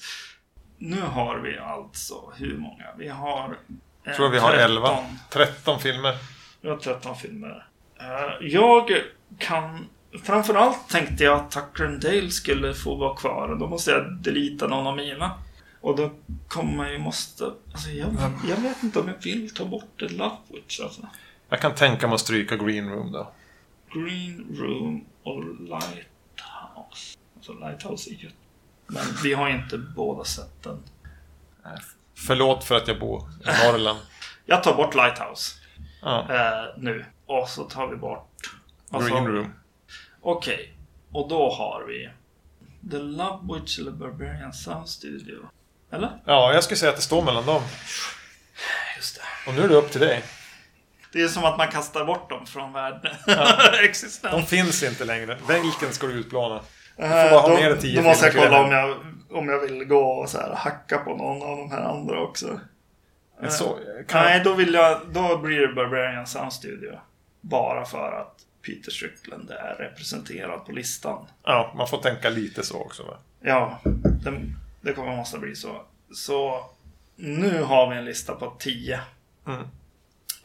Speaker 2: Nu har vi alltså, hur många? Vi har... eh,
Speaker 1: tror vi har
Speaker 2: 13.
Speaker 1: 11. 13 filmer.
Speaker 2: Vi har 13 filmer. Eh, Jag kan... Framförallt tänkte jag att Tucker and Dale skulle få vara kvar. Då måste jag delita någon av mina. Och då kommer jag ju måste... Alltså jag, jag vet inte om jag vill ta bort The Love Witch alltså.
Speaker 1: Jag kan tänka mig att stryka Green Room då.
Speaker 2: Green Room och Lighthouse. Alltså Lighthouse är ju... Men vi har ju inte båda sett den.
Speaker 1: Förlåt för att jag bor i Norrland.
Speaker 2: Jag tar bort Lighthouse
Speaker 1: Ja.
Speaker 2: eh, nu. Och så tar vi bort... alltså-
Speaker 1: Green Room.
Speaker 2: Okej, och då har vi The Love Witch eller Barbarian Sound Studio. Eller?
Speaker 1: Ja, jag skulle säga att det står mellan dem.
Speaker 2: Just det.
Speaker 1: Och nu är det upp till dig.
Speaker 2: Det är som att man kastar bort dem från världen.
Speaker 1: De
Speaker 2: Existens.
Speaker 1: finns inte längre. Vilken ska du utplåna?
Speaker 2: Du
Speaker 1: får bara ha med dig tio
Speaker 2: Då Eh, måste jag
Speaker 1: filmer
Speaker 2: kolla om
Speaker 1: till
Speaker 2: jag, om jag vill gå och så här hacka på någon av de här andra också.
Speaker 1: Men Så, kan...
Speaker 2: Nej, då, vill jag, då blir det Barbarian Sound Studio. Bara för att Peter Strickland är representerad på listan.
Speaker 1: Ja, man får tänka lite så också. Va?
Speaker 2: Ja, det, det kommer måste bli så. Så nu har vi en lista på 10.
Speaker 1: Mm.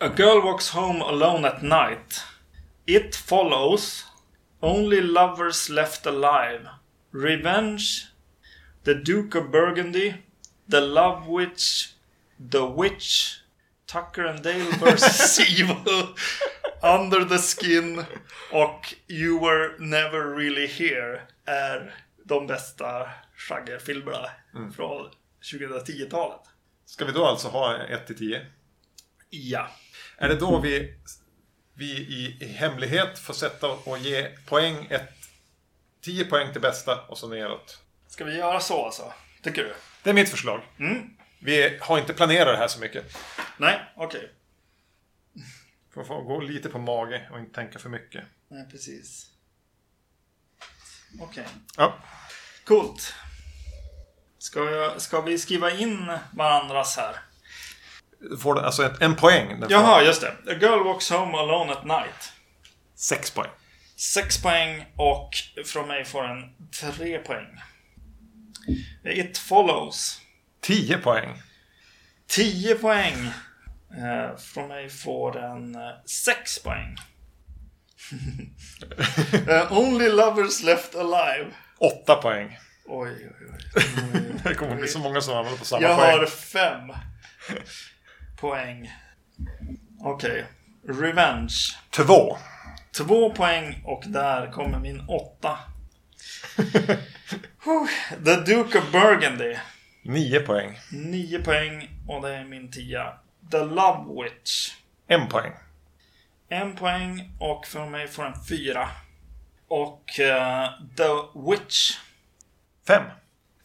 Speaker 2: A Girl Walks Home Alone at Night. It Follows. Only Lovers Left Alive. Revenge. The Duke of Burgundy. The Love Witch. The Witch. Tucker and Dale vs. Evil. Under the Skin och You Were Never Really Here är de bästa genrefilmerna från 2010-talet.
Speaker 1: Ska vi då alltså ha 1 till 10?
Speaker 2: Ja.
Speaker 1: Är det då vi, vi i, i hemlighet får sätta och ge poäng ett, 10 poäng till bästa och så neråt?
Speaker 2: Ska vi göra så alltså? Tycker du?
Speaker 1: Det är mitt förslag.
Speaker 2: Mm.
Speaker 1: Vi har inte planerat det här så mycket.
Speaker 2: Nej, okej.
Speaker 1: Får, får gå lite på mage och inte tänka för mycket.
Speaker 2: Nej, precis. Okej.
Speaker 1: Ja,
Speaker 2: Coolt. Ska, jag, ska vi skriva in varandras här?
Speaker 1: får du alltså ett, en poäng. Den får
Speaker 2: Jaha, just det. A girl walks home alone at night.
Speaker 1: Sex poäng.
Speaker 2: Sex poäng och från mig får den tre poäng. It follows.
Speaker 1: 10 poäng.
Speaker 2: 10 poäng. Eh, Från mig får den 6 poäng. Eh, Only lovers left alive.
Speaker 1: 8 poäng.
Speaker 2: Oj, oj, oj.
Speaker 1: Det kommer bli så många som hamnar på samma
Speaker 2: Jag
Speaker 1: poäng.
Speaker 2: har 5 poäng. Okej. Revenge.
Speaker 1: Två.
Speaker 2: 2 poäng och där kommer min 8. The Duke of Burgundy.
Speaker 1: Nio poäng.
Speaker 2: 9 poäng och det är min 10. The Love Witch.
Speaker 1: En poäng.
Speaker 2: En poäng och för mig får den fyra. Och eh, The Witch.
Speaker 1: Fem.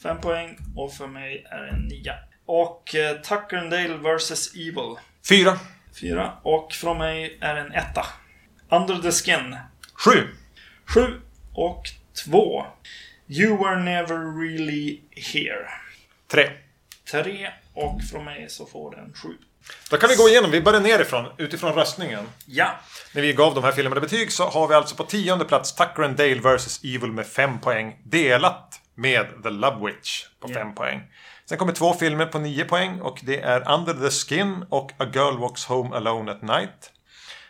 Speaker 2: Fem poäng och för mig är den nia. Och uh, Tucker and Dale vs Evil.
Speaker 1: Fyra.
Speaker 2: Fyra. Och från mig är den etta. Under the Skin.
Speaker 1: Sju.
Speaker 2: Sju och två. You were never really here.
Speaker 1: Tre.
Speaker 2: Tre och från mig så får den sju.
Speaker 1: Då kan vi gå igenom, vi börjar nerifrån, utifrån röstningen.
Speaker 2: Ja.
Speaker 1: När vi gav de här filmerna betyg så har vi alltså på tionde plats Tucker and Dale vs. Evil med 5 poäng delat med The Love Witch på 5 poäng. Sen kommer två filmer på 9 poäng och det är Under the Skin och A Girl Walks Home Alone at Night.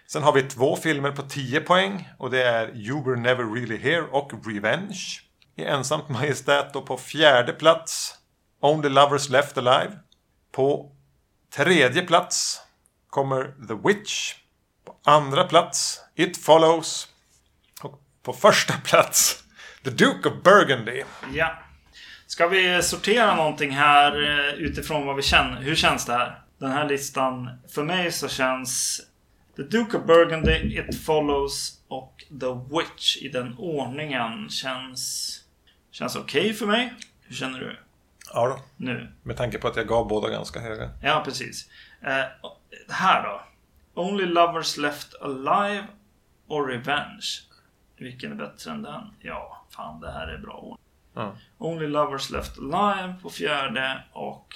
Speaker 1: Sen har vi två filmer på 10 poäng och det är You Were Never Really Here och Revenge. I ensamt majestät då på fjärde plats Only Lovers Left Alive. På tredje plats kommer The Witch andra plats It Follows. Och på första plats The Duke of Burgundy.
Speaker 2: Ja. Ska vi sortera någonting här eh, utifrån vad vi känner? Hur känns det här? Den här listan. För mig så känns The Duke of Burgundy, It Follows och The Witch i den ordningen känns... Känns okej för mig. Hur känner du
Speaker 1: Ja då.
Speaker 2: nu?
Speaker 1: Med tanke på att jag gav båda ganska höga.
Speaker 2: Ja, precis. Eh, här då. Only Lovers Left Alive och Revenge. Vilken är bättre än den? Ja, fan det här är bra ord.
Speaker 1: Ja.
Speaker 2: Only Lovers Left Alive på fjärde och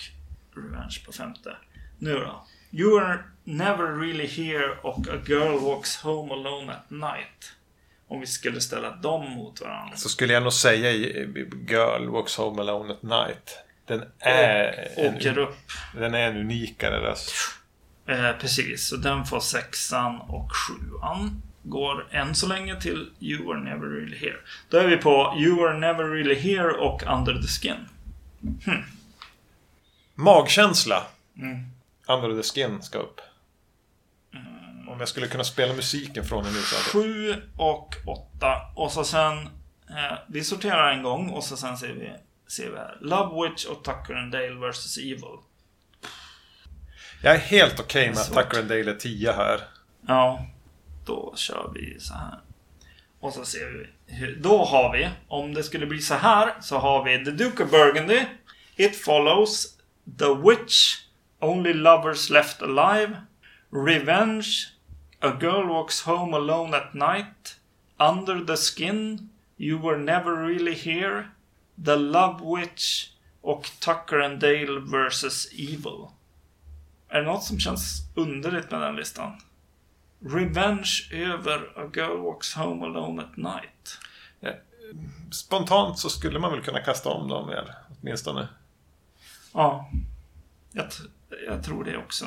Speaker 2: Revenge på femte. Nu då. You are never really here och A girl walks home alone at night. Om vi skulle ställa dem mot varandra.
Speaker 1: Så skulle jag nog säga i i Girl Walks Home Alone at Night. Den är,
Speaker 2: Åker
Speaker 1: en,
Speaker 2: upp.
Speaker 1: den är en unikare röst.
Speaker 2: Eh, precis, så den får sexan och sjuan. Går än så länge till You were never really here. Då är vi på You were never really here och Under the skin.
Speaker 1: Magkänsla. Under the Skin ska upp. Om jag skulle kunna spela musiken från den nu så hade-
Speaker 2: Sju och åtta. Och så sen... Eh, vi sorterar en gång och så sen ser vi, ser vi här. Love Witch och Tucker and Dale vs Evil.
Speaker 1: Jag är helt okej med att
Speaker 2: Svårt.
Speaker 1: Tucker and Dale är 10 här.
Speaker 2: Ja, då kör vi så här. Och så ser vi. hur- Då har vi, om det skulle bli så här, så har vi The Duke of Burgundy, It Follows, The Witch, Only Lovers Left Alive, Revenge, A Girl Walks Home Alone at Night, Under the Skin, You Were Never Really Here, The Love Witch och Tucker and Dale vs. Evil. Är det något som känns underligt med den listan? Revenge över A Girl Walks Home Alone at Night.
Speaker 1: Spontant så skulle man väl kunna kasta om dem mer, åtminstone.
Speaker 2: Ja, jag, t- jag tror det också.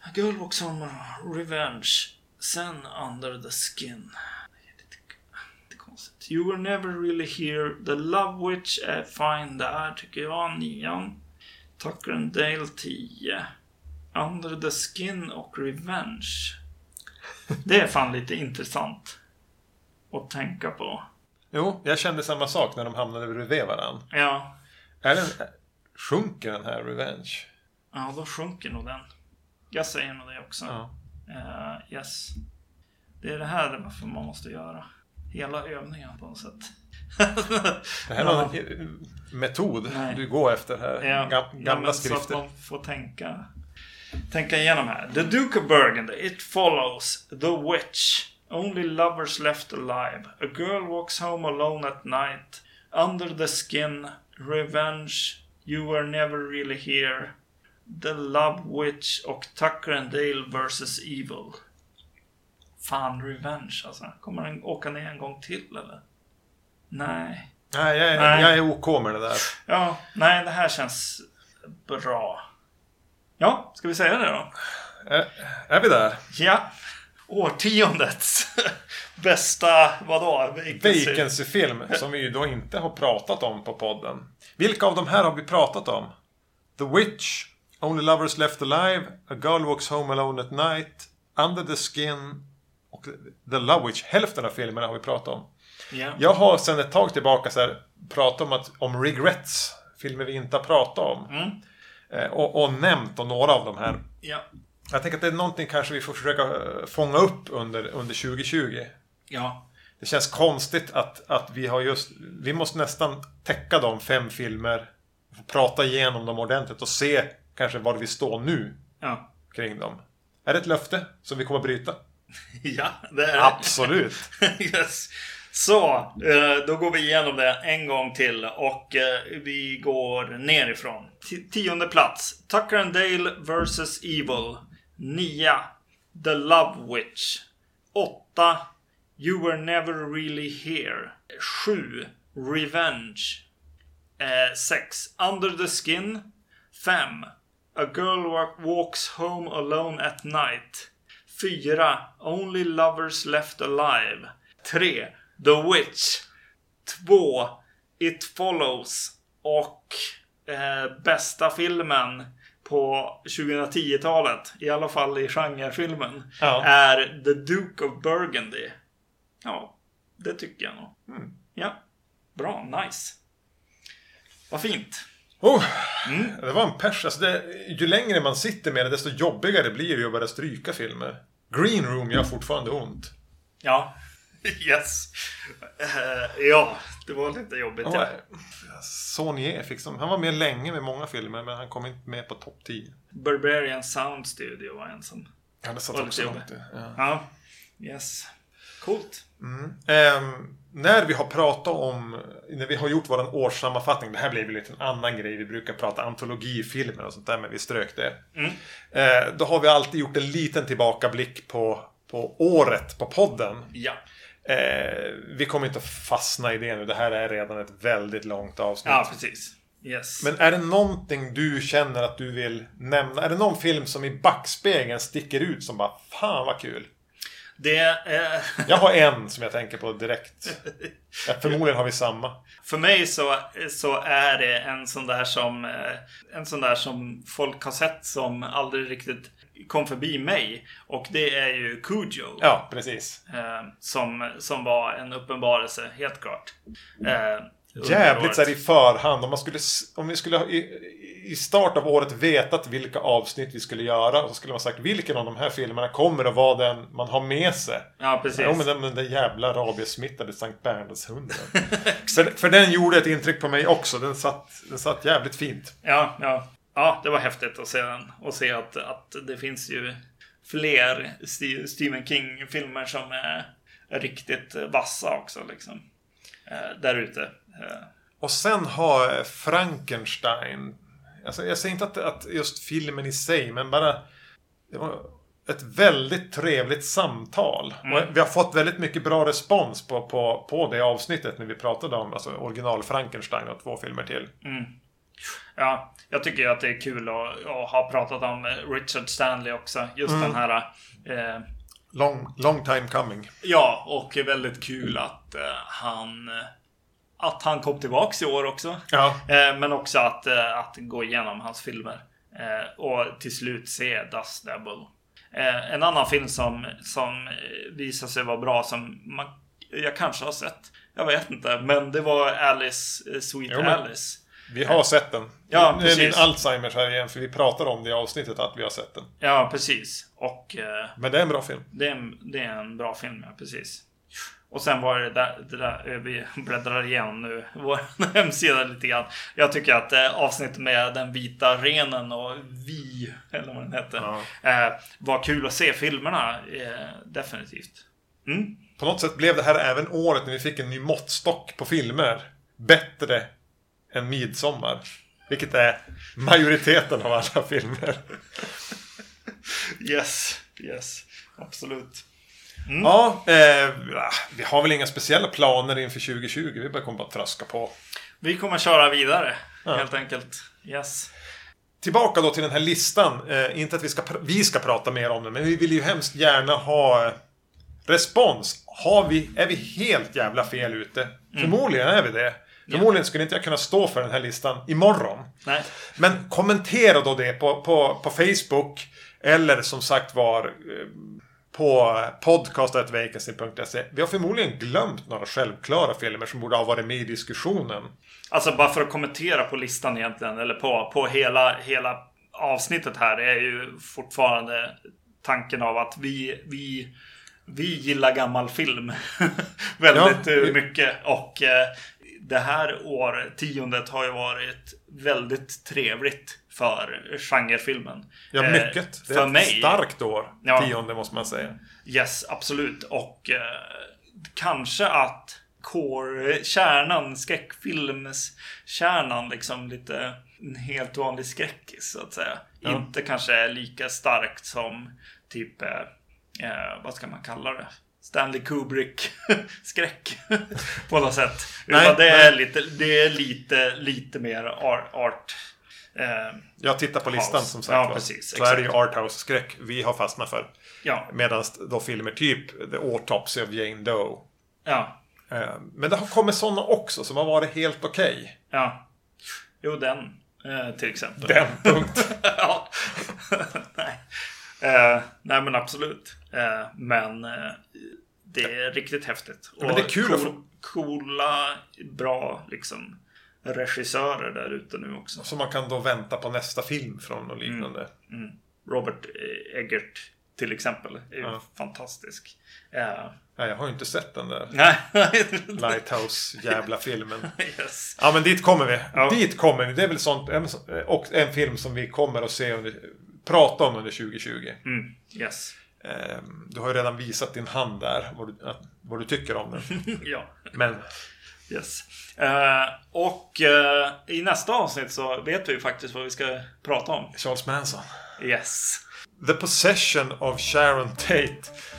Speaker 2: A Girl Walks Home Alone, Revenge, sen Under the Skin. Det är lite- lite konstigt. You were never really here. The Love Witch är fine där, tycker jag. Nian. Tucker and Dale 10. Under the Skin och Revenge. Det är fan lite intressant att tänka på.
Speaker 1: Jo, jag kände samma sak när de hamnade bredvid varann.
Speaker 2: Ja,
Speaker 1: Är det en Sjunker den här Revenge?
Speaker 2: Ja, då sjunker nog den. Jag säger nog det också.
Speaker 1: Ja.
Speaker 2: Eh, yes. Det är det här varför man måste göra. Hela övningen på något sätt.
Speaker 1: Det här är
Speaker 2: Ja.
Speaker 1: någon eh, metod
Speaker 2: Nej.
Speaker 1: du går efter här.
Speaker 2: Ja,
Speaker 1: Gam-
Speaker 2: ja,
Speaker 1: Gamla
Speaker 2: men Så
Speaker 1: skrifter.
Speaker 2: att man får tänka, tänka igenom här. The Duke of Burgundy, It Follows, The Witch, Only Lovers Left Alive, A Girl Walks Home Alone at Night, Under the Skin, Revenge, You Were Never Really Here, The Love Witch och Tucker and Dale vs Evil. Fan, Revenge alltså. Kommer den åka ner en gång till eller? Nej.
Speaker 1: Nej, jag är,
Speaker 2: Nej.
Speaker 1: jag är OK med det där.
Speaker 2: Ja, nej, det här känns bra. Ja, ska vi säga det då?
Speaker 1: Är, är vi där?
Speaker 2: Ja. Årtiondets bästa, vadå? Vacancy.
Speaker 1: Vacancy-film som vi ju då inte har pratat om på podden. Vilka av de här har vi pratat om? The Witch, Only Lovers Left Alive, A Girl Walks Home Alone at Night, Under the Skin och The Love Witch. Hälften av filmerna har vi pratat om.
Speaker 2: Ja.
Speaker 1: Jag har sedan ett tag tillbaka så här, pratat om, att, om regrets. Filmer vi inte har pratat om.
Speaker 2: Mm.
Speaker 1: Eh, Och, och nämnt om några av de här.
Speaker 2: Ja.
Speaker 1: Jag tänker att det är någonting kanske vi får försöka eh, fånga upp under, under 2020.
Speaker 2: ja.
Speaker 1: Det känns konstigt att, att vi har just... Vi måste nästan täcka de fem filmer. Prata igenom dem ordentligt och se kanske var vi står nu
Speaker 2: Ja.
Speaker 1: kring dem. Är det ett löfte som vi kommer att bryta?
Speaker 2: Ja, det är
Speaker 1: Absolut!
Speaker 2: yes. Så, eh, då går vi igenom det en gång till och eh, vi går nerifrån. T- tionde plats. Tucker and Dale vs Evil. Nia. The Love Witch. Åtta. You were never really here. Sju. Revenge. Eh, sex. Under the skin. Fem. A girl wa- walks home alone at night. 4. Only lovers left alive. 3. The Witch. 2. It follows. Och eh, bästa filmen på 2010-talet, i alla fall i genrefilmen,
Speaker 1: Ja.
Speaker 2: är The Duke of Burgundy. Ja, det tycker jag nog. Mm. Ja, bra, nice. Vad fint.
Speaker 1: Oh, Det var en pers. Alltså det, ju längre man sitter med det desto jobbigare blir det ju att börja stryka filmer. Green Room gör fortfarande ont.
Speaker 2: Ja. Yes. Eh, ja, det var lite jobbigt.
Speaker 1: Han
Speaker 2: ja.
Speaker 1: var, Sonier fick som, han var med länge med många filmer men han kom inte med på topp 10.
Speaker 2: Barbarian Sound Studio var en som...
Speaker 1: Ja, det satt
Speaker 2: Var
Speaker 1: också
Speaker 2: lite
Speaker 1: långt
Speaker 2: jobbig.
Speaker 1: ja.
Speaker 2: Ja. Yes. Coolt.
Speaker 1: Ehm, när vi har pratat om, när vi har gjort vår årssammanfattning, det här blev ju lite en annan grej, vi brukar prata antologifilmer och sånt där, men vi strök det. Ehm, då har vi alltid gjort en liten tillbakablick på, på året på podden.
Speaker 2: Ja.
Speaker 1: Ehm, vi kommer inte att fastna i det nu, det här är redan ett väldigt långt avsnitt.
Speaker 2: Ja, precis. Yes.
Speaker 1: Men är det någonting du känner att du vill nämna? Är det någon film som i backspegeln sticker ut som bara Fan vad kul!
Speaker 2: Det... Eh,
Speaker 1: Jag har en som jag tänker på direkt. Ja, förmodligen har vi samma.
Speaker 2: för mig så, så är det en sån där som... eh, En sån där som folk har sett som aldrig riktigt kom förbi mig. Och det är ju Cujo.
Speaker 1: Ja, precis.
Speaker 2: Eh, som, som var en uppenbarelse, helt klart. Eh, under
Speaker 1: Jävligt
Speaker 2: året.
Speaker 1: så här i förhand. Om, man skulle, s- om vi skulle ha i, i start av året vetat vilka avsnitt vi skulle göra och så skulle man sagt vilken av de här filmerna kommer att vara den man har med sig.
Speaker 2: Ja, precis.
Speaker 1: Jo men den, den där jävla rabiessmittade Sankt Bernhardshunden. för, för den gjorde ett intryck på mig också. Den satt, den satt jävligt fint.
Speaker 2: Ja, ja. Ja, det var häftigt att se den. Och se att, att det finns ju fler Sti- Stephen King-filmer som är riktigt vassa också liksom. Eh, där ute. Eh,
Speaker 1: Och sen har Frankenstein. Alltså jag säger inte att, att just filmen i sig, men bara... Det var ett väldigt trevligt samtal. Och vi har fått väldigt mycket bra respons på, på, på det avsnittet när vi pratade om alltså original Frankenstein och två filmer till.
Speaker 2: Ja, jag tycker ju att det är kul att, att ha pratat om Richard Stanley också. Just den här... Eh,
Speaker 1: Long, long time coming.
Speaker 2: ja, och det är väldigt kul att eh, han... Att han kom tillbaks i år också.
Speaker 1: Ja.
Speaker 2: Eh, Men också att, eh, att gå igenom hans filmer. Eh, Och till slut se Das Devil. Eh, En annan film som, som eh, visar sig vara bra som man, jag kanske har sett. Jag vet inte. Men det var Alice, eh, Sweet
Speaker 1: Jo, men-
Speaker 2: Alice.
Speaker 1: Vi har sett den.
Speaker 2: Eh, Ja,
Speaker 1: nu är min
Speaker 2: precis.
Speaker 1: Alzheimers här igen, för vi pratar om det i avsnittet att vi har sett den.
Speaker 2: Ja, precis. Och eh,
Speaker 1: Men det är en bra film.
Speaker 2: det, är en, det är en bra film, ja, precis. Och sen var det där, det där eh, vi bläddrar igen nu, vår hemsida lite grann. Jag tycker att eh, avsnittet med den vita renen och vi, eller vad den hette, eh, var kul att se filmerna. Eh, definitivt. Mm.
Speaker 1: På något sätt blev det här även året när vi fick en ny måttstock på filmer bättre än midsommar. Vilket är majoriteten av alla filmer.
Speaker 2: Yes, yes, absolut. Mm.
Speaker 1: Ja, eh, vi har väl inga speciella planer inför 2020. Vi bara kommer bara traska på.
Speaker 2: Vi kommer köra vidare, helt enkelt. Yes.
Speaker 1: Tillbaka då till den här listan. Eh, inte att vi ska, pr- vi ska prata mer om den, men vi vill ju hemskt gärna ha eh, respons. Har vi, är vi helt jävla fel ute?
Speaker 2: Mm.
Speaker 1: Förmodligen är vi det. Förmodligen skulle inte jag kunna stå för den här listan imorgon.
Speaker 2: Nej.
Speaker 1: Men kommentera då det på, på, på Facebook eller som sagt var eh, på podcast.vacancy.se. Vi har förmodligen glömt några självklara filmer som borde ha varit med i diskussionen.
Speaker 2: Alltså bara för att kommentera på listan egentligen, eller på, på hela, hela avsnittet här, är ju fortfarande tanken av att vi, vi, vi gillar gammal film väldigt
Speaker 1: Ja,
Speaker 2: eh,
Speaker 1: vi-
Speaker 2: mycket. Och eh, det här årtiondet har ju varit väldigt trevligt för genrefilmen.
Speaker 1: Ja,
Speaker 2: Eh,
Speaker 1: mycket. Det är
Speaker 2: för
Speaker 1: ett
Speaker 2: mig.
Speaker 1: starkt år.
Speaker 2: Ja.
Speaker 1: Tionde måste man säga.
Speaker 2: Yes, absolut. Och eh, kanske att core-kärnan, skräckfilmskärnan, liksom lite en helt vanlig skräckis så att säga. Inte kanske är lika starkt som typ, eh, eh, vad ska man kalla det? Stanley Kubrick-skräck på något sätt.
Speaker 1: Nej,
Speaker 2: Utan det,
Speaker 1: nej.
Speaker 2: är lite, det är lite, lite mer ar- art. Eh,
Speaker 1: Jag tittar på listan
Speaker 2: House.
Speaker 1: som sagt
Speaker 2: Ja,
Speaker 1: var.
Speaker 2: precis,
Speaker 1: Så är det ju arthouse-skräck vi har fastnat för.
Speaker 2: ja,
Speaker 1: Medan då filmer typ The Autopsy of Jane Doe.
Speaker 2: ja,
Speaker 1: Eh, Men det har kommit sådana också som har varit helt okej.
Speaker 2: ja. Jo, den eh, till exempel.
Speaker 1: Den punkt.
Speaker 2: ja. nej. Eh, nej men absolut. Eh, men eh, det är riktigt häftigt.
Speaker 1: men det är kul att få-
Speaker 2: Coola, bra liksom regissörer där ute nu också.
Speaker 1: Så man kan då vänta på nästa film från och
Speaker 2: Mm.
Speaker 1: liknande.
Speaker 2: Robert eh, Eggert till exempel. Är ju
Speaker 1: Ja.
Speaker 2: fantastisk. Eh,
Speaker 1: Nej, jag har ju inte sett den där
Speaker 2: nej.
Speaker 1: Lighthouse-jävla filmen.
Speaker 2: yes.
Speaker 1: Ja, men dit kommer vi.
Speaker 2: Ja.
Speaker 1: Dit kommer vi. Det är väl sånt. en- Och en film som vi kommer att se under, prata om under 2020.
Speaker 2: Mm. Yes.
Speaker 1: Ehm, Du har ju redan visat din hand där, vad du, att- vad du tycker om den.
Speaker 2: ja.
Speaker 1: Men
Speaker 2: Yes. Eh, och eh, i nästa avsnitt så vet vi ju faktiskt vad vi ska prata om.
Speaker 1: Charles Manson.
Speaker 2: Yes.
Speaker 1: The Possession of Sharon Tate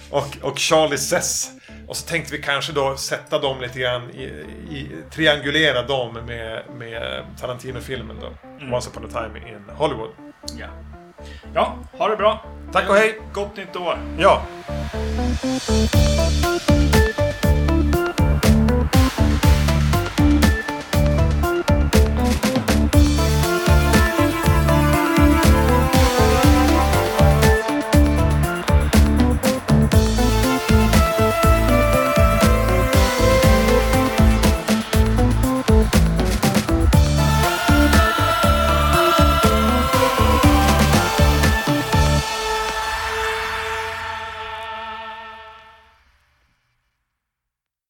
Speaker 1: och, och Charlie Sess. Och så tänkte vi kanske då sätta dem lite grann i, i triangulera dem med, med Tarantino-filmen då. Once upon a time in Hollywood.
Speaker 2: Ja. Ja, ha det bra.
Speaker 1: Tack och hej!
Speaker 2: Gott nytt år.
Speaker 1: Ja,